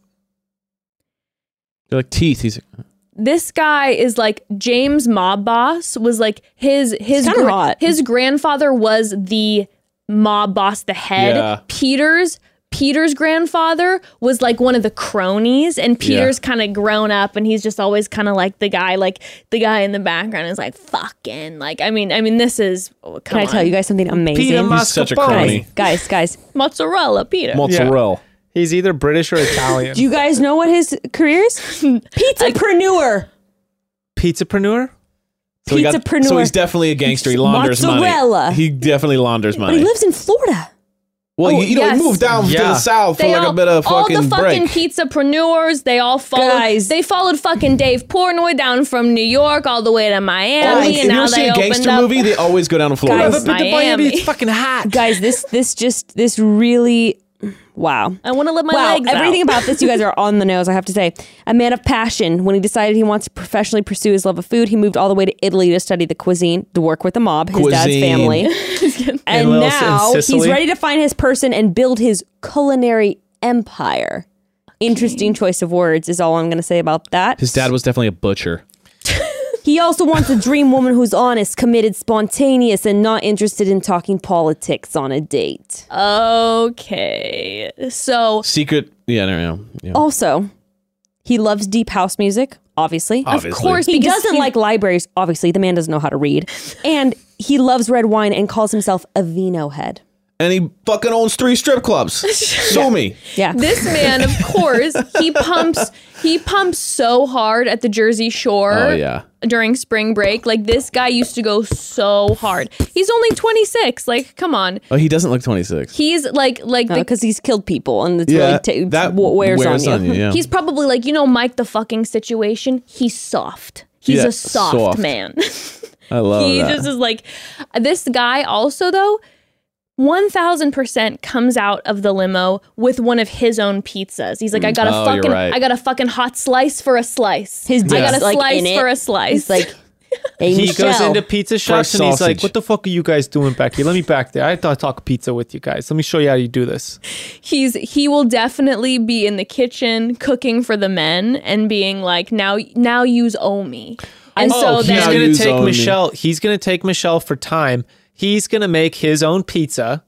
Speaker 9: They're like teeth. He's like,
Speaker 7: This guy is like James Mob Boss was like his his
Speaker 8: kinda hot.
Speaker 7: his grandfather was the mob boss, the head.
Speaker 9: Yeah.
Speaker 7: Peter's Peter's grandfather was like one of the cronies, and Peter's kind of grown up, and he's just always kind of like the guy, like the guy in the background is like fucking like I mean I mean this is oh,
Speaker 8: Can
Speaker 7: come
Speaker 8: I
Speaker 7: on.
Speaker 8: tell you guys something amazing?
Speaker 5: Peter Mas-
Speaker 9: he's such a
Speaker 5: Mascarpone.
Speaker 9: crony.
Speaker 8: guys, guys, guys.
Speaker 7: mozzarella Peter
Speaker 9: Mozzarella.
Speaker 5: he's either British (laughs) or Italian.
Speaker 8: Do you guys know what his career is? Pizzapreneur.
Speaker 5: Pizzapreneur?
Speaker 9: So, he got-
Speaker 8: Pizzapreneur.
Speaker 9: so he's definitely a gangster. He launders
Speaker 8: Mozzarella.
Speaker 9: money. He definitely launders
Speaker 8: But he
Speaker 9: money.
Speaker 8: lives in Florida.
Speaker 9: well, you, you know,
Speaker 7: Oh, yes.
Speaker 9: he moved down to
Speaker 5: Yeah.
Speaker 9: the south for
Speaker 7: They
Speaker 9: like
Speaker 7: all,
Speaker 9: a bit of fucking
Speaker 7: all the fucking
Speaker 9: break.
Speaker 7: pizzapreneurs. They all followed.
Speaker 8: Guys.
Speaker 7: They followed fucking Dave Portnoy down from New York all the way to Miami,
Speaker 9: Oh, if
Speaker 7: E and
Speaker 9: you
Speaker 7: now
Speaker 9: ever see
Speaker 7: they
Speaker 9: a
Speaker 7: opened
Speaker 9: gangster
Speaker 7: up.
Speaker 9: movie, they always go down to Florida.
Speaker 8: Guys,
Speaker 5: But the Miami,
Speaker 7: Miami.
Speaker 5: it's fucking hot.
Speaker 8: Guys, this this just this really wow.
Speaker 7: I want to let my
Speaker 8: wow,
Speaker 7: legs
Speaker 8: everything
Speaker 7: out.
Speaker 8: about this, you guys are on the nose, I have to say. A man of passion. When he decided he wants to professionally pursue his love of food, he moved all the way to Italy to study the cuisine, to work with the mob, his dad's
Speaker 9: Cuisine.
Speaker 8: family. and
Speaker 5: little- in
Speaker 8: now he's
Speaker 5: Sicily.
Speaker 8: ready to find his person and build his culinary empire. Interesting choice of words is all I'm going to say about that.
Speaker 9: His dad was definitely a butcher.
Speaker 8: He also wants a dream woman who's honest, committed, spontaneous, and not interested in talking politics on a date.
Speaker 7: okay, so
Speaker 9: Secret. Yeah, I don't know. Yeah.
Speaker 8: Also, he loves deep house music, obviously.
Speaker 9: Obviously.
Speaker 7: of course
Speaker 8: He
Speaker 7: because
Speaker 2: (laughs)
Speaker 8: doesn't
Speaker 7: he-
Speaker 8: like libraries, obviously. The man doesn't know how to read. And he loves red wine and calls himself a vino head.
Speaker 9: And he fucking owns three strip clubs. Sue me.
Speaker 8: Yeah.
Speaker 7: this man. Of course, he pumps. He pumps so hard at the Jersey Shore.
Speaker 9: Oh, yeah.
Speaker 7: During spring break, like this guy used to go so hard. He's only 26. Like, come on.
Speaker 9: Oh, he doesn't look 26.
Speaker 7: He's like, like
Speaker 9: Uh,
Speaker 7: the
Speaker 8: Because he's killed people and it's
Speaker 9: yeah,
Speaker 8: really ta-
Speaker 9: that
Speaker 8: wa- wears, on, you. (laughs)
Speaker 9: yeah.
Speaker 7: He's probably like, you know, Mike the fucking situation. He's soft. He's
Speaker 9: Yeah,
Speaker 7: a soft,
Speaker 9: soft.
Speaker 7: man.
Speaker 9: I
Speaker 7: (laughs)
Speaker 9: love
Speaker 7: he
Speaker 9: that.
Speaker 7: just is like this guy also though 1000% comes out of the limo with one of his own pizzas. He's like I got a
Speaker 9: Oh, you're
Speaker 7: fucking
Speaker 9: right.
Speaker 7: I got a fucking hot slice for a slice.
Speaker 8: His
Speaker 7: I got
Speaker 8: dick's,
Speaker 7: a
Speaker 8: like,
Speaker 7: slice
Speaker 8: in it.
Speaker 7: for a slice.
Speaker 8: He's like, hey,
Speaker 5: he goes
Speaker 8: Michelle.
Speaker 5: into pizza shops and he's like,
Speaker 9: sausage.
Speaker 5: "What the fuck are you guys doing back here? Let me back there. I thought talk pizza with you guys. Let me show you how you do this."
Speaker 7: he's he will definitely be in the kitchen cooking for the men and being like now now use owe me. And so
Speaker 5: he's
Speaker 7: then
Speaker 9: now
Speaker 5: gonna
Speaker 9: Oh, use
Speaker 5: take
Speaker 9: only.
Speaker 5: Michelle. He's gonna take Michelle for time. He's gonna make his own pizza.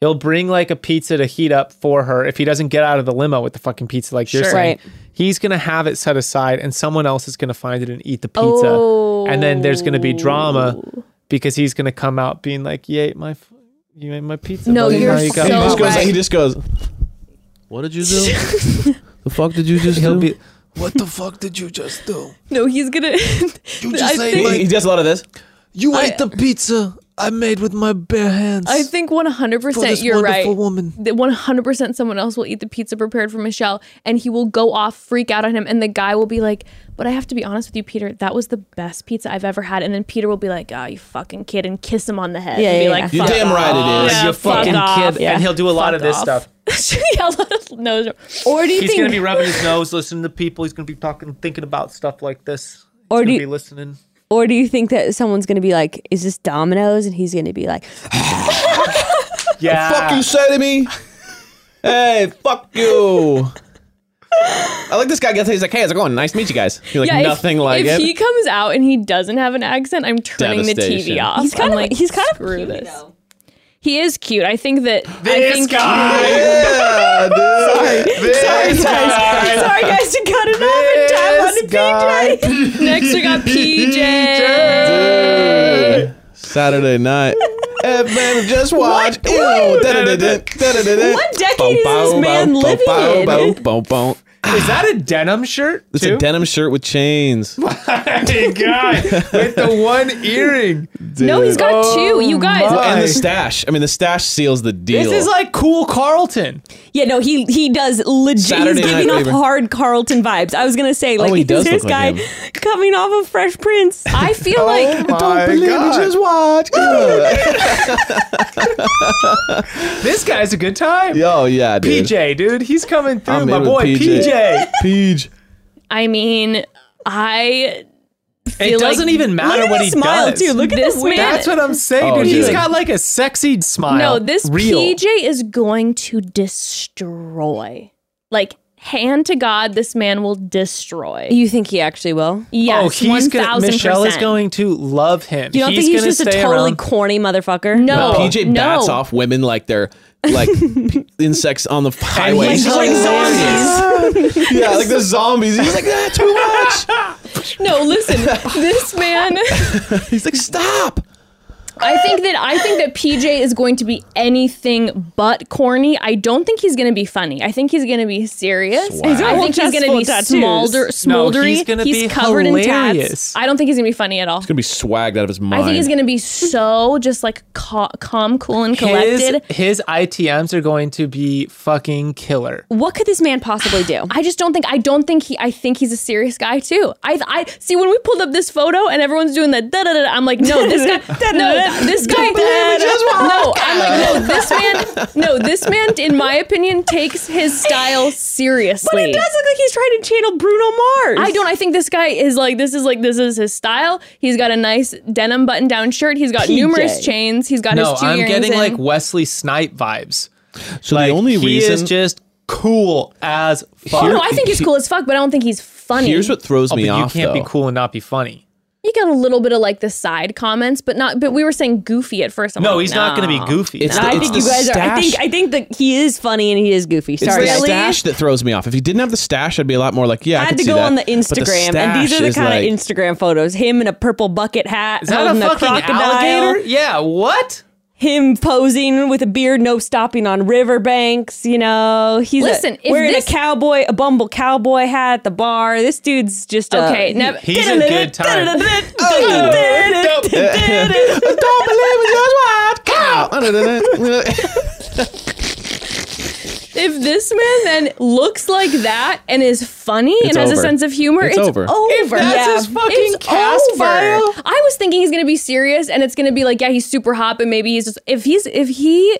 Speaker 5: He'll bring like a pizza to heat up for her if he doesn't get out of the limo with the fucking pizza, like you're
Speaker 7: Sure.
Speaker 5: saying.
Speaker 8: Right.
Speaker 5: He's gonna have it set aside, and someone else is gonna find it and eat the pizza, and then there's gonna be drama
Speaker 7: Oh.
Speaker 5: because he's gonna come out being like, "You ate my, f- you ate my pizza."
Speaker 7: No,
Speaker 5: buddy.
Speaker 7: you're
Speaker 5: Now you got
Speaker 9: he
Speaker 7: so
Speaker 9: just
Speaker 5: me."
Speaker 9: goes.
Speaker 7: right.
Speaker 9: He just goes. What did you do? the fuck did you just
Speaker 5: He'll
Speaker 9: do?
Speaker 5: be.
Speaker 6: What the fuck did you just do?
Speaker 7: no, he's going to
Speaker 6: You just
Speaker 7: I
Speaker 6: ate
Speaker 7: think-
Speaker 6: my,
Speaker 9: he, he does a lot of this.
Speaker 6: you ate the pizza I made with my bare hands.
Speaker 7: I think
Speaker 6: for this
Speaker 7: 100% you're
Speaker 6: wonderful
Speaker 7: right.
Speaker 6: woman.
Speaker 7: that 100% someone else will eat the pizza prepared for Michelle and he will go off, freak out on him. And the guy will be like, But I have to be honest with you, Peter, that was the best pizza I've ever had. And then Peter will be like, Oh, you fucking kid, and kiss him on the head.
Speaker 8: Yeah,
Speaker 7: and be
Speaker 8: yeah,
Speaker 7: like,
Speaker 8: yeah.
Speaker 9: You're
Speaker 7: "Fuck
Speaker 9: damn
Speaker 7: off."
Speaker 9: right it is.
Speaker 7: Yeah,
Speaker 5: you
Speaker 7: fuck
Speaker 5: fucking
Speaker 7: off.
Speaker 5: kid.
Speaker 8: Yeah.
Speaker 5: And he'll do a lot of this
Speaker 7: off. (laughs)
Speaker 5: stuff.
Speaker 7: yeah, let us- no, no.
Speaker 8: or do you
Speaker 5: He's
Speaker 8: think
Speaker 5: going to be rubbing his nose, listening to people. He's going to be talking, thinking about stuff like this. He's
Speaker 8: Or
Speaker 5: going
Speaker 8: do
Speaker 5: to
Speaker 8: you-
Speaker 5: be listening.
Speaker 8: Or do you think that someone's going to be like, is this Domino's? And he's going to be like,
Speaker 5: Yeah.
Speaker 9: Fuck you say to me. Hey, fuck you. I like this guy. Gets he's like, hey, how's it going? Nice to meet you guys. You're like
Speaker 7: (laughs) Yeah, if-
Speaker 9: nothing like
Speaker 7: if
Speaker 9: it.
Speaker 7: he comes out and he doesn't have an accent, I'm turning the TV
Speaker 9: Devastation.
Speaker 7: off.
Speaker 8: he's kind
Speaker 7: I'm
Speaker 8: of,
Speaker 7: like,
Speaker 5: (laughs)
Speaker 7: (laughs)
Speaker 8: he's kind
Speaker 7: screw
Speaker 8: of,
Speaker 7: this. He is cute. I think that I think
Speaker 9: yeah,
Speaker 7: (laughs)
Speaker 9: dude.
Speaker 8: Sorry, guys. Sorry, guys, you got it off in time on the
Speaker 7: (laughs)
Speaker 8: PJ.
Speaker 7: next we got PJ.
Speaker 9: Dude. Saturday night. Hey, man, just watch. Ew.
Speaker 8: What
Speaker 9: What
Speaker 8: decade is this man living in?
Speaker 5: Is that a denim shirt?
Speaker 9: It's
Speaker 5: too?
Speaker 9: a denim shirt with chains.
Speaker 5: (laughs) Hey, God. With the one earring.
Speaker 7: No, oh, he's got two. You guys,
Speaker 5: Oh my.
Speaker 9: And the stash. I mean, the stash seals the deal.
Speaker 5: This is like cool Carlton.
Speaker 8: Yeah, no, he he does legit.
Speaker 9: Saturday
Speaker 8: he's
Speaker 9: Night
Speaker 8: giving off
Speaker 9: Fever.
Speaker 8: hard Carlton vibes. I was gonna say, like,
Speaker 9: Oh, he
Speaker 8: is
Speaker 9: does
Speaker 8: this
Speaker 9: look
Speaker 8: guy
Speaker 9: like
Speaker 8: coming off of Fresh Prince?
Speaker 7: I feel
Speaker 5: (laughs)
Speaker 7: like
Speaker 5: Oh my God.
Speaker 9: watch. Ew.
Speaker 5: This guy's a good time.
Speaker 9: Yo, (laughs) yeah, dude.
Speaker 5: PJ, dude. He's coming through.
Speaker 9: I'm
Speaker 5: my
Speaker 8: (laughs)
Speaker 9: in with
Speaker 5: boy,
Speaker 9: PJ.
Speaker 5: PJ.
Speaker 9: Peach.
Speaker 7: I mean, I
Speaker 5: It doesn't even matter what he
Speaker 8: smile
Speaker 5: does.
Speaker 8: too. Look at this man.
Speaker 5: That's what I'm saying,
Speaker 9: Oh,
Speaker 5: dude. He's
Speaker 9: dude.
Speaker 5: got like a sexy smile.
Speaker 7: No, this
Speaker 5: Real.
Speaker 7: PJ is going to destroy. Like, hand to God, this man will destroy.
Speaker 9: Oh,
Speaker 8: You think he actually will?
Speaker 7: Yes,
Speaker 5: oh, he's gonna,
Speaker 7: 1000%.
Speaker 5: Michelle is going to love him.
Speaker 8: You don't
Speaker 5: he's
Speaker 8: think he's
Speaker 5: gonna
Speaker 8: just a
Speaker 5: stay
Speaker 8: totally
Speaker 5: around.
Speaker 8: corny motherfucker?
Speaker 7: No,
Speaker 9: PJ
Speaker 7: no.
Speaker 9: bats off women like they're
Speaker 8: (laughs)
Speaker 9: like p- insects on the highway.
Speaker 5: he's like
Speaker 9: zombies. yeah,
Speaker 8: (laughs)
Speaker 9: like the zombies. He's like, ah, too much.
Speaker 7: No,
Speaker 9: (laughs)
Speaker 7: listen, this man.
Speaker 9: He's like, stop.
Speaker 7: I think that I think that PJ is going to be anything but corny. I don't think he's going to be funny. I think he's going to be serious.
Speaker 9: He's got
Speaker 7: I think he's
Speaker 8: chest
Speaker 7: going to
Speaker 8: full
Speaker 7: be
Speaker 8: of tattoos.
Speaker 7: smolder,
Speaker 5: No,
Speaker 7: smoldery.
Speaker 5: he's gonna be
Speaker 7: covered in
Speaker 5: hilarious.
Speaker 7: tats. I don't think he's going to be funny at all.
Speaker 9: Gonna be swagged out of his mind.
Speaker 7: I think he's going to be so just like ca- calm, cool, and collected.
Speaker 5: His, his ITMs are going to be fucking killer.
Speaker 8: What could this man possibly do?
Speaker 7: I just don't think I don't think he I think he's a serious guy too. I I see when we pulled up this photo and everyone's doing the da da da. da, I'm like no this guy no this guy no I'm like no this man no this man in my opinion takes his style seriously.
Speaker 8: But it does look like he's trying to channel Bruno Mars.
Speaker 7: I don't. I think this guy is like this is like this is his style. He's got a nice denim button down shirt. He's got numerous chains. He's got
Speaker 5: No,
Speaker 7: his 2
Speaker 5: I'm
Speaker 7: earrings
Speaker 5: getting
Speaker 7: in.
Speaker 5: like Wesley Snipe vibes.
Speaker 9: so
Speaker 5: Like,
Speaker 9: the only
Speaker 5: he
Speaker 9: reason
Speaker 5: is just cool as fuck.
Speaker 7: Oh, no, I think he's cool as fuck, but I don't think he's funny.
Speaker 9: here's what throws
Speaker 5: Oh, but
Speaker 9: me
Speaker 5: you
Speaker 9: off
Speaker 5: can't
Speaker 9: though.
Speaker 5: be cool and not be funny.
Speaker 7: You got a little bit of like the side comments, but not. But we were saying goofy at first. I'm
Speaker 5: No,
Speaker 7: like,
Speaker 5: he's not going to be goofy.
Speaker 9: It's
Speaker 8: I
Speaker 9: the-
Speaker 8: think
Speaker 9: the
Speaker 8: you guys are. I think
Speaker 9: stash.
Speaker 8: I think that he is funny and he is goofy.
Speaker 9: It's
Speaker 8: Sorry,
Speaker 9: the
Speaker 8: guys.
Speaker 9: stash that throws me off. If he didn't have the stash, I'd be a lot more like, yeah. I,
Speaker 8: I had
Speaker 9: could
Speaker 8: to
Speaker 9: see
Speaker 8: go
Speaker 9: that.
Speaker 8: on the
Speaker 9: But
Speaker 8: Instagram, and these are the
Speaker 9: stash
Speaker 8: kind
Speaker 9: is
Speaker 8: of
Speaker 9: (laughs) like-
Speaker 8: Instagram photos. Him in a purple bucket hat,
Speaker 5: Is that a
Speaker 8: holding
Speaker 5: fucking
Speaker 8: crocodile.
Speaker 5: alligator? Yeah, what?
Speaker 8: Him posing with a beard, no stopping on riverbanks. You know, he's a-
Speaker 7: Listen, if
Speaker 8: wearing
Speaker 7: this-
Speaker 8: a cowboy, a bumble cowboy hat at the bar. This dude's just a-
Speaker 7: Okay,
Speaker 9: (laughs)
Speaker 7: now-
Speaker 5: He's a (laughs) good time.
Speaker 9: Oh, Don't believe it, just watch. Cow. (laughs)
Speaker 7: If this man then looks like that and is funny and has
Speaker 9: over.
Speaker 7: a sense of humor,
Speaker 9: It's
Speaker 7: it's,
Speaker 9: over.
Speaker 7: over.
Speaker 8: If that's his
Speaker 5: fucking cast bio.
Speaker 7: I was thinking he's gonna be serious and it's gonna be like, yeah, he's super hot, but maybe he's just if he's if he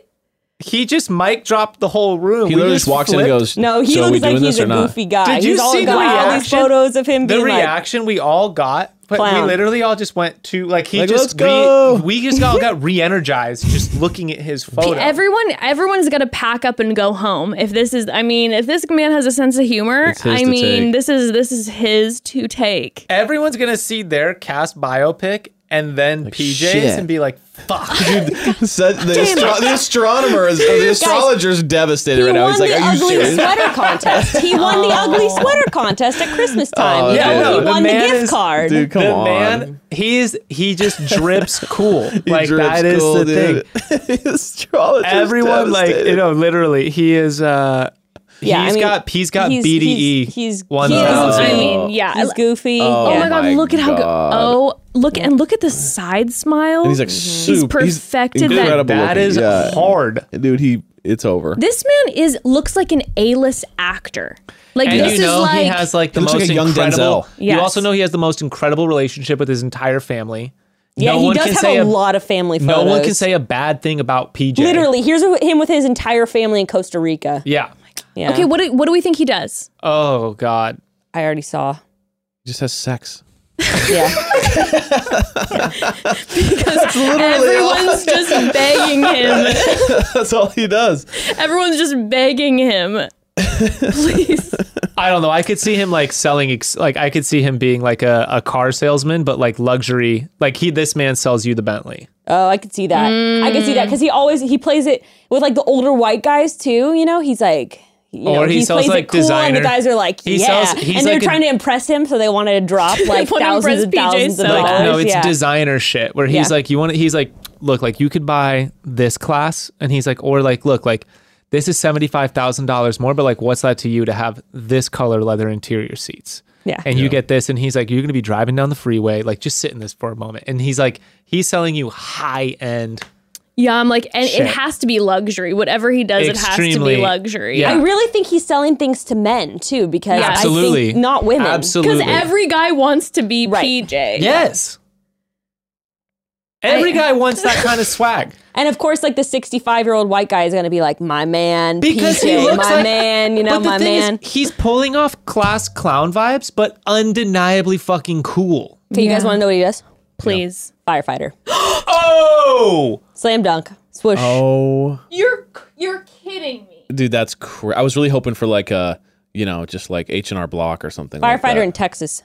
Speaker 5: He just mic dropped the whole room.
Speaker 9: He
Speaker 5: We
Speaker 9: literally
Speaker 5: just
Speaker 9: just walks in and
Speaker 5: flipped.
Speaker 9: goes,
Speaker 8: No, he
Speaker 9: so are we
Speaker 8: looks like
Speaker 9: doing
Speaker 8: he's
Speaker 9: this
Speaker 8: a
Speaker 9: or not?
Speaker 8: goofy guy.
Speaker 5: Did you
Speaker 8: he's all
Speaker 5: see the
Speaker 8: got all these
Speaker 5: reaction?
Speaker 8: photos of him
Speaker 5: the
Speaker 8: being like,
Speaker 5: reaction we all got, but we
Speaker 8: Clown.
Speaker 5: literally all just went to like he
Speaker 9: Like, let's
Speaker 5: just
Speaker 9: go.
Speaker 5: re, we just all got re-energized just looking at his photo.
Speaker 7: everyone everyone's gonna pack up and go home. If this is I mean, if this man has a sense of humor,
Speaker 9: It's his
Speaker 7: I
Speaker 9: to
Speaker 7: mean
Speaker 9: take.
Speaker 7: this is this is his to take.
Speaker 5: Everyone's gonna see their cast biopic and then PJs
Speaker 9: shit.
Speaker 5: and be like, "Fuck,
Speaker 9: (laughs) Said the, astro- the astronomer
Speaker 8: (laughs)
Speaker 9: is the astrologer's devastated
Speaker 8: He
Speaker 9: right now.
Speaker 8: won
Speaker 9: He's like,
Speaker 8: the
Speaker 9: "Are you
Speaker 8: ugly
Speaker 9: serious?"
Speaker 8: sweater contest. He won the ugly sweater contest at Christmas time.
Speaker 9: Oh,
Speaker 8: you
Speaker 9: yeah,
Speaker 8: know,
Speaker 9: no,
Speaker 8: he
Speaker 9: the
Speaker 8: won the,
Speaker 5: man
Speaker 8: gift
Speaker 5: is-
Speaker 8: card.
Speaker 9: Dude,
Speaker 5: (laughs)
Speaker 9: come
Speaker 5: the
Speaker 9: on.
Speaker 5: man, he is he just drips cool.
Speaker 9: (laughs) He
Speaker 5: like
Speaker 9: drips
Speaker 5: that is
Speaker 9: cool,
Speaker 5: the
Speaker 9: dude.
Speaker 5: thing.
Speaker 9: The astrologer's
Speaker 5: Everyone like you
Speaker 9: devastated.
Speaker 5: know, literally, he is. uh
Speaker 8: Yeah, I
Speaker 5: he's
Speaker 8: mean,
Speaker 5: got he's got
Speaker 8: he's-
Speaker 5: BDE.
Speaker 8: he's- he's-
Speaker 5: one
Speaker 8: he's-
Speaker 5: thousand.
Speaker 7: I mean, yeah.
Speaker 8: He's goofy.
Speaker 9: Oh,
Speaker 7: Oh
Speaker 8: yeah.
Speaker 7: my god,
Speaker 9: my
Speaker 7: look at how good.
Speaker 9: God.
Speaker 7: Oh, look and look at the side smile.
Speaker 9: And he's like super.
Speaker 7: perfected that-
Speaker 9: he's incredible
Speaker 5: That
Speaker 9: looking,
Speaker 5: is
Speaker 9: yeah.
Speaker 5: hard.
Speaker 9: dude. He it's over.
Speaker 7: this man is looks like an A-list actor. Like
Speaker 5: And
Speaker 7: this
Speaker 5: you know
Speaker 7: is like
Speaker 5: he has like the
Speaker 9: He looks
Speaker 5: most
Speaker 9: like a young
Speaker 5: incredible.
Speaker 9: Denzel.
Speaker 5: You
Speaker 8: Yes.
Speaker 5: also know he has the most incredible relationship with his entire family.
Speaker 8: Yeah,
Speaker 5: no
Speaker 8: he
Speaker 5: one
Speaker 8: does
Speaker 5: can
Speaker 8: have
Speaker 5: say
Speaker 8: a, lot of family photos.
Speaker 5: No one can say a bad thing about PJ.
Speaker 8: Literally, here's a, him with his entire family in Costa Rica.
Speaker 5: Yeah.
Speaker 8: Yeah.
Speaker 7: Okay, what do, what do we think he does?
Speaker 5: Oh God.
Speaker 8: I already saw.
Speaker 9: He just has sex.
Speaker 8: Yeah.
Speaker 7: Because everyone's just
Speaker 5: (laughs)
Speaker 7: begging him.
Speaker 9: That's all he does.
Speaker 7: Everyone's just begging him. Please.
Speaker 5: I don't know. I could see him like selling, ex- like I could see him being like a, a car salesman, but like luxury. Like he, this man sells you the Bentley.
Speaker 8: Oh, I could see that. I could see that because he always he plays it with like the older white guys too. You know, he's like. You know,
Speaker 5: Or he sells,
Speaker 8: plays
Speaker 5: like,
Speaker 8: it cool, and
Speaker 5: designer.
Speaker 8: the guys are like,
Speaker 5: He
Speaker 8: yeah,
Speaker 5: sells- he's
Speaker 8: and they're
Speaker 5: like a-
Speaker 8: trying to impress him, so (laughs) they want to drop like
Speaker 7: wanna
Speaker 8: thousands and
Speaker 7: impress PJ
Speaker 8: thousands of
Speaker 7: so
Speaker 8: dollars.
Speaker 5: Like no, it's
Speaker 8: yeah.
Speaker 5: designer shit. Where he's
Speaker 8: Yeah.
Speaker 5: like, you want? He's like, look, like you could buy this class, and he's like, or like, look, like this is seventy five thousand dollars more, but like, what's that to you to have this color leather interior seats?
Speaker 8: Yeah.
Speaker 5: and you get this, and he's like, you're gonna be driving down the freeway, like just sit in this for a moment, and he's like, he's selling you high end.
Speaker 7: (laughs) Yeah, I'm like, and
Speaker 5: Shit.
Speaker 7: it has to be luxury. Whatever he does, it has to
Speaker 5: Extremely.
Speaker 7: be luxury.
Speaker 5: Yeah.
Speaker 8: I really think he's selling things to men too, because
Speaker 7: Yeah.
Speaker 8: I
Speaker 5: Absolutely.
Speaker 8: think not women.
Speaker 5: Absolutely.
Speaker 7: Because every guy wants to be
Speaker 8: Right.
Speaker 7: PJ.
Speaker 5: Yes. Every guy wants that kind of
Speaker 8: (laughs)
Speaker 5: swag.
Speaker 8: And of course, like the sixty-five-year-old white guy is going to be like, "My man,
Speaker 5: Because
Speaker 8: PJ,
Speaker 5: he looks
Speaker 8: my
Speaker 5: like-
Speaker 8: man," you know,
Speaker 5: but the
Speaker 8: my
Speaker 5: thing
Speaker 8: man.
Speaker 5: is, he's pulling off class clown vibes, but undeniably fucking cool.
Speaker 8: Do you guys want to know what he does?
Speaker 7: Please.
Speaker 8: Firefighter.
Speaker 5: Oh,
Speaker 8: Slam dunk. Swoosh.
Speaker 9: Oh,
Speaker 7: You're you're kidding me.
Speaker 9: dude, that's cra- I was really hoping for like a, you know, just like H and R Block or something. like
Speaker 8: Firefighter
Speaker 9: that.
Speaker 8: in Texas.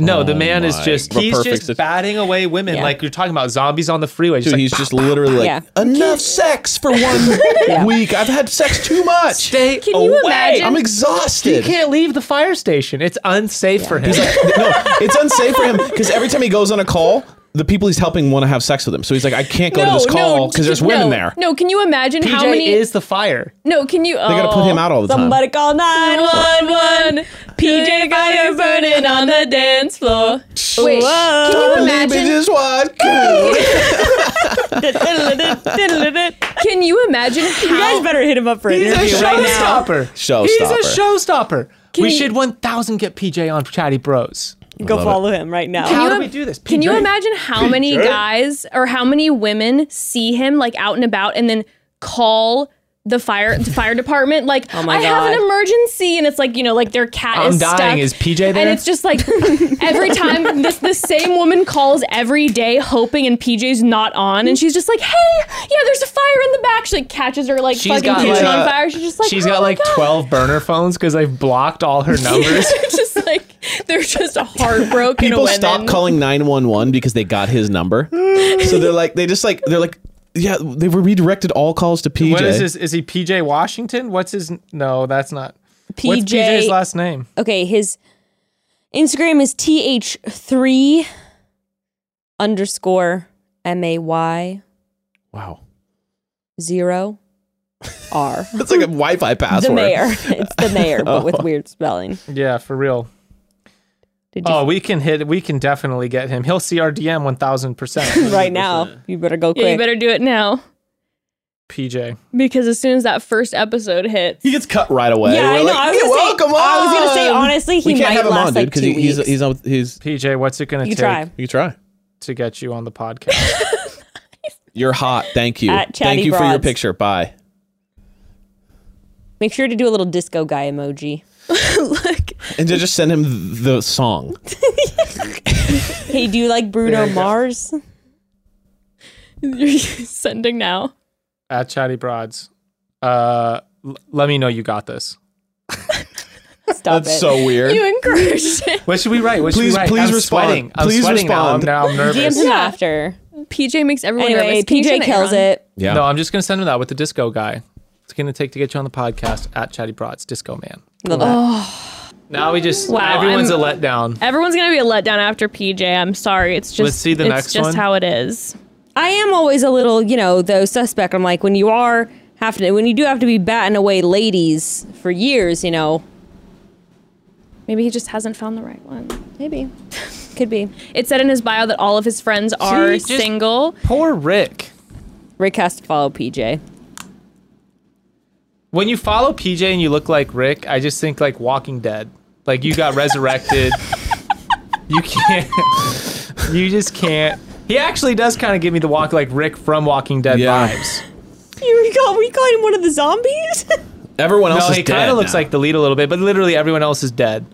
Speaker 5: no, the
Speaker 9: Oh
Speaker 5: man is
Speaker 9: my.
Speaker 5: just
Speaker 9: A
Speaker 5: he's
Speaker 9: perfect
Speaker 5: just
Speaker 9: sit-
Speaker 5: batting away women
Speaker 8: Yeah.
Speaker 5: like you're talking about zombies on the freeway. Just
Speaker 9: Dude,
Speaker 5: like,
Speaker 9: he's just literally like
Speaker 8: Yeah.
Speaker 9: enough sex for one week. I've had sex too much.
Speaker 5: stay
Speaker 7: Can
Speaker 5: away.
Speaker 7: you imagine?
Speaker 9: Oh, I'm
Speaker 5: He
Speaker 9: exhausted.
Speaker 5: can't leave the fire station. It's unsafe for him. (laughs)
Speaker 9: no, it's unsafe for him because every time he goes on a call, the people he's helping want to have sex with him. So he's like, I can't go to this call because there's women
Speaker 7: no,
Speaker 9: there.
Speaker 7: No, can you imagine
Speaker 5: PJ
Speaker 7: how many?
Speaker 5: is the fire.
Speaker 7: no, can you? Oh.
Speaker 9: They got to put him out all the time.
Speaker 8: Somebody call 911.
Speaker 7: one. PJ fire burning on the dance floor.
Speaker 4: Wait,
Speaker 7: Can you (laughs)
Speaker 9: Baby, (laughs)
Speaker 7: imagine?
Speaker 9: just what? you
Speaker 7: Can you imagine how?
Speaker 8: You guys better hit him up for an
Speaker 5: He's a
Speaker 8: interview right now.
Speaker 5: showstopper. He's
Speaker 9: Showstopper.
Speaker 5: a showstopper. we
Speaker 7: you-
Speaker 5: should 1000 get PJ on Chatty Bros.
Speaker 8: Go
Speaker 9: Love it.
Speaker 8: follow him right now.
Speaker 5: How
Speaker 7: you
Speaker 5: do
Speaker 7: im-
Speaker 5: we do this?
Speaker 7: Can you
Speaker 5: PJ?
Speaker 7: imagine how many guys or how many women see him like out and about and then call the fire the fire department like
Speaker 8: my
Speaker 7: I have an
Speaker 8: God.
Speaker 7: emergency and it's like you know like their cat
Speaker 5: Oh I'm
Speaker 7: is
Speaker 5: dying.
Speaker 7: stuck
Speaker 5: Is PJ there?
Speaker 7: and it's just
Speaker 5: (laughs)
Speaker 7: like every time this the same woman calls every day hoping and PJ's not on and she's just like hey yeah there's a fire in the back she like catches her like
Speaker 5: She's
Speaker 7: fucking
Speaker 5: got,
Speaker 7: kitchen
Speaker 5: like,
Speaker 7: on
Speaker 5: a-
Speaker 7: fire she's just like
Speaker 5: She's
Speaker 7: "Oh (laughs)
Speaker 5: got
Speaker 7: my
Speaker 5: like
Speaker 7: God."
Speaker 5: 12 burner phones because I've blocked all
Speaker 8: (laughs)
Speaker 5: her numbers.
Speaker 7: just like they're just heartbroken
Speaker 9: People
Speaker 7: women.
Speaker 9: stop calling 911 because they got his number. so they're like, they just like, they're like, yeah, they were redirected all calls to PJ.
Speaker 5: What is this? Is he PJ Washington? What's his? No, that's not. What's
Speaker 8: PJ
Speaker 5: PJ's last name?
Speaker 8: okay, his Instagram is th3 underscore m a y
Speaker 9: Wow.
Speaker 8: zero r.
Speaker 9: That's like a Wi-Fi
Speaker 8: The
Speaker 9: password.
Speaker 8: mayor. (laughs) It's the mayor, but
Speaker 9: (laughs)
Speaker 8: with weird spelling.
Speaker 5: Yeah, for real.
Speaker 8: Did you
Speaker 5: Oh, we can hit. We can definitely get him. He'll see our DM one thousand percent.
Speaker 8: (laughs) right
Speaker 9: Oh.
Speaker 8: now? You better go quick.
Speaker 7: yeah you better do it now
Speaker 5: PJ.
Speaker 7: because as soon as that first episode hits
Speaker 9: He gets cut right away.
Speaker 8: Yeah, I
Speaker 9: We're
Speaker 8: know.
Speaker 9: like,
Speaker 8: I was
Speaker 9: "Hey,
Speaker 8: gonna say-
Speaker 9: welcome on.
Speaker 8: I was gonna say, honestly, he
Speaker 9: we can't
Speaker 8: might
Speaker 9: have him
Speaker 8: last,
Speaker 9: on,
Speaker 8: like,
Speaker 9: dude, because
Speaker 8: two
Speaker 9: he, he's
Speaker 8: weeks.
Speaker 9: he's on, he's
Speaker 5: PJ, what's it gonna
Speaker 8: you
Speaker 5: take
Speaker 8: try.
Speaker 9: you try.
Speaker 5: to get you on the podcast? (laughs)
Speaker 9: You're hot. Thank you.
Speaker 8: At Chatty
Speaker 9: Thank you for your
Speaker 8: Broads.
Speaker 9: picture. Bye.
Speaker 8: Make sure to do a little disco guy emoji.
Speaker 9: And to just send him th- the song.
Speaker 8: Hey, do you like Bruno Mars?
Speaker 7: you're sending now
Speaker 5: At Chatty Broads. Uh, l- let me know you got this.
Speaker 8: Stop it.
Speaker 9: weird.
Speaker 7: you encouraged
Speaker 5: (laughs)
Speaker 7: it
Speaker 5: What should we write? What should
Speaker 9: Please-
Speaker 5: we write?
Speaker 9: please
Speaker 5: I'm
Speaker 9: respond.
Speaker 5: Sweating. I'm
Speaker 9: Please
Speaker 5: sweating
Speaker 9: respond.
Speaker 5: Now. I'm, now I'm
Speaker 8: DM
Speaker 5: nervous.
Speaker 8: him after.
Speaker 7: pj makes everyone
Speaker 8: Anyway,
Speaker 7: nervous Can you turn
Speaker 8: PJ
Speaker 7: that
Speaker 8: kills
Speaker 7: on?
Speaker 8: it.
Speaker 9: Yeah.
Speaker 5: No, I'm just gonna send him that with the disco guy. It's gonna take to get you on the podcast at Chatty Broads, Disco Man.
Speaker 8: Love that.
Speaker 5: Oh. Now we just
Speaker 7: Wow,
Speaker 5: everyone's
Speaker 7: I'm-
Speaker 5: a letdown.
Speaker 7: everyone's gonna be a letdown after pj i'm sorry it's just
Speaker 5: Let's see the
Speaker 7: it's
Speaker 5: next
Speaker 7: just
Speaker 5: one.
Speaker 7: how it is
Speaker 8: I am always a little, you know, though suspect. I'm like when you are have to when you do have to be batting away ladies for years, you know.
Speaker 7: maybe he just hasn't found the right one (laughs)
Speaker 8: Maybe. Could be.
Speaker 7: it said in his bio that all of his friends are
Speaker 5: just-
Speaker 7: single
Speaker 5: Poor Rick.
Speaker 8: Rick has to follow PJ.
Speaker 5: When you follow PJ and you look like Rick, I just think like Walking Dead. Like you got resurrected. (laughs) you can't. (laughs) You just can't. He actually does kind of give me the walk like Rick from Walking Dead
Speaker 9: Yeah.
Speaker 5: vibes.
Speaker 8: You recall we call him one of the zombies?
Speaker 9: Everyone else
Speaker 5: No,
Speaker 9: is
Speaker 5: he
Speaker 9: dead.
Speaker 5: kind of looks
Speaker 9: now.
Speaker 5: like the lead a little bit, but literally everyone else is dead.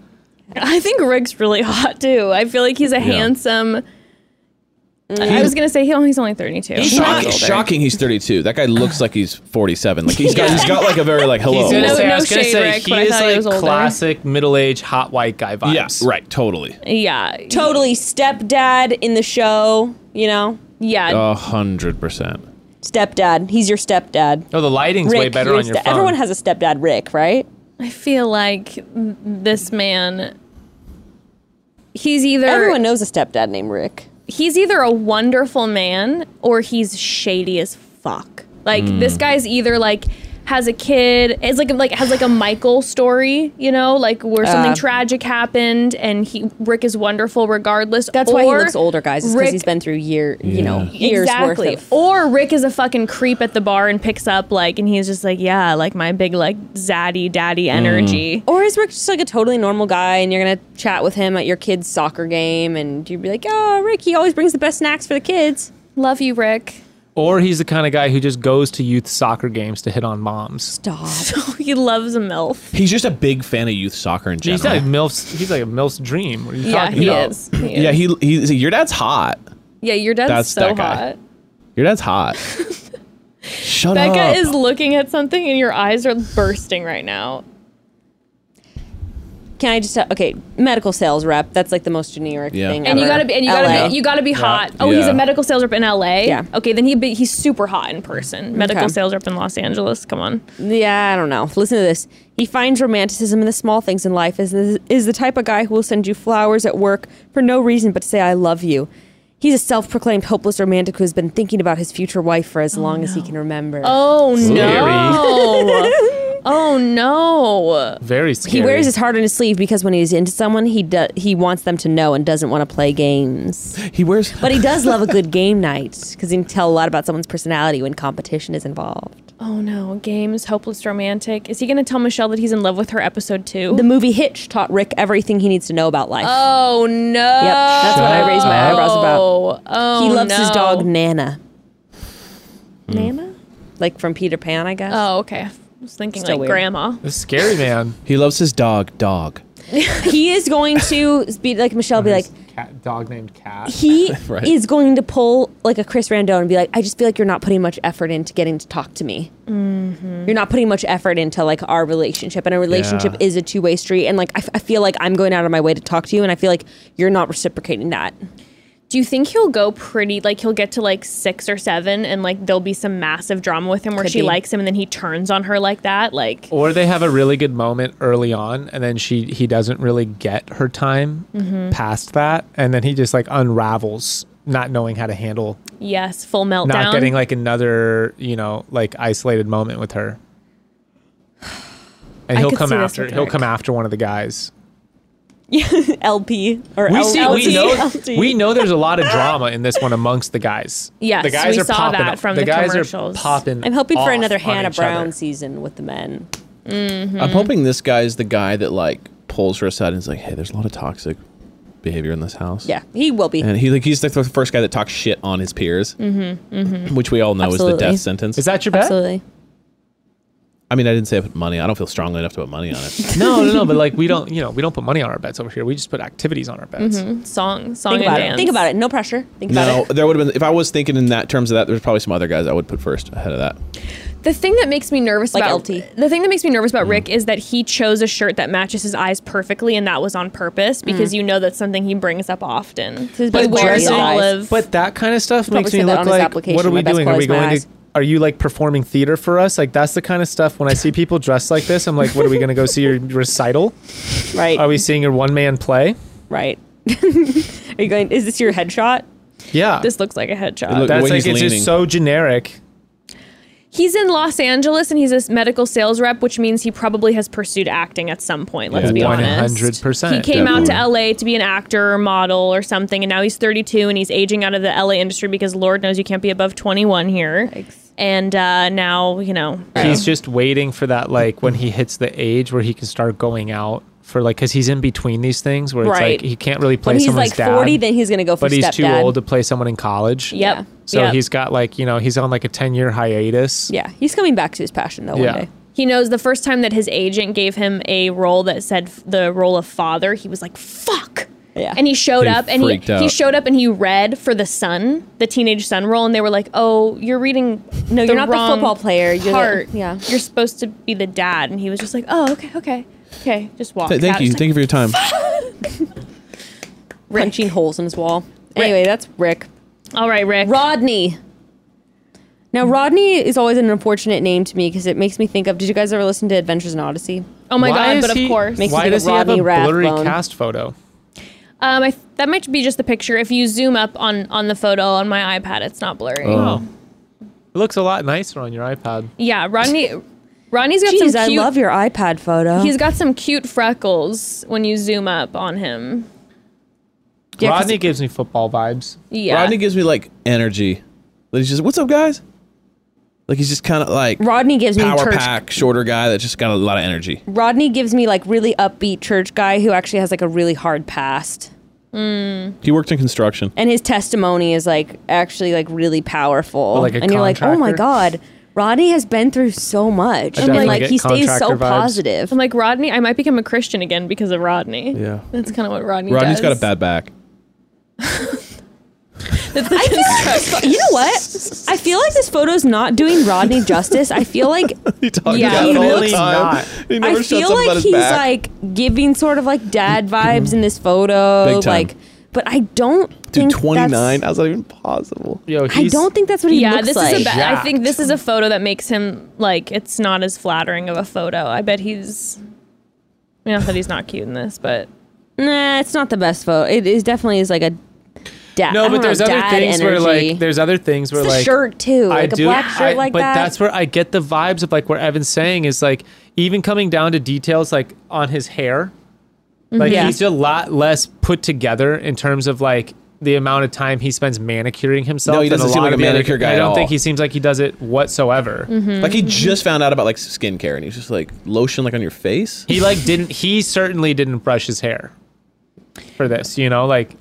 Speaker 7: i think rick's really (laughs) hot too i feel like he's a handsome i was gonna say he only- he's only 32
Speaker 5: He's
Speaker 7: Not
Speaker 9: Shocking,
Speaker 7: older.
Speaker 9: shocking he's 32. That guy looks like he's 47. Like he's got he's got like a very like hello.
Speaker 5: He's gonna
Speaker 7: No-
Speaker 5: say, I
Speaker 7: no
Speaker 5: was gonna
Speaker 7: shade,
Speaker 5: say
Speaker 7: Rick,
Speaker 5: he
Speaker 7: but I
Speaker 5: is
Speaker 7: thought he
Speaker 5: like
Speaker 7: was older.
Speaker 5: classic middle-aged hot white guy vibes.
Speaker 9: yeah, right, totally.
Speaker 7: yeah
Speaker 8: totally stepdad in the show, you know.
Speaker 7: yeah
Speaker 9: A hundred percent.
Speaker 8: Stepdad. He's your stepdad.
Speaker 5: No, Oh, the lighting's
Speaker 8: Rick,
Speaker 5: way better
Speaker 8: your
Speaker 5: on your
Speaker 8: ste-
Speaker 5: phone.
Speaker 8: Everyone has a stepdad Rick, right?
Speaker 7: I feel like m- this man he's either
Speaker 8: Everyone knows a stepdad named Rick.
Speaker 7: he's either a wonderful man or he's shady as fuck. Like this guy's either like has a kid, it's like like has like a Michael story, you know, like where something
Speaker 8: Uh.
Speaker 7: tragic happened and he Rick is wonderful regardless.
Speaker 8: That's why he
Speaker 7: or
Speaker 8: looks older, guys, because
Speaker 7: Rick-
Speaker 8: he's been through year, you know, years
Speaker 7: exactly.
Speaker 8: worth of
Speaker 7: Or Rick is a fucking creep at the bar and picks up like and he's just like, yeah, like my big like zaddy daddy energy.
Speaker 8: Or is Rick just like a totally normal guy and you're going to chat with him at your kid's soccer game and you'd be like, oh, Rick, he always brings the best snacks for the kids.
Speaker 7: Love you, Rick.
Speaker 5: Or he's the kind of guy who just goes to youth soccer games to hit on moms.
Speaker 8: Stop.
Speaker 7: he loves a MILF.
Speaker 9: He's just a big fan of youth soccer in general.
Speaker 5: He's like milf's. He's like a milf's dream. What are you
Speaker 7: Yeah,
Speaker 5: talking
Speaker 7: he
Speaker 5: about?
Speaker 7: is. He
Speaker 9: yeah,
Speaker 7: is.
Speaker 9: he, he your dad's hot.
Speaker 7: yeah, your dad's
Speaker 9: That's
Speaker 7: so
Speaker 9: that guy.
Speaker 7: hot.
Speaker 9: Your
Speaker 7: (laughs)
Speaker 9: dad's hot. Shut
Speaker 7: Becca
Speaker 9: up.
Speaker 7: is looking at something and your eyes are bursting right now.
Speaker 8: Can I just uh, okay? Medical sales rep. That's like the most generic
Speaker 9: Yeah.
Speaker 8: thing.
Speaker 7: And you
Speaker 8: ever.
Speaker 7: gotta be, and you gotta
Speaker 8: LA.
Speaker 7: be, you gotta be hot. Oh, he's
Speaker 9: Yeah.
Speaker 7: a medical sales rep in LA.
Speaker 8: Yeah.
Speaker 7: Okay, then he be, he's super hot in person. Medical
Speaker 8: Okay.
Speaker 7: sales rep in Los Angeles. Come on.
Speaker 8: Yeah, I don't know. Listen to this. He finds romanticism in the small things in life. Is is the type of guy who will send you flowers at work for no reason but to say I love you. He's a self-proclaimed hopeless romantic who has been thinking about his future wife for as long as he can remember. (laughs)
Speaker 7: Oh
Speaker 9: (laughs)
Speaker 5: Scary.
Speaker 7: no. oh no.
Speaker 5: Very scary.
Speaker 8: he wears his heart on his sleeve because when he's into someone, he do- he wants them to know and doesn't want to play games.
Speaker 9: he wears
Speaker 8: But he does love
Speaker 5: (laughs)
Speaker 8: a good game night because he can tell a lot about someone's personality when competition is involved.
Speaker 7: Oh no. Games, hopeless romantic. Is he gonna tell Michelle that he's in love with her episode two?
Speaker 8: The movie Hitch taught Rick everything he needs to know about life.
Speaker 7: oh no.
Speaker 8: yep, that's what I raised my eyebrows about.
Speaker 7: Oh, oh
Speaker 8: He loves his
Speaker 7: no.
Speaker 8: dog Nana,
Speaker 5: Hmm.
Speaker 7: Nana?
Speaker 8: like from Peter Pan, I guess.
Speaker 7: Oh, okay. I was thinking
Speaker 8: Still
Speaker 7: like
Speaker 8: weird.
Speaker 7: grandma.
Speaker 5: This scary (laughs) man.
Speaker 9: he loves his dog, dog.
Speaker 8: He is going to be like Michelle, be like,
Speaker 5: cat, dog named Cat. (laughs)
Speaker 8: he
Speaker 9: Right.
Speaker 8: is going to pull like a Chris Randone and be like, I just feel like you're not putting much effort into getting to talk to me.
Speaker 7: Mm-hmm.
Speaker 8: You're not putting much effort into like our relationship, and a relationship
Speaker 5: Yeah.
Speaker 8: is a two way street. And like, I, f- I feel like I'm going out of my way to talk to you, and I feel like you're not reciprocating (laughs) that.
Speaker 7: Do you think he'll go pretty like he'll get to like six or seven and like there'll be some massive drama with him where
Speaker 8: Could
Speaker 7: she
Speaker 8: be.
Speaker 7: likes him and then he turns on her like that? Like
Speaker 5: Or they have a really good moment early on, and then she he doesn't really get her time past that, and then he just like unravels, not knowing how to handle
Speaker 7: yes, full meltdown.
Speaker 5: not getting like another you know like isolated moment with her (sighs) and
Speaker 7: I
Speaker 5: he'll
Speaker 7: could
Speaker 5: come
Speaker 7: see this
Speaker 5: after
Speaker 7: with
Speaker 5: he'll
Speaker 7: Rick.
Speaker 5: come after one of the guys
Speaker 8: LP or
Speaker 5: we
Speaker 8: L-
Speaker 5: see
Speaker 8: LT.
Speaker 5: we know
Speaker 8: LT.
Speaker 5: we know there's a lot of drama in this one amongst the guys
Speaker 7: Yes,
Speaker 5: the guys
Speaker 7: we
Speaker 5: are
Speaker 7: saw
Speaker 5: popping
Speaker 7: that
Speaker 5: off-
Speaker 7: from
Speaker 5: the,
Speaker 7: the
Speaker 5: guys
Speaker 7: commercials.
Speaker 5: are popping
Speaker 8: I'm hoping for
Speaker 5: off
Speaker 8: another
Speaker 5: on
Speaker 8: Hannah
Speaker 5: each other.
Speaker 8: Brown season with the men.
Speaker 9: I'm
Speaker 7: Mm-hmm.
Speaker 9: hoping this guy's the guy that like pulls her aside and is like, "Hey, there's a lot of toxic behavior in this house."
Speaker 8: Yeah, he will be.
Speaker 9: and he like he's like the first guy that talks shit on his peers, mm-hmm, which we all know is the
Speaker 8: Absolutely.
Speaker 9: death sentence.
Speaker 5: is that your bet
Speaker 8: Absolutely.
Speaker 9: I mean, I didn't say I put money. I don't feel strongly enough to put money on it.
Speaker 5: no no no but
Speaker 8: (laughs)
Speaker 5: like we don't you know we don't put money on our bets over here we just put activities on our bets
Speaker 8: Mm-hmm.
Speaker 7: song, song
Speaker 8: Think
Speaker 7: and
Speaker 8: about
Speaker 7: dance.
Speaker 8: it. Think about it. No pressure. Think about
Speaker 9: no,
Speaker 8: it.
Speaker 9: there would have been if I was thinking in that terms of that. There's probably some other guys I would put first ahead of that.
Speaker 7: The thing that makes me nervous
Speaker 8: Like
Speaker 7: about
Speaker 8: LT.
Speaker 7: the thing that makes me nervous
Speaker 5: Mm.
Speaker 7: about Rick is that he chose a shirt that matches his eyes perfectly, and that was on purpose because
Speaker 8: Mm.
Speaker 7: you know that's something he brings up often.
Speaker 8: This is
Speaker 7: He
Speaker 8: But
Speaker 7: wears
Speaker 8: Jerry's
Speaker 7: an
Speaker 8: eyes.
Speaker 7: olive.
Speaker 5: But that kind of stuff
Speaker 8: Probably
Speaker 5: makes me
Speaker 8: said that
Speaker 5: look
Speaker 8: on his
Speaker 5: like
Speaker 8: application,
Speaker 5: what are
Speaker 8: my
Speaker 5: we
Speaker 8: best
Speaker 5: doing? Are we
Speaker 8: quality's my
Speaker 5: going
Speaker 8: eyes.
Speaker 5: to are you like performing theater for us? Like that's the kind of stuff when I see people dressed like this, I'm like, what are we gonna go see your recital?
Speaker 8: Right.
Speaker 5: Are we seeing your one man play?
Speaker 8: Right. Are you going? Is this your headshot?
Speaker 5: Yeah.
Speaker 7: this looks like a headshot.
Speaker 9: look- the
Speaker 5: that's
Speaker 9: way
Speaker 5: like it's
Speaker 9: he's leaning.
Speaker 5: just so generic.
Speaker 7: He's in Los Angeles and he's a medical sales rep, which means he probably has pursued acting at some point. Let's
Speaker 9: Yeah,
Speaker 7: be honest.
Speaker 5: 100%.
Speaker 7: He came out to
Speaker 9: Definitely.
Speaker 7: LA to be an actor or model or something, and now he's 32 and he's aging out of the LA industry because Lord knows you can't be above 21 here. And uh, now, you know,
Speaker 5: He's just waiting for that like when he hits the age where he can start going out for like because he's in between these things where it's like
Speaker 7: Right.
Speaker 5: he can't really play
Speaker 8: When he's
Speaker 5: someone's
Speaker 8: like
Speaker 5: dad.
Speaker 8: 40, then he's going to go for
Speaker 5: but he's
Speaker 8: stepdad.
Speaker 5: too old to play someone in college.
Speaker 7: yep.
Speaker 5: So
Speaker 7: yep.
Speaker 5: he's got like, you know, he's on like a ten year hiatus.
Speaker 8: yeah, he's coming back to his passion though
Speaker 5: Yeah.
Speaker 8: one day.
Speaker 7: He knows the first time that his agent gave him a role that said f- the role of father, he was like, fuck.
Speaker 8: Yeah.
Speaker 7: And he showed
Speaker 9: He
Speaker 7: up and he,
Speaker 9: freaked out.
Speaker 7: he showed up and he read for the son, the teenage son role, and they were like, Oh, you're reading
Speaker 8: No,
Speaker 7: the
Speaker 8: you're not the
Speaker 7: wrong
Speaker 8: football player. You're the-
Speaker 7: Part.
Speaker 8: yeah.
Speaker 7: You're supposed to be the dad. And he was just like, Oh, okay, okay. Okay. Just walk.
Speaker 9: Th- thank
Speaker 7: out."
Speaker 9: you,
Speaker 7: It's
Speaker 9: thank you for your time.
Speaker 8: Punching holes in his wall. Anyway, that's Rick.
Speaker 7: like, All right, Rick.
Speaker 8: Rodney. Now Rodney is always an unfortunate name to me because it makes me think of. Did you guys ever listen to Adventures in Odyssey?
Speaker 7: oh my
Speaker 5: Why
Speaker 7: god,
Speaker 5: is
Speaker 7: but of
Speaker 5: he-
Speaker 7: course.
Speaker 8: Makes me
Speaker 5: why
Speaker 8: think of
Speaker 5: does he have a
Speaker 8: Rodney
Speaker 5: blurry
Speaker 8: Rathbone.
Speaker 5: cast photo?
Speaker 7: Um, I, th- that might be just the picture. If you zoom up on on the photo on my iPad, it's not blurry.
Speaker 5: Oh. It looks a lot nicer on your iPad.
Speaker 7: Yeah, Rodney. Rodney's got
Speaker 8: Jeez,
Speaker 7: some.
Speaker 8: I
Speaker 7: Cute,
Speaker 8: love your iPad photo.
Speaker 7: He's got some cute freckles when you zoom up on him.
Speaker 8: Yeah, 'cause-
Speaker 5: Rodney gives me football vibes.
Speaker 7: Yeah.
Speaker 9: Rodney gives me like energy. Like he's just, what's up, guys? Like he's just kind of like
Speaker 8: Rodney gives me
Speaker 9: power
Speaker 8: church.
Speaker 9: pack, shorter guy that just got a lot of energy.
Speaker 8: Rodney gives me like really upbeat church guy who actually has like a really hard past.
Speaker 9: He worked in construction.
Speaker 8: and his testimony is like actually like really powerful.
Speaker 5: Well, like a
Speaker 8: and you're like, oh my
Speaker 5: contractor?
Speaker 8: god, Rodney has been through so much,
Speaker 5: I
Speaker 8: and
Speaker 5: definitely
Speaker 8: like
Speaker 5: get
Speaker 8: he stays so
Speaker 5: contractor vibes.
Speaker 8: positive.
Speaker 7: I'm like Rodney. I might become a Christian again because of Rodney.
Speaker 9: Yeah.
Speaker 7: That's kind of what Rodney.
Speaker 9: Rodney's
Speaker 7: does.
Speaker 9: got a bad back.
Speaker 8: you know what? I feel like this photo's not doing Rodney justice. I
Speaker 5: (laughs)
Speaker 8: feel like
Speaker 9: He talks
Speaker 8: Yeah,
Speaker 9: about
Speaker 8: he
Speaker 9: it all the
Speaker 5: looks-
Speaker 9: time.
Speaker 5: not.
Speaker 9: (laughs) He never
Speaker 8: I
Speaker 9: shuts
Speaker 8: feel
Speaker 9: up about
Speaker 8: like
Speaker 9: his
Speaker 8: he's
Speaker 9: back.
Speaker 8: like giving sort of like dad
Speaker 5: Mm-hmm.
Speaker 8: vibes in this photo,
Speaker 9: Big time.
Speaker 8: like. But I don't think
Speaker 9: Dude,
Speaker 8: that's-
Speaker 9: 29? How's that even possible?
Speaker 5: Yo,
Speaker 8: I
Speaker 5: he's,
Speaker 8: don't think that's what he
Speaker 7: Yeah,
Speaker 8: looks
Speaker 7: this
Speaker 8: like.
Speaker 7: is a. Ba- I
Speaker 5: Jacked.
Speaker 7: think this is a photo that makes him like it's not as flattering of a photo. I bet he's. I mean, not that he's not cute in this, but
Speaker 8: Nah, it's not the best photo. It is definitely is like a dad. I
Speaker 5: No,
Speaker 8: don't
Speaker 5: but there's
Speaker 8: know,
Speaker 5: other
Speaker 8: dad
Speaker 5: things where
Speaker 8: energy.
Speaker 5: like there's other things where
Speaker 8: the
Speaker 5: like
Speaker 8: shirt too,
Speaker 5: I
Speaker 8: like a
Speaker 5: do,
Speaker 8: black shirt
Speaker 5: I-
Speaker 8: like
Speaker 5: but
Speaker 8: that.
Speaker 5: that's where I get the vibes of like what Evan's saying is like even coming down to details like on his hair, like
Speaker 8: Mm-hmm. Yeah.
Speaker 5: he's a lot less put together in terms of like the amount of time he spends manicuring himself.
Speaker 9: No, he
Speaker 5: than
Speaker 9: doesn't
Speaker 5: a
Speaker 9: seem
Speaker 5: lot
Speaker 9: like
Speaker 5: of
Speaker 9: a
Speaker 5: the other-
Speaker 9: manicure guy
Speaker 5: I
Speaker 9: at
Speaker 5: don't
Speaker 9: all.
Speaker 5: think he seems like he does it whatsoever.
Speaker 8: Mm-hmm.
Speaker 9: Like he just found out about like skincare and he's just like lotion like on your face.
Speaker 5: He like didn't. He certainly didn't brush his hair for this. You know, like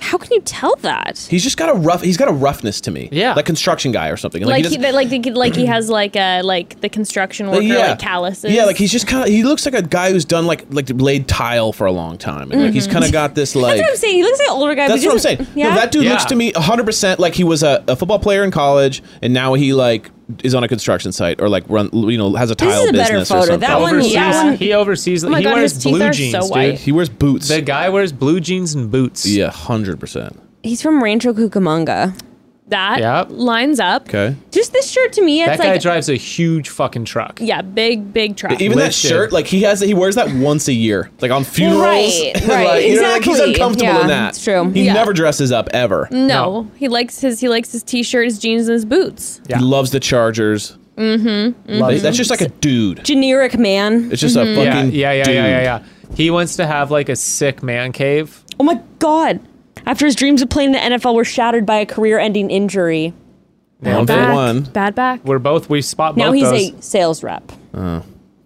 Speaker 8: How can you tell that?
Speaker 9: He's just got a rough. He's got a roughness to me.
Speaker 5: Yeah.
Speaker 9: like construction guy or something. Like,
Speaker 7: like
Speaker 9: he
Speaker 7: he,
Speaker 9: doesn't-
Speaker 7: like the, like he has like a like the construction worker
Speaker 9: yeah,
Speaker 7: like calluses.
Speaker 9: Yeah, like he's just kind of. He looks like a guy who's done like like laid tile for a long time, and like he's kind of got this like.
Speaker 8: That's what I'm saying. He looks like an older guy. but
Speaker 9: That's
Speaker 8: he
Speaker 9: what I'm
Speaker 8: doesn't-
Speaker 9: saying. No, that dude
Speaker 5: Yeah.
Speaker 9: looks to me 100% like he was a, a football player in college and now he like is on a construction site or like run you know has a
Speaker 8: This is
Speaker 9: tile
Speaker 8: a better
Speaker 9: business or
Speaker 8: photo.
Speaker 9: something.
Speaker 8: That one-
Speaker 5: overseas.
Speaker 8: yeah, that one-
Speaker 5: He oversees.
Speaker 7: Oh my
Speaker 5: he
Speaker 7: God,
Speaker 5: wears
Speaker 7: his teeth
Speaker 5: blue
Speaker 7: are
Speaker 5: jeans,
Speaker 7: so
Speaker 5: dude.
Speaker 7: white.
Speaker 9: He wears boots.
Speaker 5: The guy wears blue jeans and boots.
Speaker 9: yeah, 100%.
Speaker 8: He's from Rancho Cucamonga.
Speaker 7: that
Speaker 5: Yep.
Speaker 7: lines up.
Speaker 9: Okay.
Speaker 8: Just this shirt to me, it's
Speaker 5: That guy
Speaker 8: like
Speaker 5: drives a huge fucking truck.
Speaker 7: Yeah, big big
Speaker 5: Ah,
Speaker 7: truck.
Speaker 9: Even that
Speaker 5: Listen.
Speaker 9: shirt, like he has, he wears that once a year, like on funerals.
Speaker 8: Right,
Speaker 9: and,
Speaker 8: right,
Speaker 9: (laughs) like, you know, like, he's
Speaker 8: exactly.
Speaker 9: uncomfortable
Speaker 8: Yeah,
Speaker 9: in that.
Speaker 8: it's true.
Speaker 9: He
Speaker 8: Yeah. Mm.
Speaker 9: never dresses up ever.
Speaker 7: no, he likes his he likes his t-shirt, his jeans, and his boots.
Speaker 5: Yeah.
Speaker 9: He loves the Chargers.
Speaker 5: Loves
Speaker 9: That's just like a dude.
Speaker 8: generic man.
Speaker 9: It's just a
Speaker 5: Yeah,
Speaker 9: fucking
Speaker 5: yeah, yeah,
Speaker 9: dude.
Speaker 5: yeah, yeah, yeah. He wants to have like a sick man cave.
Speaker 8: Oh my god. After his dreams of playing in the NFL were shattered by a career-ending injury,
Speaker 9: One for
Speaker 7: Back,
Speaker 9: one
Speaker 7: bad back.
Speaker 5: We're both we spot
Speaker 8: now
Speaker 5: both
Speaker 8: he's
Speaker 5: those.
Speaker 8: a sales rep.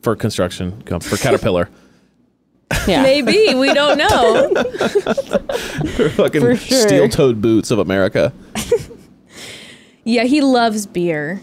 Speaker 9: for construction com- for Caterpillar.
Speaker 8: Yeah.
Speaker 7: Maybe we don't
Speaker 9: (laughs)
Speaker 7: know.
Speaker 9: fucking
Speaker 8: For sure.
Speaker 9: steel-toed boots of America.
Speaker 7: yeah, he loves beer.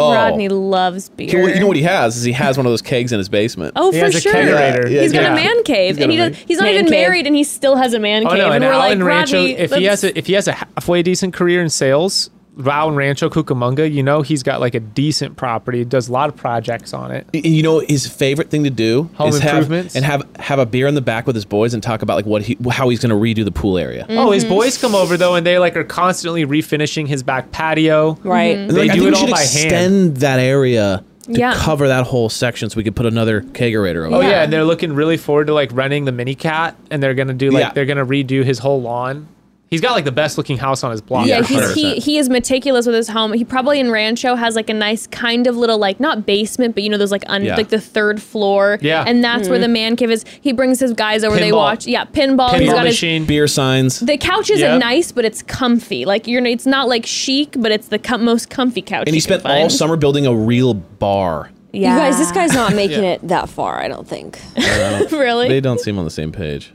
Speaker 9: Oh.
Speaker 7: Rodney loves beer.
Speaker 9: He- you know what he has is he has one of those kegs in his basement.
Speaker 7: oh,
Speaker 5: he
Speaker 7: for
Speaker 5: has a
Speaker 7: sure.
Speaker 5: kegerator.
Speaker 9: Yeah,
Speaker 7: He's got
Speaker 5: yeah.
Speaker 7: a man cave,
Speaker 9: got
Speaker 7: and
Speaker 9: a
Speaker 7: he
Speaker 9: man-
Speaker 7: does, he's not
Speaker 8: Man
Speaker 7: even
Speaker 8: cave.
Speaker 7: married, and he still has a man
Speaker 5: Oh
Speaker 7: cave.
Speaker 5: no, and
Speaker 7: we're
Speaker 5: Alan
Speaker 7: like,
Speaker 5: Rancho.
Speaker 7: Rodney,
Speaker 5: if he has
Speaker 7: that's-
Speaker 5: a if he has a halfway decent career in sales, Alan Rancho Cucamonga, you know he's got like a decent property. Does a lot of projects on it.
Speaker 9: Y- You know his favorite thing to do
Speaker 5: Home
Speaker 9: is have
Speaker 5: improvements?
Speaker 9: and have have a beer in the back with his boys and talk about like what he how he's going to redo the pool area.
Speaker 7: Mm.
Speaker 5: Oh, his boys come over though, and they like are constantly refinishing his back patio.
Speaker 8: Right.
Speaker 5: They
Speaker 9: Like, I
Speaker 5: do it
Speaker 9: think we
Speaker 5: all
Speaker 9: should
Speaker 5: by
Speaker 9: extend
Speaker 5: hand.
Speaker 9: that area to
Speaker 7: Yeah.
Speaker 9: cover that whole section so we could put another kegerator over.
Speaker 5: Oh yeah.
Speaker 7: Yeah.
Speaker 5: and they're looking really forward to like renting the mini cat, and they're gonna do like
Speaker 9: Yeah.
Speaker 5: they're gonna redo his whole lawn. He's got like the best looking house on his block.
Speaker 9: Yeah,
Speaker 7: Yeah,
Speaker 5: for
Speaker 7: he's,
Speaker 5: sure.
Speaker 7: he
Speaker 9: 100%.
Speaker 7: he is meticulous with his home. He probably in Rancho has like a nice kind of little like not basement, but you know those like un,
Speaker 9: Yeah.
Speaker 7: like the third floor.
Speaker 5: Yeah.
Speaker 7: and that's where the
Speaker 9: Mm-hmm.
Speaker 7: man cave is. He brings his guys over. They
Speaker 5: Pinball.
Speaker 7: watch. Yeah, pinball.
Speaker 5: Pinball
Speaker 7: he's got his.
Speaker 5: machine.
Speaker 9: Beer signs.
Speaker 7: The couch isn't
Speaker 5: Yep.
Speaker 7: nice, but it's comfy. Like you're, it's not like chic, but it's the com- most comfy couch.
Speaker 9: and he
Speaker 7: you can
Speaker 9: spent all
Speaker 7: find.
Speaker 9: summer building a real bar.
Speaker 8: You guys, this
Speaker 7: Yeah.
Speaker 8: guy's not making it that far, I don't think.
Speaker 7: (laughs) really.
Speaker 9: They don't seem on the same page.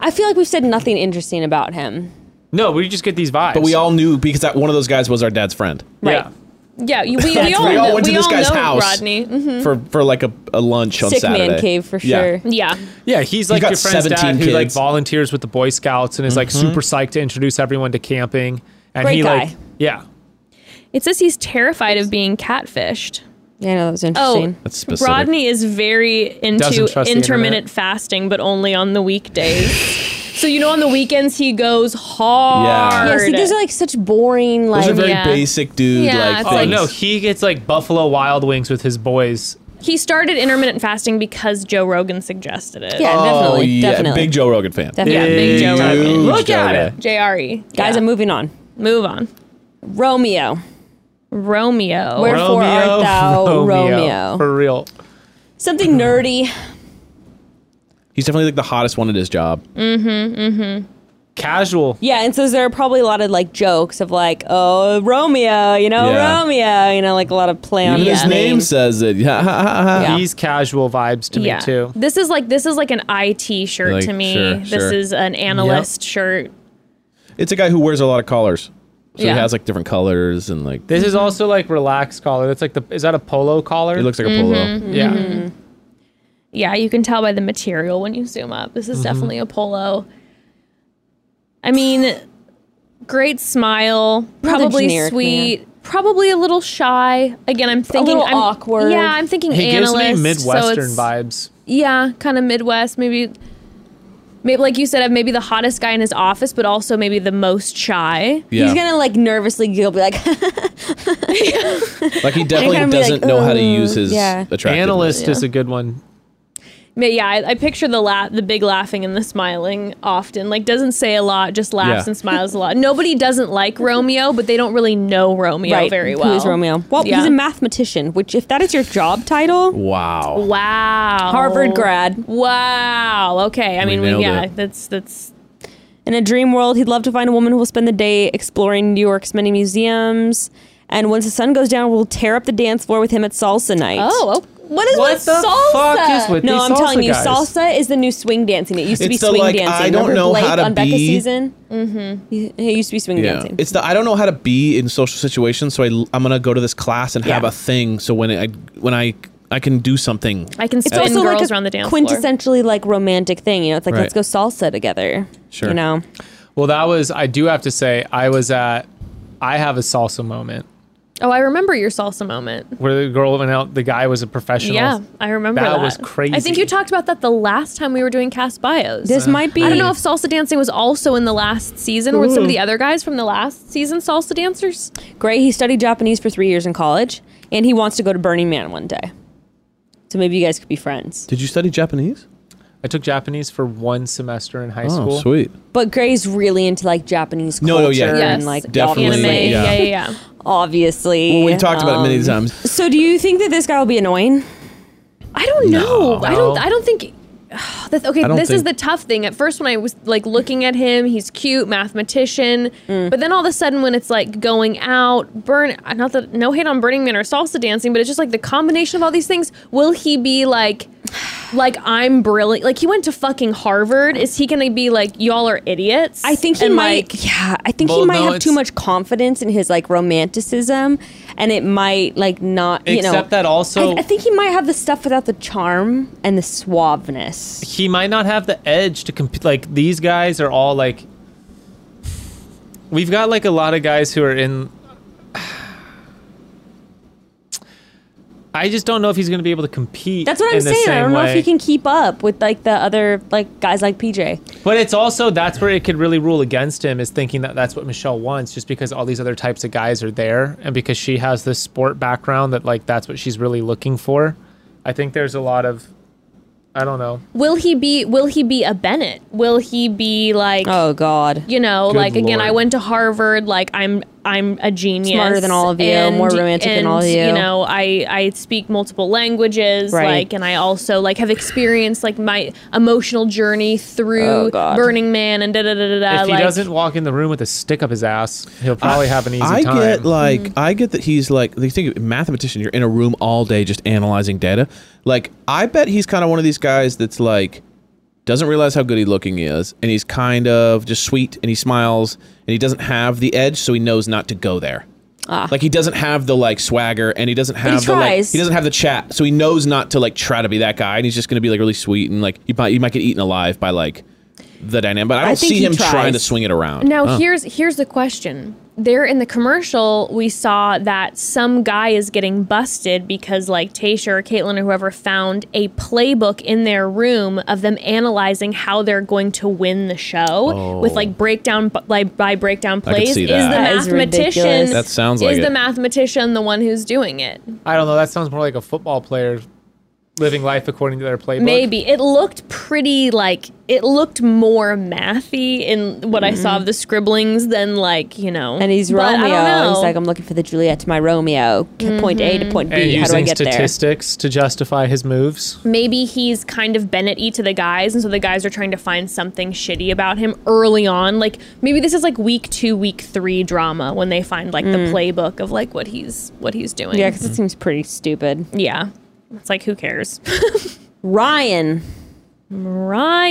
Speaker 8: I feel like we've said nothing interesting about him.
Speaker 5: no, we just get these vibes.
Speaker 9: But we all knew because that one of those guys was our dad's friend
Speaker 5: yeah.
Speaker 7: yeah, you- we, we, all,
Speaker 9: right. We all
Speaker 7: know-
Speaker 9: went to
Speaker 7: we
Speaker 9: this
Speaker 7: all
Speaker 9: guy's
Speaker 7: know
Speaker 9: house.
Speaker 7: Rodney. Mhm.
Speaker 9: for for like a, a lunch on
Speaker 8: Mm-hmm. Sick
Speaker 9: Saturday.
Speaker 8: man cave for
Speaker 9: Yeah.
Speaker 8: sure.
Speaker 7: Yeah,
Speaker 5: Yeah, he's like
Speaker 9: got
Speaker 5: your friend's
Speaker 9: 17
Speaker 5: dad who like
Speaker 9: kids. Mm-hmm.
Speaker 5: volunteers with the Boy Scouts and is like super psyched to introduce everyone to camping. And
Speaker 8: Great
Speaker 5: he like
Speaker 8: guy.
Speaker 5: yeah.
Speaker 7: it says he's terrified of being catfished.
Speaker 8: Yeah, I know that was
Speaker 7: Oh,
Speaker 8: interesting.
Speaker 9: That's specific.
Speaker 7: Rodney is very
Speaker 5: Doesn't
Speaker 7: into
Speaker 5: trust the internet.
Speaker 7: intermittent fasting, but only on the weekdays. so you know, on the weekends he goes hard.
Speaker 8: yeah, see, those are like such boring,
Speaker 9: Those
Speaker 8: like
Speaker 9: are very
Speaker 7: Yeah.
Speaker 9: basic dude
Speaker 7: Yeah,
Speaker 9: like
Speaker 7: it's
Speaker 5: Oh
Speaker 9: things.
Speaker 5: no, he gets like Buffalo Wild Wings with his boys.
Speaker 7: he started intermittent fasting because Joe Rogan suggested it.
Speaker 8: yeah,
Speaker 9: oh
Speaker 8: definitely,
Speaker 9: yeah,
Speaker 8: definitely.
Speaker 9: big Joe Rogan fan.
Speaker 8: Definitely.
Speaker 7: Yeah, big Joe
Speaker 9: Huge
Speaker 7: Rogan.
Speaker 5: Look
Speaker 9: Joe
Speaker 5: at
Speaker 9: Rogan.
Speaker 7: JRE.
Speaker 8: Guys, I'm moving on.
Speaker 7: E. Move on.
Speaker 8: Romeo.
Speaker 7: Romeo.
Speaker 8: Where- Therefore
Speaker 5: (laughs)
Speaker 8: art thou Romeo.
Speaker 5: For real.
Speaker 8: Something
Speaker 9: Mm-hmm.
Speaker 8: nerdy. Mm,
Speaker 9: He's definitely like the hottest one at his job.
Speaker 5: casual.
Speaker 8: Yeah, and so there are probably a lot of like jokes of like, oh Romeo, you know
Speaker 9: Yeah.
Speaker 8: Romeo, you know, like a lot of play on
Speaker 9: Even
Speaker 8: his
Speaker 9: his name says it. (laughs) Yeah. ha, ha, ha, ha.
Speaker 5: These casual vibes to me too.
Speaker 7: This is like this is like an IT shirt
Speaker 9: Like,
Speaker 7: to me.
Speaker 9: sure,
Speaker 7: this
Speaker 9: sure.
Speaker 7: is an analyst shirt.
Speaker 9: It's a guy who wears a lot of collars. So
Speaker 7: Yeah.
Speaker 9: he has like different colors and like
Speaker 5: This is also like relaxed collar. That's like the is that a polo collar?
Speaker 9: it looks like a polo.
Speaker 8: Mm-hmm.
Speaker 5: yeah.
Speaker 7: Yeah, you can tell by the material when you zoom up.
Speaker 5: Mm-hmm.
Speaker 7: This is definitely a polo. I mean, great smile, probably
Speaker 8: generic
Speaker 7: sweet, probably a little shy. Again, I'm thinking
Speaker 8: little
Speaker 7: I'm,
Speaker 8: awkward.
Speaker 7: Yeah, I'm thinking
Speaker 5: He
Speaker 7: analyst.
Speaker 5: gives me
Speaker 7: so
Speaker 5: midwestern
Speaker 7: it's-
Speaker 5: vibes.
Speaker 7: Yeah, kind of Midwest, maybe. Maybe like you said, maybe the hottest guy in his office, but also maybe the most shy.
Speaker 9: Yeah.
Speaker 8: He's gonna like nervously giggle, be like, (laughs)
Speaker 9: like he definitely
Speaker 8: gonna be
Speaker 9: doesn't
Speaker 8: like,
Speaker 9: know how to
Speaker 8: "Ooh."
Speaker 9: use his
Speaker 8: Yeah.
Speaker 9: attractiveness.
Speaker 5: Analyst is a good one.
Speaker 7: Ma- Yeah, I, I picture the la- the big laughing and the smiling often. Like doesn't say a lot, just laughs
Speaker 9: Yeah.
Speaker 7: and smiles a lot. Nobody doesn't like Romeo, but they don't really know Romeo very well.
Speaker 8: Who is Romeo? Well,
Speaker 7: Yeah.
Speaker 8: he's a mathematician, which if that is your job title,
Speaker 9: Wow.
Speaker 7: Wow,
Speaker 8: Harvard grad.
Speaker 7: Wow. Okay, I
Speaker 9: We
Speaker 7: mean, we,
Speaker 9: nailed
Speaker 7: yeah,
Speaker 9: it.
Speaker 7: that's that's
Speaker 8: In a dream world, he'd love to find a woman who will spend the day exploring New York's many museums. And once the sun goes down, we'll tear up the dance floor with him at salsa night.
Speaker 7: oh, oh what is
Speaker 5: What
Speaker 7: with
Speaker 5: the
Speaker 7: salsa?
Speaker 5: fuck is with
Speaker 8: No,
Speaker 5: these
Speaker 8: I'm telling
Speaker 5: salsa
Speaker 8: you,
Speaker 5: guys?
Speaker 8: salsa is the new swing dancing. It used to
Speaker 9: It's
Speaker 8: be
Speaker 9: the,
Speaker 8: swing
Speaker 9: like,
Speaker 8: dancing.
Speaker 9: I don't
Speaker 8: Remember
Speaker 9: know
Speaker 8: Blake
Speaker 9: how to
Speaker 8: on Becca
Speaker 9: be-
Speaker 8: season. Mm-hmm. It used to be swing
Speaker 9: Yeah.
Speaker 8: dancing.
Speaker 9: Uh, It's the I don't know how to be in social situations, so I am gonna go to this class and have
Speaker 8: Yeah.
Speaker 9: a thing. So when I when I I can do something.
Speaker 7: I can
Speaker 8: it's
Speaker 7: spin girls
Speaker 8: also like a
Speaker 7: around the dance floor.
Speaker 8: quintessentially like romantic thing. You know, it's like
Speaker 9: Right.
Speaker 8: let's go salsa together.
Speaker 9: Sure.
Speaker 8: You know,
Speaker 5: Well, that was I do have to say I was at I have a salsa moment
Speaker 7: Oh, I remember your salsa moment.
Speaker 5: where the girl went out. The guy was a professional.
Speaker 7: Yeah, I remember that.
Speaker 5: That was
Speaker 7: I think
Speaker 5: crazy.
Speaker 7: you talked about that the last time we were doing cast bios.
Speaker 8: this might be.
Speaker 7: I don't know if salsa dancing was also in the last season or with some of the other guys from the last season salsa dancers.
Speaker 8: Gray, he studied Japanese for three years in college, and he wants to go to Burning Man one day. So maybe you guys could be friends.
Speaker 9: Did you study Japanese?
Speaker 5: I took Japanese for one semester in high
Speaker 9: Oh,
Speaker 5: school.
Speaker 9: sweet.
Speaker 8: But Gray's really into like Japanese culture
Speaker 9: No, no, yeah, yeah.
Speaker 8: and like
Speaker 9: Definitely,
Speaker 7: anime.
Speaker 8: obviously.
Speaker 7: Yeah,
Speaker 9: yeah.
Speaker 7: yeah, yeah.
Speaker 8: Obviously,
Speaker 9: Well, we've talked about it many
Speaker 8: Um,
Speaker 9: times.
Speaker 8: So, do you think that this guy will be annoying?
Speaker 7: I don't know. I don't.
Speaker 5: No.
Speaker 7: I don't think. (sighs) That's, okay,
Speaker 9: I don't
Speaker 7: this is
Speaker 9: think-
Speaker 7: the tough thing. At first, when I was like looking at him, he's cute, mathematician. But then all of a sudden, when it's like going out, burn. Not that no hate on Burning Man or salsa dancing, but it's just like the combination of all these things. Will he be like, (sighs) like I'm brilliant? Like he went to fucking Harvard. Is he gonna be like y'all are idiots?
Speaker 8: I think he
Speaker 7: And,
Speaker 8: might.
Speaker 7: like,
Speaker 8: yeah, I think
Speaker 5: Well,
Speaker 8: he might
Speaker 5: no,
Speaker 8: have too
Speaker 5: it's-
Speaker 8: much confidence in his like romanticism, and it might like not. You
Speaker 5: Except
Speaker 8: know,
Speaker 5: that also
Speaker 8: I, I think he might have the stuff without the charm and the suaveness.
Speaker 5: he might not have the edge to compete. Like these guys are all like, we've got like a lot of guys who are in. (sighs) I just don't know if he's going to be able to compete.
Speaker 8: That's what I'm
Speaker 5: in the
Speaker 8: saying. I
Speaker 5: same
Speaker 8: don't know if
Speaker 5: way.
Speaker 8: he can keep up with like the other like guys like PJ.
Speaker 5: But it's also that's where it could really rule against him is thinking that that's what Michelle wants, just because all these other types of guys are there, and because she has this sport background that like that's what she's really looking for. I think there's a lot of, I don't know.
Speaker 7: will he be? Will he be a Bennett? Will he be like?
Speaker 8: Oh God.
Speaker 7: you know
Speaker 5: Good
Speaker 7: like again i
Speaker 5: lord.
Speaker 7: went to harvard like i'm i'm a genius
Speaker 8: Smarter than all of you, more romantic than all of you.
Speaker 7: you know i i speak multiple languages
Speaker 8: Right.
Speaker 7: like and i also like have experienced like my emotional journey through
Speaker 8: Oh, God.
Speaker 7: burning man and da da da da da
Speaker 5: if he
Speaker 7: like
Speaker 5: doesn't walk in the room with a stick up his ass, he'll probably have an
Speaker 9: (sighs)
Speaker 5: easy
Speaker 9: I
Speaker 5: time.
Speaker 9: get like I get that he's like you think of mathematician. You're in a room all day just analyzing data. Like I bet he's kind of one of these guys that's like doesn't realize how good he looking is, and he's kind of just sweet, and he smiles, and he doesn't have the edge, so he knows not to go there. Like he doesn't have the like swagger, and he doesn't have the like
Speaker 8: tries.
Speaker 9: he doesn't have the chat, so he knows not to like try to be that guy, and he's just gonna be like really sweet, and like you might you might get eaten alive by like the dynamic. But I don't
Speaker 8: think
Speaker 9: see
Speaker 8: he
Speaker 9: him trying
Speaker 8: tries.
Speaker 9: to swing it around.
Speaker 7: now here's here's the question there in the commercial we saw that some guy is getting busted because like tasha or caitlin or whoever found a playbook in their room of them analyzing how they're going to win the show with like breakdown like by breakdown
Speaker 9: Oh. could
Speaker 7: plays
Speaker 9: see
Speaker 7: is the
Speaker 9: that.
Speaker 8: That is
Speaker 7: mathematician
Speaker 8: ridiculous.
Speaker 9: That sounds like
Speaker 7: is the
Speaker 9: it.
Speaker 7: mathematician the one who's doing it
Speaker 5: I don't know. That sounds more like a football player living life according to their playbook.
Speaker 7: Maybe it looked pretty like it looked more mathy in what I
Speaker 9: Mm-hmm.
Speaker 7: saw of the scribblings than like you know.
Speaker 8: And he's
Speaker 7: But I don't
Speaker 8: Romeo. He's
Speaker 7: know.
Speaker 8: like, I'm looking for the Juliet to my Romeo. K- Point A to point B.
Speaker 5: and
Speaker 8: How do I
Speaker 5: using
Speaker 8: get
Speaker 5: statistics to justify his moves.
Speaker 7: maybe he's kind of Bennett y to the guys, and so the guys are trying to find something shitty about him early on. Like maybe this is like week two, week three drama when they find like the playbook of like what he's what he's doing.
Speaker 8: there? Mm. Yeah, because it seems pretty stupid.
Speaker 7: yeah. It's like who cares? (laughs)
Speaker 8: Ryan.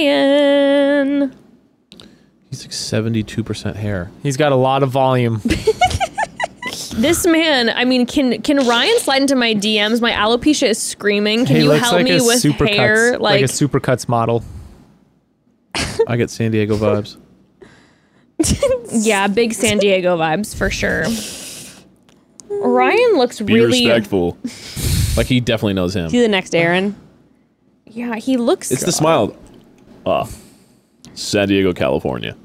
Speaker 7: Ryan.
Speaker 9: He's like seventy-two percent hair.
Speaker 5: He's got a lot of volume.
Speaker 7: This man, I mean, can can Ryan slide into my DMs? My alopecia is screaming. Can
Speaker 5: he
Speaker 7: you
Speaker 5: looks
Speaker 7: help
Speaker 5: like
Speaker 7: me
Speaker 5: a
Speaker 7: with
Speaker 5: supercuts,
Speaker 7: hair?
Speaker 5: like, a supercuts model.
Speaker 9: I get San (laughs) Diego vibes.
Speaker 7: yeah, big San Diego vibes for sure. Ryan looks
Speaker 9: Be
Speaker 7: really
Speaker 9: (laughs) respectful. like he definitely knows him.
Speaker 8: Do the next Aaron.
Speaker 7: Yeah, he looks
Speaker 9: It's the smile. Ah, San Diego, California.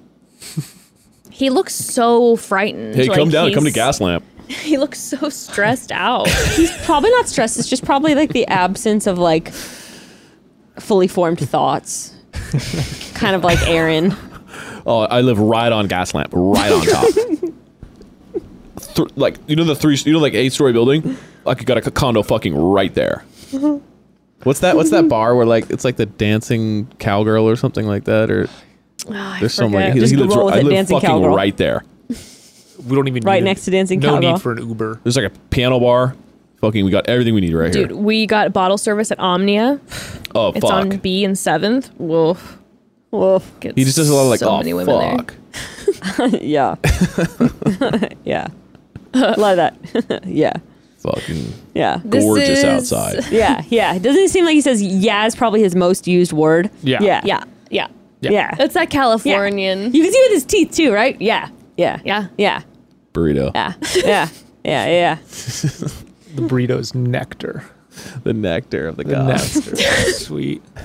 Speaker 7: He looks so frightened.
Speaker 9: Hey,
Speaker 7: Like,
Speaker 9: come down. Come to
Speaker 7: he's-
Speaker 9: Gas Lamp.
Speaker 7: He looks so stressed out.
Speaker 9: Oh,
Speaker 7: (laughs)
Speaker 8: He's probably not stressed. It's just probably like the absence of like fully formed (laughs) thoughts. kind of like Aaron.
Speaker 9: Oh, I live right on Gas Lamp, right on (laughs) top. Th- like you know the three, you know like eight story building. Like you got a c- condo fucking right there. (laughs) What's that? What's that bar where like it's like the dancing cowgirl or something like that? (sighs) Or Oh, there's some like
Speaker 7: forget.
Speaker 9: he,
Speaker 8: Just
Speaker 9: he lives.
Speaker 8: roll
Speaker 9: r-
Speaker 8: with
Speaker 9: I
Speaker 8: it,
Speaker 9: live
Speaker 8: dancing
Speaker 9: fucking
Speaker 8: cowgirl.
Speaker 9: right there.
Speaker 5: We don't even
Speaker 8: Right
Speaker 5: need
Speaker 8: next
Speaker 5: a-
Speaker 8: to Dancing
Speaker 5: No
Speaker 8: Cowgirl.
Speaker 5: need for an Uber.
Speaker 9: There's like a piano bar. Fucking, we got everything we need right
Speaker 7: Dude,
Speaker 9: here.
Speaker 7: we got bottle service at Omnia.
Speaker 9: Oh
Speaker 7: It's
Speaker 9: fuck.
Speaker 7: on B and seventh. Woof. Woof.
Speaker 9: he just does a lot of like oh fuck.
Speaker 8: Yeah. (laughs) yeah. Love that. (laughs) yeah.
Speaker 9: Fucking
Speaker 8: Yeah.
Speaker 7: This
Speaker 9: gorgeous
Speaker 7: is-
Speaker 9: outside.
Speaker 8: Yeah. Yeah. Doesn't it seem like he says yeah is probably his most used word?
Speaker 5: Yeah.
Speaker 8: Yeah.
Speaker 7: Yeah, yeah.
Speaker 8: Yeah. yeah.
Speaker 7: It's that Californian.
Speaker 8: You can see with his teeth too, right? Yeah. Yeah.
Speaker 7: Yeah.
Speaker 8: Yeah.
Speaker 9: Burrito.
Speaker 8: Yeah. Yeah. Yeah. Yeah.
Speaker 5: The burrito's nectar.
Speaker 9: The nectar of the
Speaker 5: The
Speaker 9: gods.
Speaker 5: nectar.
Speaker 9: (laughs)
Speaker 5: Sweet.
Speaker 7: (laughs)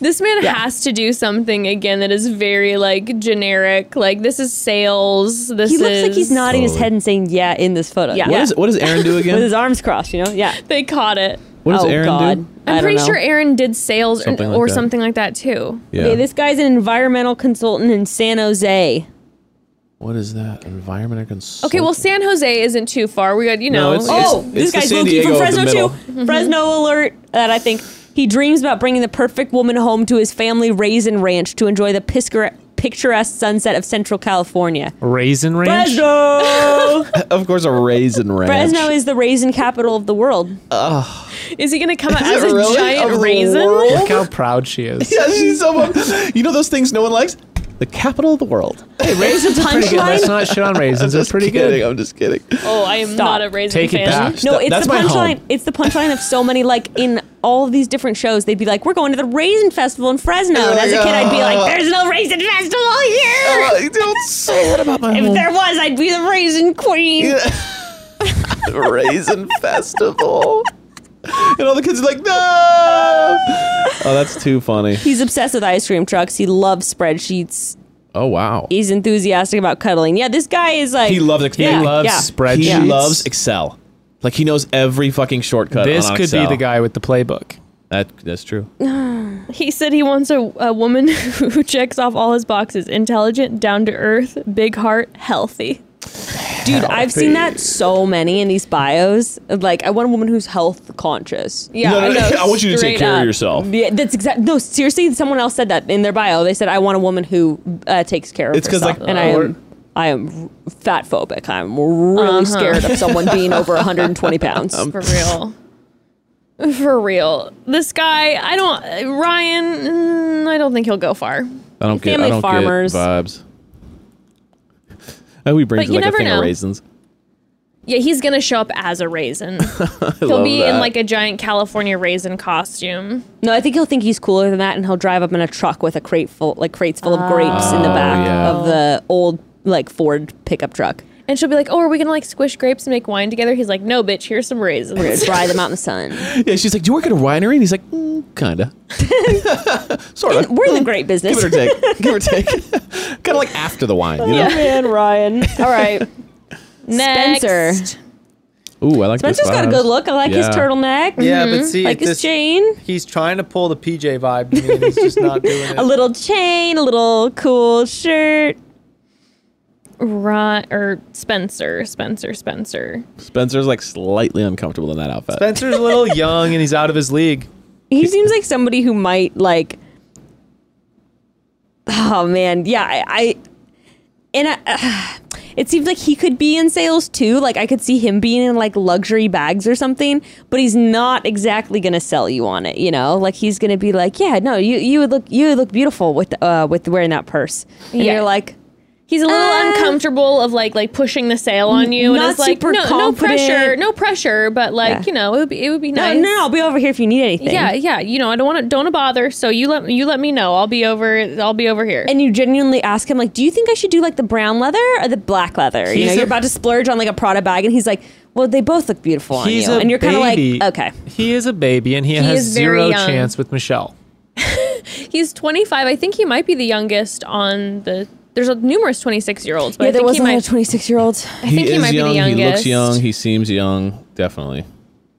Speaker 7: This man has to do something again that is very like generic. Like this is sales. This
Speaker 8: He looks like
Speaker 7: is-
Speaker 8: he's nodding his
Speaker 9: Totally.
Speaker 8: head and saying yeah in this photo.
Speaker 7: Yeah.
Speaker 9: What is what does Aaron
Speaker 8: (laughs)
Speaker 9: do
Speaker 8: With his
Speaker 9: again?
Speaker 8: arms crossed, you know? Yeah.
Speaker 7: They caught it.
Speaker 9: What does
Speaker 8: oh
Speaker 9: Aaron
Speaker 8: God.
Speaker 9: do?
Speaker 8: I
Speaker 7: I'm
Speaker 8: don't
Speaker 7: pretty
Speaker 8: know.
Speaker 7: sure Aaron did sales or-
Speaker 9: Something like
Speaker 7: or
Speaker 9: that.
Speaker 7: something like that too.
Speaker 9: Yeah.
Speaker 8: Okay, this guy's an environmental consultant in San Jose.
Speaker 9: what is that? Environment and consult.
Speaker 7: Okay, well, San Jose isn't too far. We got you know.
Speaker 9: No, it's-
Speaker 8: Oh, this
Speaker 9: it's the
Speaker 8: guy's
Speaker 9: San
Speaker 8: Loki
Speaker 9: Diego
Speaker 8: from
Speaker 9: of the
Speaker 8: Fresno too. (laughs)
Speaker 9: middle.
Speaker 8: Fresno alert! That I think he dreams about bringing the perfect woman home to his family raisin ranch to enjoy the piscor- picturesque sunset of Central California.
Speaker 5: Raisin ranch.
Speaker 8: (laughs) Fresno,
Speaker 9: of course, a raisin ranch.
Speaker 8: (laughs) Fresno is the raisin capital of the world.
Speaker 7: Is he gonna come
Speaker 9: (laughs)
Speaker 7: out
Speaker 9: Is
Speaker 7: as
Speaker 9: it
Speaker 7: a
Speaker 9: really?
Speaker 7: giant
Speaker 9: Of the
Speaker 7: raisin?
Speaker 9: world?
Speaker 5: Look how proud she
Speaker 8: (laughs)
Speaker 5: is.
Speaker 9: (laughs) yeah, she's someone. (laughs) You know those things no one likes. The capital of the world.
Speaker 8: Hey, raisin's a
Speaker 5: Pretty good. Let's not shit
Speaker 8: (laughs)
Speaker 5: on raisins. They're
Speaker 9: Just
Speaker 5: pretty
Speaker 9: kidding,
Speaker 5: good.
Speaker 9: I'm just kidding.
Speaker 7: Oh, I am
Speaker 8: Stop.
Speaker 7: not a raisin
Speaker 5: Take
Speaker 7: fan.
Speaker 5: it back.
Speaker 8: No,
Speaker 9: That-
Speaker 8: it's
Speaker 9: that's
Speaker 8: the
Speaker 9: my
Speaker 8: punchline.
Speaker 9: home.
Speaker 8: It's the punchline of so many. Like in all of these different shows, they'd be like, "We're going to the raisin festival in Fresno." And as a kid, I'd be like, "There's no raisin festival here."
Speaker 9: Oh, don't say that about
Speaker 8: (laughs)
Speaker 9: my
Speaker 8: If
Speaker 9: home.
Speaker 8: there was, I'd be the raisin queen.
Speaker 5: (laughs)
Speaker 9: raisin festival. And all the kids are like, no. Oh, that's too funny.
Speaker 8: He's obsessed with ice cream trucks. He loves spreadsheets.
Speaker 9: Oh wow.
Speaker 8: He's enthusiastic about cuddling. Yeah, this guy is like
Speaker 9: He loves Excel.
Speaker 8: Yeah,
Speaker 5: He loves
Speaker 8: yeah.
Speaker 5: spreadsheets.
Speaker 9: He loves Excel. Like he knows every fucking shortcut.
Speaker 5: This
Speaker 9: on
Speaker 5: could
Speaker 9: Excel.
Speaker 5: be the guy with the playbook.
Speaker 9: That
Speaker 8: (laughs)
Speaker 9: that's true.
Speaker 7: He said he wants a, a woman (laughs) who checks off all his boxes: intelligent, down to earth, big heart, healthy.
Speaker 8: dude. I've seen that so many in these bios. Like, I want a woman who's health conscious.
Speaker 7: Yeah,
Speaker 9: no, no,
Speaker 7: I,
Speaker 9: no,
Speaker 7: know,
Speaker 9: I want you to take
Speaker 7: straight
Speaker 9: care
Speaker 7: up.
Speaker 9: of yourself.
Speaker 8: Yeah, that's exact. No, seriously, someone else said that in their bio. They said, "I want a woman who uh, takes care of
Speaker 9: It's 'cause,
Speaker 8: herself."
Speaker 9: like,
Speaker 8: and I am, I am fat phobic. I'm really scared of someone being
Speaker 7: (laughs)
Speaker 8: over 120 pounds.
Speaker 7: Uh-huh.
Speaker 9: Um,
Speaker 8: (laughs)
Speaker 7: For real. For real. This guy, I don't. Ryan, mm, I don't think he'll go far.
Speaker 9: I don't get.
Speaker 8: Family
Speaker 9: I don't
Speaker 8: farmers.
Speaker 9: get vibes. I hope he brings
Speaker 7: But you
Speaker 9: like a
Speaker 7: never
Speaker 9: thing
Speaker 7: know.
Speaker 9: of raisins. (laughs)
Speaker 7: Yeah, he's gonna show up as a
Speaker 8: (laughs)
Speaker 7: raisin. He'll be in like a giant California raisin costume.
Speaker 8: No, I think he'll think he's cooler than that, and he'll drive up in a truck with a crate full, like crates full of grapes in the back
Speaker 9: Oh, yeah.
Speaker 8: of the old like Ford pickup truck.
Speaker 7: And she'll be like, "Oh, are we gonna like squish grapes and make wine together?" He's like, "No, bitch. Here's some
Speaker 8: We're
Speaker 7: raisins."
Speaker 8: gonna dry them out in the sun.
Speaker 9: Yeah, she's like, "Do you work at a winery?" And he's like, mm,
Speaker 8: (laughs)
Speaker 9: "Kinda, sort of."
Speaker 8: We're in the grape business.
Speaker 9: Give or
Speaker 8: (laughs)
Speaker 9: take. Give or take. (laughs) kind of like after the wine, you
Speaker 8: (laughs)
Speaker 9: know?
Speaker 8: man, Ryan. All right,
Speaker 7: Next.
Speaker 8: Spencer.
Speaker 9: Ooh, I like
Speaker 8: Spencer's
Speaker 9: this.
Speaker 8: got a
Speaker 9: vibes.
Speaker 8: good look. I like his
Speaker 9: Yeah.
Speaker 8: turtleneck.
Speaker 10: Yeah, but see,
Speaker 8: Mm-hmm. Like
Speaker 10: it's
Speaker 8: his chain.
Speaker 10: he's trying to pull the PJ vibe to
Speaker 8: (laughs)
Speaker 10: me, and he's just not doing it.
Speaker 8: A little chain, a little cool shirt.
Speaker 7: Ron or Spencer, Spencer, Spencer.
Speaker 9: Spencer's like slightly uncomfortable in that outfit.
Speaker 10: Spencer's a little young, and he's out of his league.
Speaker 8: He seems like somebody who might like. Oh man, yeah, I, I and I, (sighs) it seems like he could be in sales too. Like I could see him being in like luxury bags or something, but he's not exactly gonna sell you on it. You know, like he's gonna be like, yeah, no, you you would look you would look beautiful with uh with wearing that purse, and
Speaker 7: Yeah.
Speaker 8: you're like.
Speaker 7: He's a little
Speaker 8: Uh,
Speaker 7: uncomfortable of like like pushing the sale on you, and
Speaker 8: not
Speaker 7: it's like
Speaker 8: super
Speaker 7: no, no
Speaker 8: confident.
Speaker 7: pressure, no pressure, but like
Speaker 8: Yeah.
Speaker 7: you know it would be it would be
Speaker 8: No,
Speaker 7: nice.
Speaker 8: no, I'll be over here if you need anything.
Speaker 7: yeah, yeah. You know I don't want to don't wanna bother, so you let you let me know. I'll be over. I'll be over here.
Speaker 8: and you genuinely ask him like do you think i should do like the brown leather or the black leather you
Speaker 5: He's
Speaker 8: know
Speaker 5: a-
Speaker 8: you're about to splurge on like a prada bag and he's like well they both look beautiful on
Speaker 5: He's
Speaker 8: you
Speaker 5: a
Speaker 8: and you're kind of like
Speaker 5: baby.
Speaker 8: okay
Speaker 5: He is a baby, and he, has
Speaker 7: is very
Speaker 5: zero
Speaker 7: young.
Speaker 5: chance with Michelle.
Speaker 7: He's 25. I think he might be the youngest on the. There's a numerous 26 year olds, but
Speaker 8: yeah
Speaker 7: I
Speaker 8: there
Speaker 7: think
Speaker 8: was
Speaker 7: he
Speaker 8: a lot of
Speaker 7: might.
Speaker 8: 26 year olds
Speaker 7: I think he,
Speaker 9: is
Speaker 7: might
Speaker 9: young.
Speaker 7: be the youngest.
Speaker 9: He looks young. He seems young. Definitely.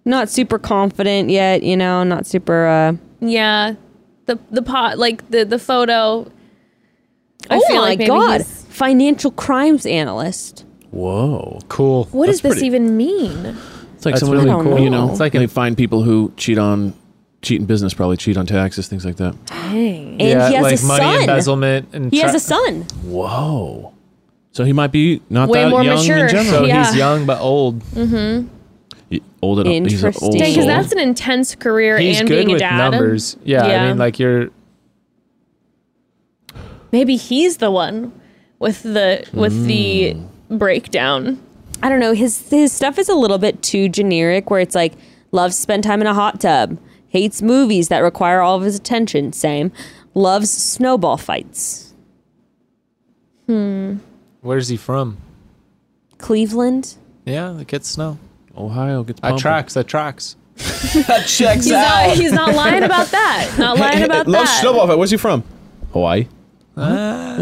Speaker 8: not super confident yet you know not super uh
Speaker 7: yeah, the the pot like the the photo. I
Speaker 8: oh
Speaker 7: feel
Speaker 8: my
Speaker 7: like maybe
Speaker 8: god
Speaker 7: he's-
Speaker 8: financial crimes analyst
Speaker 9: Whoa.
Speaker 5: Cool.
Speaker 7: What
Speaker 9: That's
Speaker 7: does this
Speaker 9: pretty-
Speaker 7: even mean?
Speaker 9: It's like
Speaker 5: That's
Speaker 9: someone
Speaker 5: really
Speaker 9: who,
Speaker 8: cool.
Speaker 9: You know,
Speaker 5: It's
Speaker 9: it's
Speaker 5: like
Speaker 9: like
Speaker 5: a-
Speaker 9: they find people who cheat on, cheat in business, probably cheat on taxes, things like that.
Speaker 8: and he has
Speaker 5: like
Speaker 8: a
Speaker 5: money
Speaker 8: son
Speaker 5: embezzlement, and
Speaker 8: he has
Speaker 5: tra-
Speaker 8: a son
Speaker 9: Whoa. So he might be not
Speaker 7: Way
Speaker 9: that
Speaker 7: more
Speaker 9: young
Speaker 7: mature.
Speaker 9: in general.
Speaker 5: So
Speaker 7: Yeah.
Speaker 5: he's young but old.
Speaker 9: He- old enough. He's an old
Speaker 8: Interesting. Yeah,
Speaker 7: Because
Speaker 9: soul.
Speaker 7: that's an intense career
Speaker 5: He's
Speaker 7: and
Speaker 5: good
Speaker 7: being
Speaker 5: with
Speaker 7: a dad.
Speaker 5: numbers. Yeah, I
Speaker 7: Yeah.
Speaker 5: mean, like you're
Speaker 7: Maybe he's the one with the with the breakdown.
Speaker 8: I don't know. His his stuff is a little bit too generic, where it's like loves to spend time in a hot tub, hates movies that require all of his attention. Same, loves snowball fights.
Speaker 5: where's he from?
Speaker 8: Cleveland.
Speaker 5: Yeah, it gets snow.
Speaker 9: Ohio gets
Speaker 5: I
Speaker 9: pumped.
Speaker 5: tracks. That tracks.
Speaker 10: Checks
Speaker 7: He's not, Uh, he's not lying about that. Not lying about
Speaker 9: Love
Speaker 7: that.
Speaker 9: snowball fight. Where's he from? Hawaii. Ah.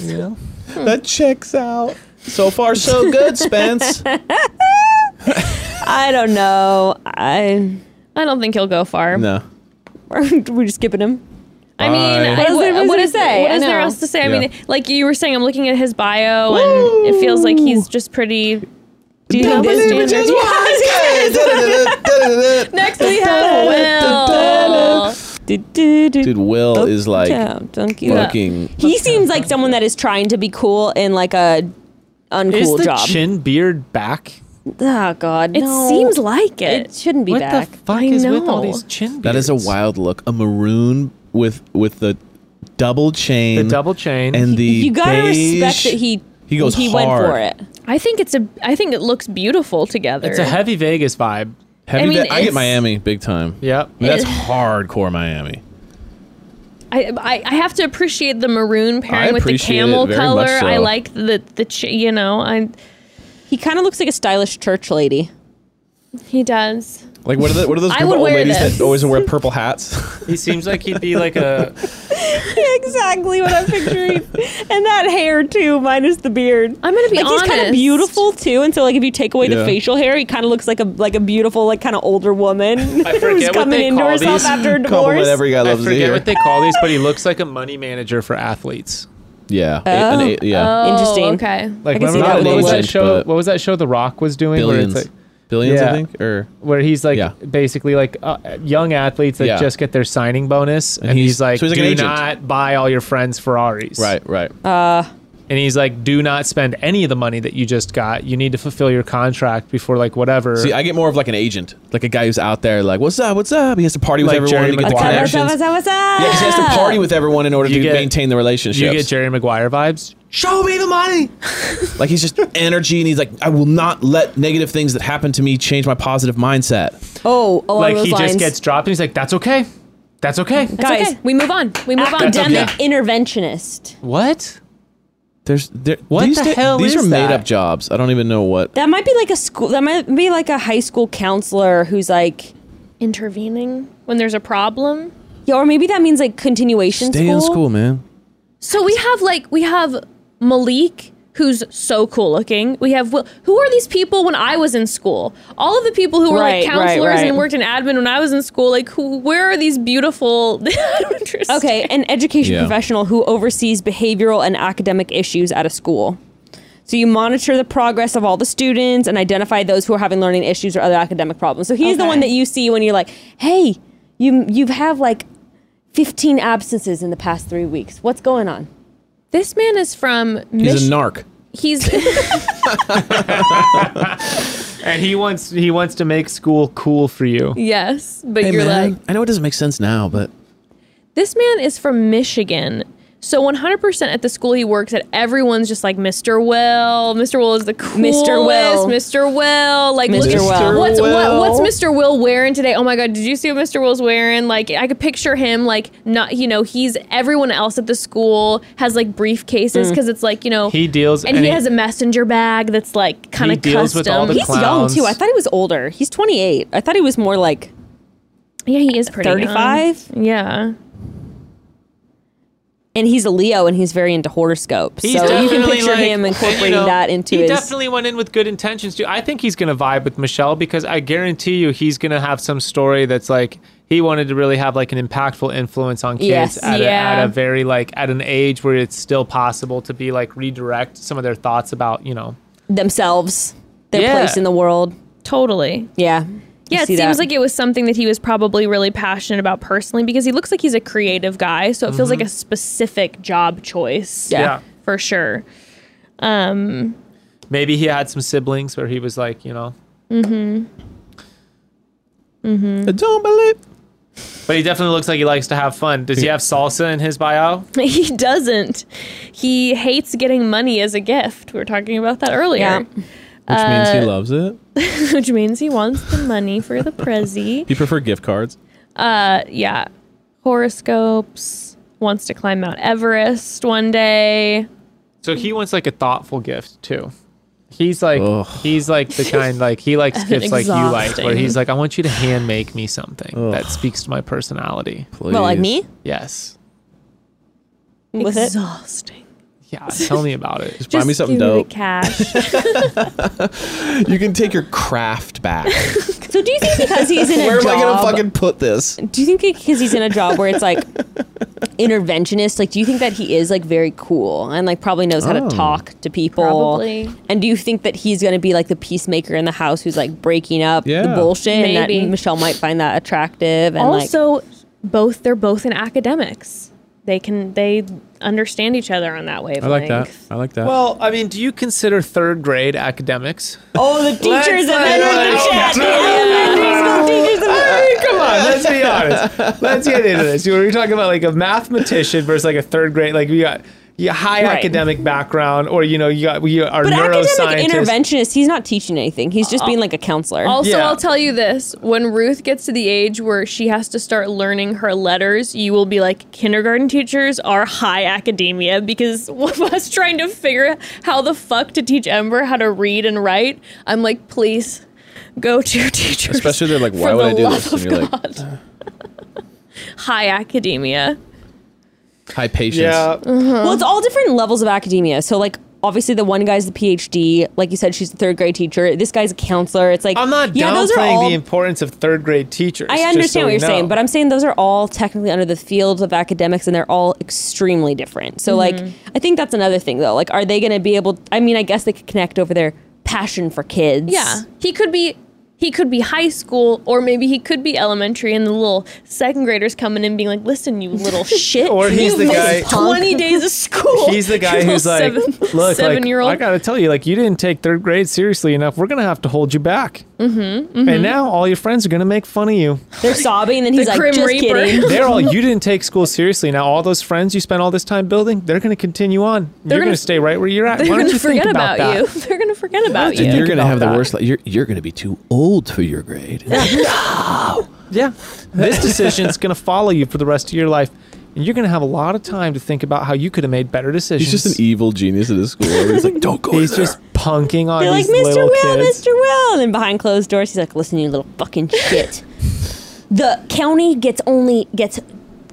Speaker 5: Yeah.
Speaker 9: That checks out. So far, so
Speaker 7: (laughs)
Speaker 9: good, Spence.
Speaker 8: I don't know. I (laughs)
Speaker 7: I don't think he'll go far.
Speaker 9: no.
Speaker 8: we're just skipping him.
Speaker 7: I mean,
Speaker 9: Bye.
Speaker 7: I-
Speaker 9: What
Speaker 8: is there-
Speaker 7: what,
Speaker 8: what
Speaker 7: what
Speaker 8: is
Speaker 7: is
Speaker 8: there-
Speaker 7: What
Speaker 8: I
Speaker 7: is there
Speaker 8: know.
Speaker 7: else to say? I mean,
Speaker 9: Yeah.
Speaker 7: like you were saying, I'm looking at his bio, and it feels like he's just pretty.
Speaker 8: Do you
Speaker 7: Don't
Speaker 8: think this
Speaker 7: believe it,
Speaker 8: dude-
Speaker 7: just Next we have Will.
Speaker 8: Do- do- do-
Speaker 9: (laughs) Dude, Will is like
Speaker 8: down, dunk you up.
Speaker 9: fucking.
Speaker 8: He seems like someone that is trying to be cool in like a
Speaker 5: Is
Speaker 8: uncool
Speaker 5: the
Speaker 8: job.
Speaker 5: chin beard back?
Speaker 8: oh God,
Speaker 7: It
Speaker 8: no.
Speaker 7: seems like it.
Speaker 8: it shouldn't be
Speaker 5: what
Speaker 8: back.
Speaker 5: the fuck
Speaker 7: I
Speaker 5: is with all
Speaker 7: know.
Speaker 5: these chin beards?
Speaker 9: That is a wild look. A maroon with with the double
Speaker 5: The
Speaker 9: chain.
Speaker 5: double chain.
Speaker 9: and the
Speaker 8: you gotta respect
Speaker 9: beige-
Speaker 8: that he
Speaker 9: he goes
Speaker 8: he
Speaker 9: hard.
Speaker 8: went for it.
Speaker 7: I think it's a. I think it looks beautiful together.
Speaker 5: it's a heavy Vegas vibe.
Speaker 9: Heavy
Speaker 7: I mean,
Speaker 9: da- I get
Speaker 7: it's-
Speaker 9: Miami big time.
Speaker 5: Yep.
Speaker 9: I mean, that's hardcore Miami.
Speaker 7: I, I I have to appreciate the maroon
Speaker 9: I
Speaker 7: pairing with the
Speaker 9: appreciate it
Speaker 7: camel
Speaker 9: very
Speaker 7: color.
Speaker 9: much so.
Speaker 7: I like the the ch- you know I
Speaker 8: He kind of looks like a stylish church lady. (laughs)
Speaker 7: he does.
Speaker 9: Like what are, the, what are those
Speaker 7: I
Speaker 9: group
Speaker 7: would
Speaker 9: of old
Speaker 7: wear
Speaker 9: ladies
Speaker 7: this.
Speaker 9: that always wear purple hats?
Speaker 5: He seems like he'd be like
Speaker 9: (laughs)
Speaker 5: a
Speaker 8: exactly what I'm picturing.
Speaker 7: (laughs)
Speaker 8: and that hair too, minus the beard.
Speaker 7: I'm gonna be
Speaker 8: like
Speaker 7: honest.
Speaker 8: he's kind of beautiful too, and so like if you take away
Speaker 9: Yeah.
Speaker 8: the facial hair, he kind of looks like a like a beautiful like kind of older woman (laughs)
Speaker 5: forget
Speaker 8: who's
Speaker 5: what
Speaker 8: coming
Speaker 5: they
Speaker 8: into
Speaker 5: call
Speaker 8: herself
Speaker 5: these.
Speaker 8: after a
Speaker 9: (laughs) Compliment
Speaker 8: divorce.
Speaker 9: every guy
Speaker 5: I
Speaker 9: loves to
Speaker 5: forget
Speaker 9: hear.
Speaker 5: what they call these, but he looks like a money manager for athletes.
Speaker 9: yeah, A- an A- yeah.
Speaker 7: Oh,
Speaker 8: Interesting.
Speaker 7: okay.
Speaker 5: Like
Speaker 8: I can see
Speaker 5: remember
Speaker 8: that
Speaker 5: that,
Speaker 8: would
Speaker 5: what was
Speaker 8: be
Speaker 5: that
Speaker 9: one,
Speaker 5: show?
Speaker 9: but-
Speaker 5: What was that show The Rock was doing?
Speaker 9: billions,
Speaker 5: Where, it's like,
Speaker 9: billions,
Speaker 5: Yeah.
Speaker 9: I think, or
Speaker 5: where he's like
Speaker 9: Yeah.
Speaker 5: basically like uh, young athletes that
Speaker 9: Yeah.
Speaker 5: just get their signing bonus, and,
Speaker 9: he's-
Speaker 5: he's, like,
Speaker 9: so he's like an
Speaker 5: do
Speaker 9: agent."
Speaker 5: not buy all your friends Ferraris,
Speaker 9: right, right.
Speaker 5: And he's like, do not spend any of the money that you just got. You need to fulfill your contract before like whatever.
Speaker 9: See, I get more of like an agent, like a guy who's out there, like what's up, what's up. He has to party with
Speaker 5: Like
Speaker 9: everyone
Speaker 5: Jerry
Speaker 9: to get the
Speaker 5: Maguire. What's up,
Speaker 8: What's up,
Speaker 9: connections.
Speaker 8: what's up, what's up?
Speaker 9: Yeah, 'cause he has to party with everyone in order
Speaker 5: You
Speaker 9: to
Speaker 5: get-
Speaker 9: maintain the
Speaker 5: you
Speaker 9: relationship.
Speaker 5: get Jerry Maguire vibes.
Speaker 6: Show me the money.
Speaker 9: Like he's just energy, and he's like, I will not let negative things that happen to me change my positive mindset.
Speaker 8: Oh, along
Speaker 5: like
Speaker 8: those
Speaker 5: he
Speaker 8: lines.
Speaker 5: just gets dropped, and he's like, that's okay, that's okay.
Speaker 8: guys.
Speaker 7: okay, we move on. We move on.
Speaker 8: Academic
Speaker 5: okay.
Speaker 8: interventionist.
Speaker 5: What?
Speaker 9: There's there,
Speaker 5: What
Speaker 9: these
Speaker 5: the
Speaker 9: da-
Speaker 5: hell
Speaker 9: These
Speaker 5: is
Speaker 9: are made
Speaker 5: that?
Speaker 9: up jobs. I don't even know what.
Speaker 8: That might be like a school. That might be like a high school counselor who's like,
Speaker 7: Intervening when there's a problem.
Speaker 8: yeah, or maybe that means like continuation
Speaker 9: Stay in school, man.
Speaker 7: So we have like we have Malik who's so cool looking. We have Will. Who are these people when I was in school? All of the people who were
Speaker 8: Right,
Speaker 7: like
Speaker 8: right,
Speaker 7: counselors
Speaker 8: right.
Speaker 7: and worked in admin when I was in school. Like, who, where are these beautiful? (laughs) I don't understand.
Speaker 8: Okay, an education
Speaker 9: Yeah.
Speaker 8: professional who oversees behavioral and academic issues at a school. So you monitor the progress of all the students and identify those who are having learning issues or other academic problems. So he's the
Speaker 7: Okay.
Speaker 8: one that you see when you're like, "Hey, you you have like 15 absences in the past 3 weeks. What's going on?"
Speaker 7: This man is from.
Speaker 9: He's
Speaker 7: Mich-
Speaker 9: a narc.
Speaker 7: He's (laughs)
Speaker 5: and he wants he wants to make school cool for you.
Speaker 7: yes, but you're like
Speaker 9: I know it doesn't make sense now, but
Speaker 7: This man is from Michigan. So 100% at the school he works at, everyone's just like Mr. Will. Mr. Will is the coolest.
Speaker 8: Will.
Speaker 7: Mr. Will. Like look-
Speaker 8: Mr. Will.
Speaker 7: What's what, what's Mr. Will wearing today? Oh my god, did you see what Mr. Will's wearing? Like I could picture him like not, you know, he's everyone else at the school has like briefcases cuz it's like, you know,
Speaker 5: Mm. He deals
Speaker 7: and, he has a messenger bag that's like kind of
Speaker 5: deals
Speaker 7: custom.
Speaker 5: with all the
Speaker 8: He's
Speaker 5: Clowns.
Speaker 8: young too. I thought he was older. He's 28. I thought he was more like
Speaker 7: yeah, he is pretty young.
Speaker 8: 35?
Speaker 7: Yeah.
Speaker 8: and he's a Leo and he's very into horoscope. so you can
Speaker 5: definitely,
Speaker 8: picture
Speaker 5: like-
Speaker 8: him
Speaker 5: and, you
Speaker 8: incorporating
Speaker 5: know,
Speaker 8: that into
Speaker 5: He
Speaker 8: his
Speaker 5: definitely went in with good intentions too. I think he's gonna vibe with Michelle because I guarantee you he's gonna have some story that's like he wanted to really have like an impactful influence on kids
Speaker 8: Yes.
Speaker 5: at, a,
Speaker 7: Yeah.
Speaker 5: at a very like at an age where it's still possible to be like redirect some of their thoughts about you know
Speaker 8: themselves, their
Speaker 5: Yeah.
Speaker 8: place in the world.
Speaker 7: Totally.
Speaker 8: Yeah.
Speaker 7: Yeah, it seems like it was something that he was probably really passionate about personally because he looks like he's a creative guy, so it feels like a specific job choice
Speaker 8: Mm-hmm. Yeah.
Speaker 5: yeah.
Speaker 7: for sure. (laughs)
Speaker 5: Maybe he had some siblings where he was like you know
Speaker 9: I don't believe.
Speaker 5: But he definitely looks like he likes to have fun. Does he have salsa in his bio?
Speaker 7: he doesn't. He hates getting money as a gift. We were talking about that earlier,
Speaker 9: Which means he loves it.
Speaker 7: (laughs) which means he wants the money for the prezi.
Speaker 8: (laughs)
Speaker 9: He prefer gift cards.
Speaker 7: Uh, yeah, horoscopes. Wants to climb Mount Everest one day.
Speaker 5: So he wants like a thoughtful gift too. He's like
Speaker 9: Ugh.
Speaker 5: he's like the kind like he
Speaker 8: (laughs)
Speaker 5: likes gifts like you like where
Speaker 7: Exhausting.
Speaker 5: he's like I want you to hand make me something that speaks to my personality.
Speaker 9: Please.
Speaker 8: Well, like me
Speaker 5: Yes.
Speaker 8: (laughs) with it.
Speaker 7: Exhausting.
Speaker 5: Yeah,
Speaker 8: (laughs)
Speaker 5: tell me about it.
Speaker 9: Just buy me
Speaker 7: Just
Speaker 9: something
Speaker 7: give the
Speaker 9: dope.
Speaker 7: cash.
Speaker 6: You can take your craft back.
Speaker 8: So do
Speaker 7: (laughs)
Speaker 8: you think because he's in
Speaker 6: (laughs)
Speaker 8: a
Speaker 6: Where am
Speaker 8: job?
Speaker 6: I gonna fucking put this?
Speaker 8: do you think because he's in a job where it's like (laughs) interventionist? Like, do you think that he is like very cool and like probably knows how
Speaker 6: Oh.
Speaker 8: to talk to people?
Speaker 7: Probably.
Speaker 8: And do you think that he's going to be like the peacemaker in the house who's like breaking up the
Speaker 9: Yeah.
Speaker 8: bullshit?
Speaker 7: Maybe.
Speaker 8: And that Michelle might find that attractive. And like,
Speaker 7: also both they're both in academics they can they understand each other on that wavelength
Speaker 9: I like that. I like that.
Speaker 5: Well, I mean, do you consider third grade academics? (laughs)
Speaker 8: oh, the teachers and
Speaker 5: Come on, let's be honest. Let's get into this. You were talking about like a mathematician versus like a third grade. Like you got you got high
Speaker 8: Right.
Speaker 5: academic background, or you know you got you are
Speaker 8: But academic
Speaker 5: neuroscientist.
Speaker 8: interventionist, he's not teaching anything. He's just being like a counselor.
Speaker 7: Uh, also
Speaker 5: Yeah.
Speaker 7: i'll tell you this when ruth gets to the age where she has to start learning her letters you will be like kindergarten teachers are high academia because (laughs) of us trying to figure out how the fuck to teach ember how to read and write i'm like please go to your teachers
Speaker 9: Especially they're like, why
Speaker 7: for
Speaker 9: would
Speaker 7: the
Speaker 9: I do
Speaker 7: love
Speaker 9: this? And
Speaker 7: of
Speaker 9: you're like,
Speaker 7: God. (laughs) high academia
Speaker 9: high patience.
Speaker 5: Yeah,
Speaker 8: Well, it's all different levels of academia. So, like, obviously, the one guy's the PhD. Like you said, she's a third grade teacher. This guy's a counselor. It's like
Speaker 5: I'm not
Speaker 8: Yeah, those are
Speaker 5: downplaying
Speaker 8: all.
Speaker 5: the importance of third grade teachers.
Speaker 8: I
Speaker 5: just
Speaker 8: understand
Speaker 5: so
Speaker 8: what
Speaker 5: we
Speaker 8: you're
Speaker 5: know.
Speaker 8: saying, but I'm saying those are all technically under the field of academics, and they're all extremely different. So,
Speaker 5: Mm-hmm.
Speaker 8: like, I think that's another thing, though. Like, are they going to be able? I mean, I guess they could connect over their passion for kids.
Speaker 7: Yeah, he could be he could be high school or maybe he could be elementary and the little second graders coming in being like, "Listen,
Speaker 5: (laughs)
Speaker 7: you little shit."
Speaker 5: Or he's
Speaker 7: you
Speaker 5: the guy-
Speaker 7: missed 20 days of school.
Speaker 5: He's the guy
Speaker 7: You
Speaker 5: who's like,
Speaker 7: (laughs) little
Speaker 5: look, like,
Speaker 7: seven-year-old."
Speaker 5: I gotta tell you, like, you didn't take third grade seriously enough. We're gonna have to hold you back. Mm-hmm, And now all your friends are gonna make fun of you.
Speaker 8: they're sobbing, and he's
Speaker 7: The
Speaker 8: like,
Speaker 7: Grim
Speaker 8: "Just
Speaker 7: Reaper."
Speaker 8: kidding."
Speaker 5: They're all you didn't take school seriously. Now all those friends you spent all this time building, they're gonna continue on. you're gonna,
Speaker 7: gonna-
Speaker 5: stay right where you're at.
Speaker 7: They're
Speaker 5: Why
Speaker 7: going
Speaker 5: don't
Speaker 7: to
Speaker 5: you
Speaker 7: forget
Speaker 5: think
Speaker 7: about,
Speaker 5: about, that?
Speaker 7: you. (laughs) They're going to forget about
Speaker 9: And
Speaker 7: you.
Speaker 9: you're gonna
Speaker 5: about
Speaker 9: have the
Speaker 5: that.
Speaker 9: worst. Li- you're you're gonna be too old for your grade.
Speaker 5: (laughs) Yeah. This decision's gonna follow you for the rest of your life. And you're gonna have a lot of time to think about how you could have made better decisions.
Speaker 9: He's just an evil genius at his school. He's like, don't go.
Speaker 5: He's
Speaker 9: in there."
Speaker 5: just punking on
Speaker 8: They're like,
Speaker 5: these
Speaker 8: Mr.
Speaker 5: little
Speaker 8: Will,
Speaker 5: kids.
Speaker 8: Mr. Will. And then behind closed
Speaker 5: (laughs)
Speaker 8: doors, he's like, listen, you little fucking shit. the county gets only gets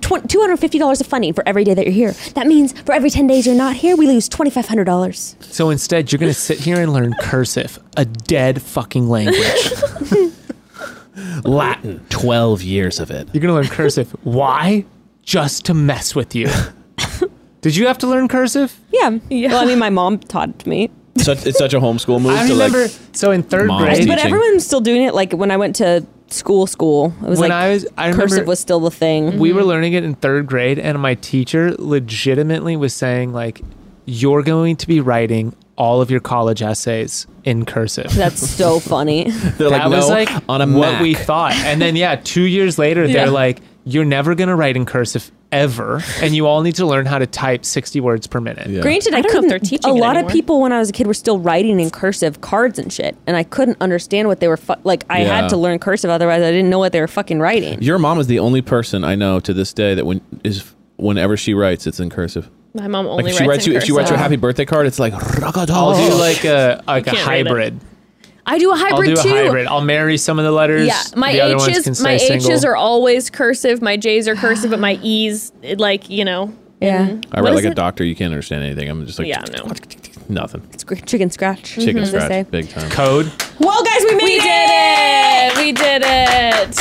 Speaker 11: tw- two hundred fifty dollars of funding for every day that you're here. That means for every ten days you're not here, we lose twenty five hundred dollars.
Speaker 5: So instead, you're going to sit here and learn cursive, a dead fucking language.
Speaker 9: Latin, 12 years of it.
Speaker 5: You're going to learn cursive. Why? Just to mess with
Speaker 9: (laughs)
Speaker 5: you. Did you have to learn cursive?
Speaker 8: Yeah. Well, I mean, my mom taught it to me.
Speaker 9: Such, it's such a homeschool move.
Speaker 5: I
Speaker 9: to
Speaker 5: remember.
Speaker 9: like,
Speaker 5: so in third
Speaker 9: Mom's
Speaker 5: grade,
Speaker 9: teaching.
Speaker 8: But everyone's still doing it. Like when I went to school, school, it was
Speaker 5: when
Speaker 8: like
Speaker 5: I was, I
Speaker 8: cursive
Speaker 5: remember
Speaker 8: was still the thing.
Speaker 5: we were learning it in third grade, and my teacher legitimately was saying like, "You're going to be writing all of your college essays in cursive."
Speaker 8: That's so funny.
Speaker 9: they're like,
Speaker 5: that
Speaker 9: no,
Speaker 5: was like
Speaker 9: on a
Speaker 5: what
Speaker 9: Mac.
Speaker 5: we thought. And then yeah, two years later,
Speaker 8: Yeah.
Speaker 5: they're like, "You're never gonna write in cursive ever, and you all need to learn how to type 60 words per minute."
Speaker 9: Yeah.
Speaker 8: Granted, I,
Speaker 7: I don't know if
Speaker 8: couldn't.
Speaker 7: they're teaching
Speaker 8: a
Speaker 7: it
Speaker 8: lot of
Speaker 7: anymore.
Speaker 8: people when I was a kid were still writing in cursive cards and shit, and I couldn't understand what they were. Fu- like I
Speaker 9: Yeah.
Speaker 8: had to learn cursive, otherwise I didn't know what they were fucking writing.
Speaker 9: Your mom is the only person I know to this day that when is whenever she writes, it's in cursive.
Speaker 7: My mom only
Speaker 9: Like if she
Speaker 7: writes
Speaker 9: writes
Speaker 7: in
Speaker 9: you, if she writes you a
Speaker 7: cursive.
Speaker 9: happy birthday card, it's like "Ragadol."
Speaker 5: I'll do like a like a
Speaker 7: Oh. can't read it.
Speaker 5: hybrid.
Speaker 7: I do a
Speaker 5: I'll
Speaker 7: hybrid
Speaker 5: do a
Speaker 7: too.
Speaker 5: hybrid. I'll marry some of the letters.
Speaker 7: Yeah, my
Speaker 5: the other ones can
Speaker 7: H's
Speaker 5: stay
Speaker 7: my
Speaker 5: single.
Speaker 7: H's are always cursive. My J's are cursive,
Speaker 5: (sighs)
Speaker 7: but my E's it, like you know.
Speaker 8: yeah,
Speaker 9: I
Speaker 7: what
Speaker 9: write
Speaker 7: is
Speaker 9: like a
Speaker 7: it?
Speaker 9: doctor. You can't understand anything. I'm just like
Speaker 7: Yeah, no.
Speaker 9: (laughs) nothing.
Speaker 8: it's gr- chicken scratch.
Speaker 9: Chicken
Speaker 8: as they say.
Speaker 9: scratch, big time.
Speaker 5: code.
Speaker 8: Well, guys, we made
Speaker 7: We
Speaker 8: it.
Speaker 7: did it! We did it!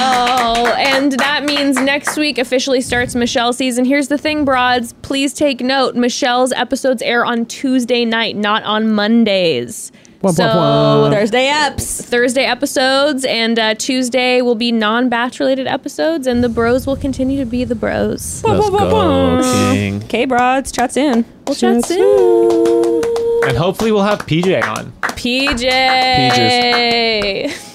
Speaker 7: Oh, and that means next week officially starts Michelle season. Here's the thing, broads. Please take note Michelle's episodes air on Tuesday night, not on Mondays. so
Speaker 8: Thursday apps.
Speaker 7: Thursday episodes and uh, Tuesday will be non batch related episodes, and the bros will continue to be the bros.
Speaker 9: Let's go, King.
Speaker 8: Okay, broads, chat soon.
Speaker 7: We'll chat soon.
Speaker 5: And hopefully we'll have PJ on.
Speaker 7: (laughs) PJ.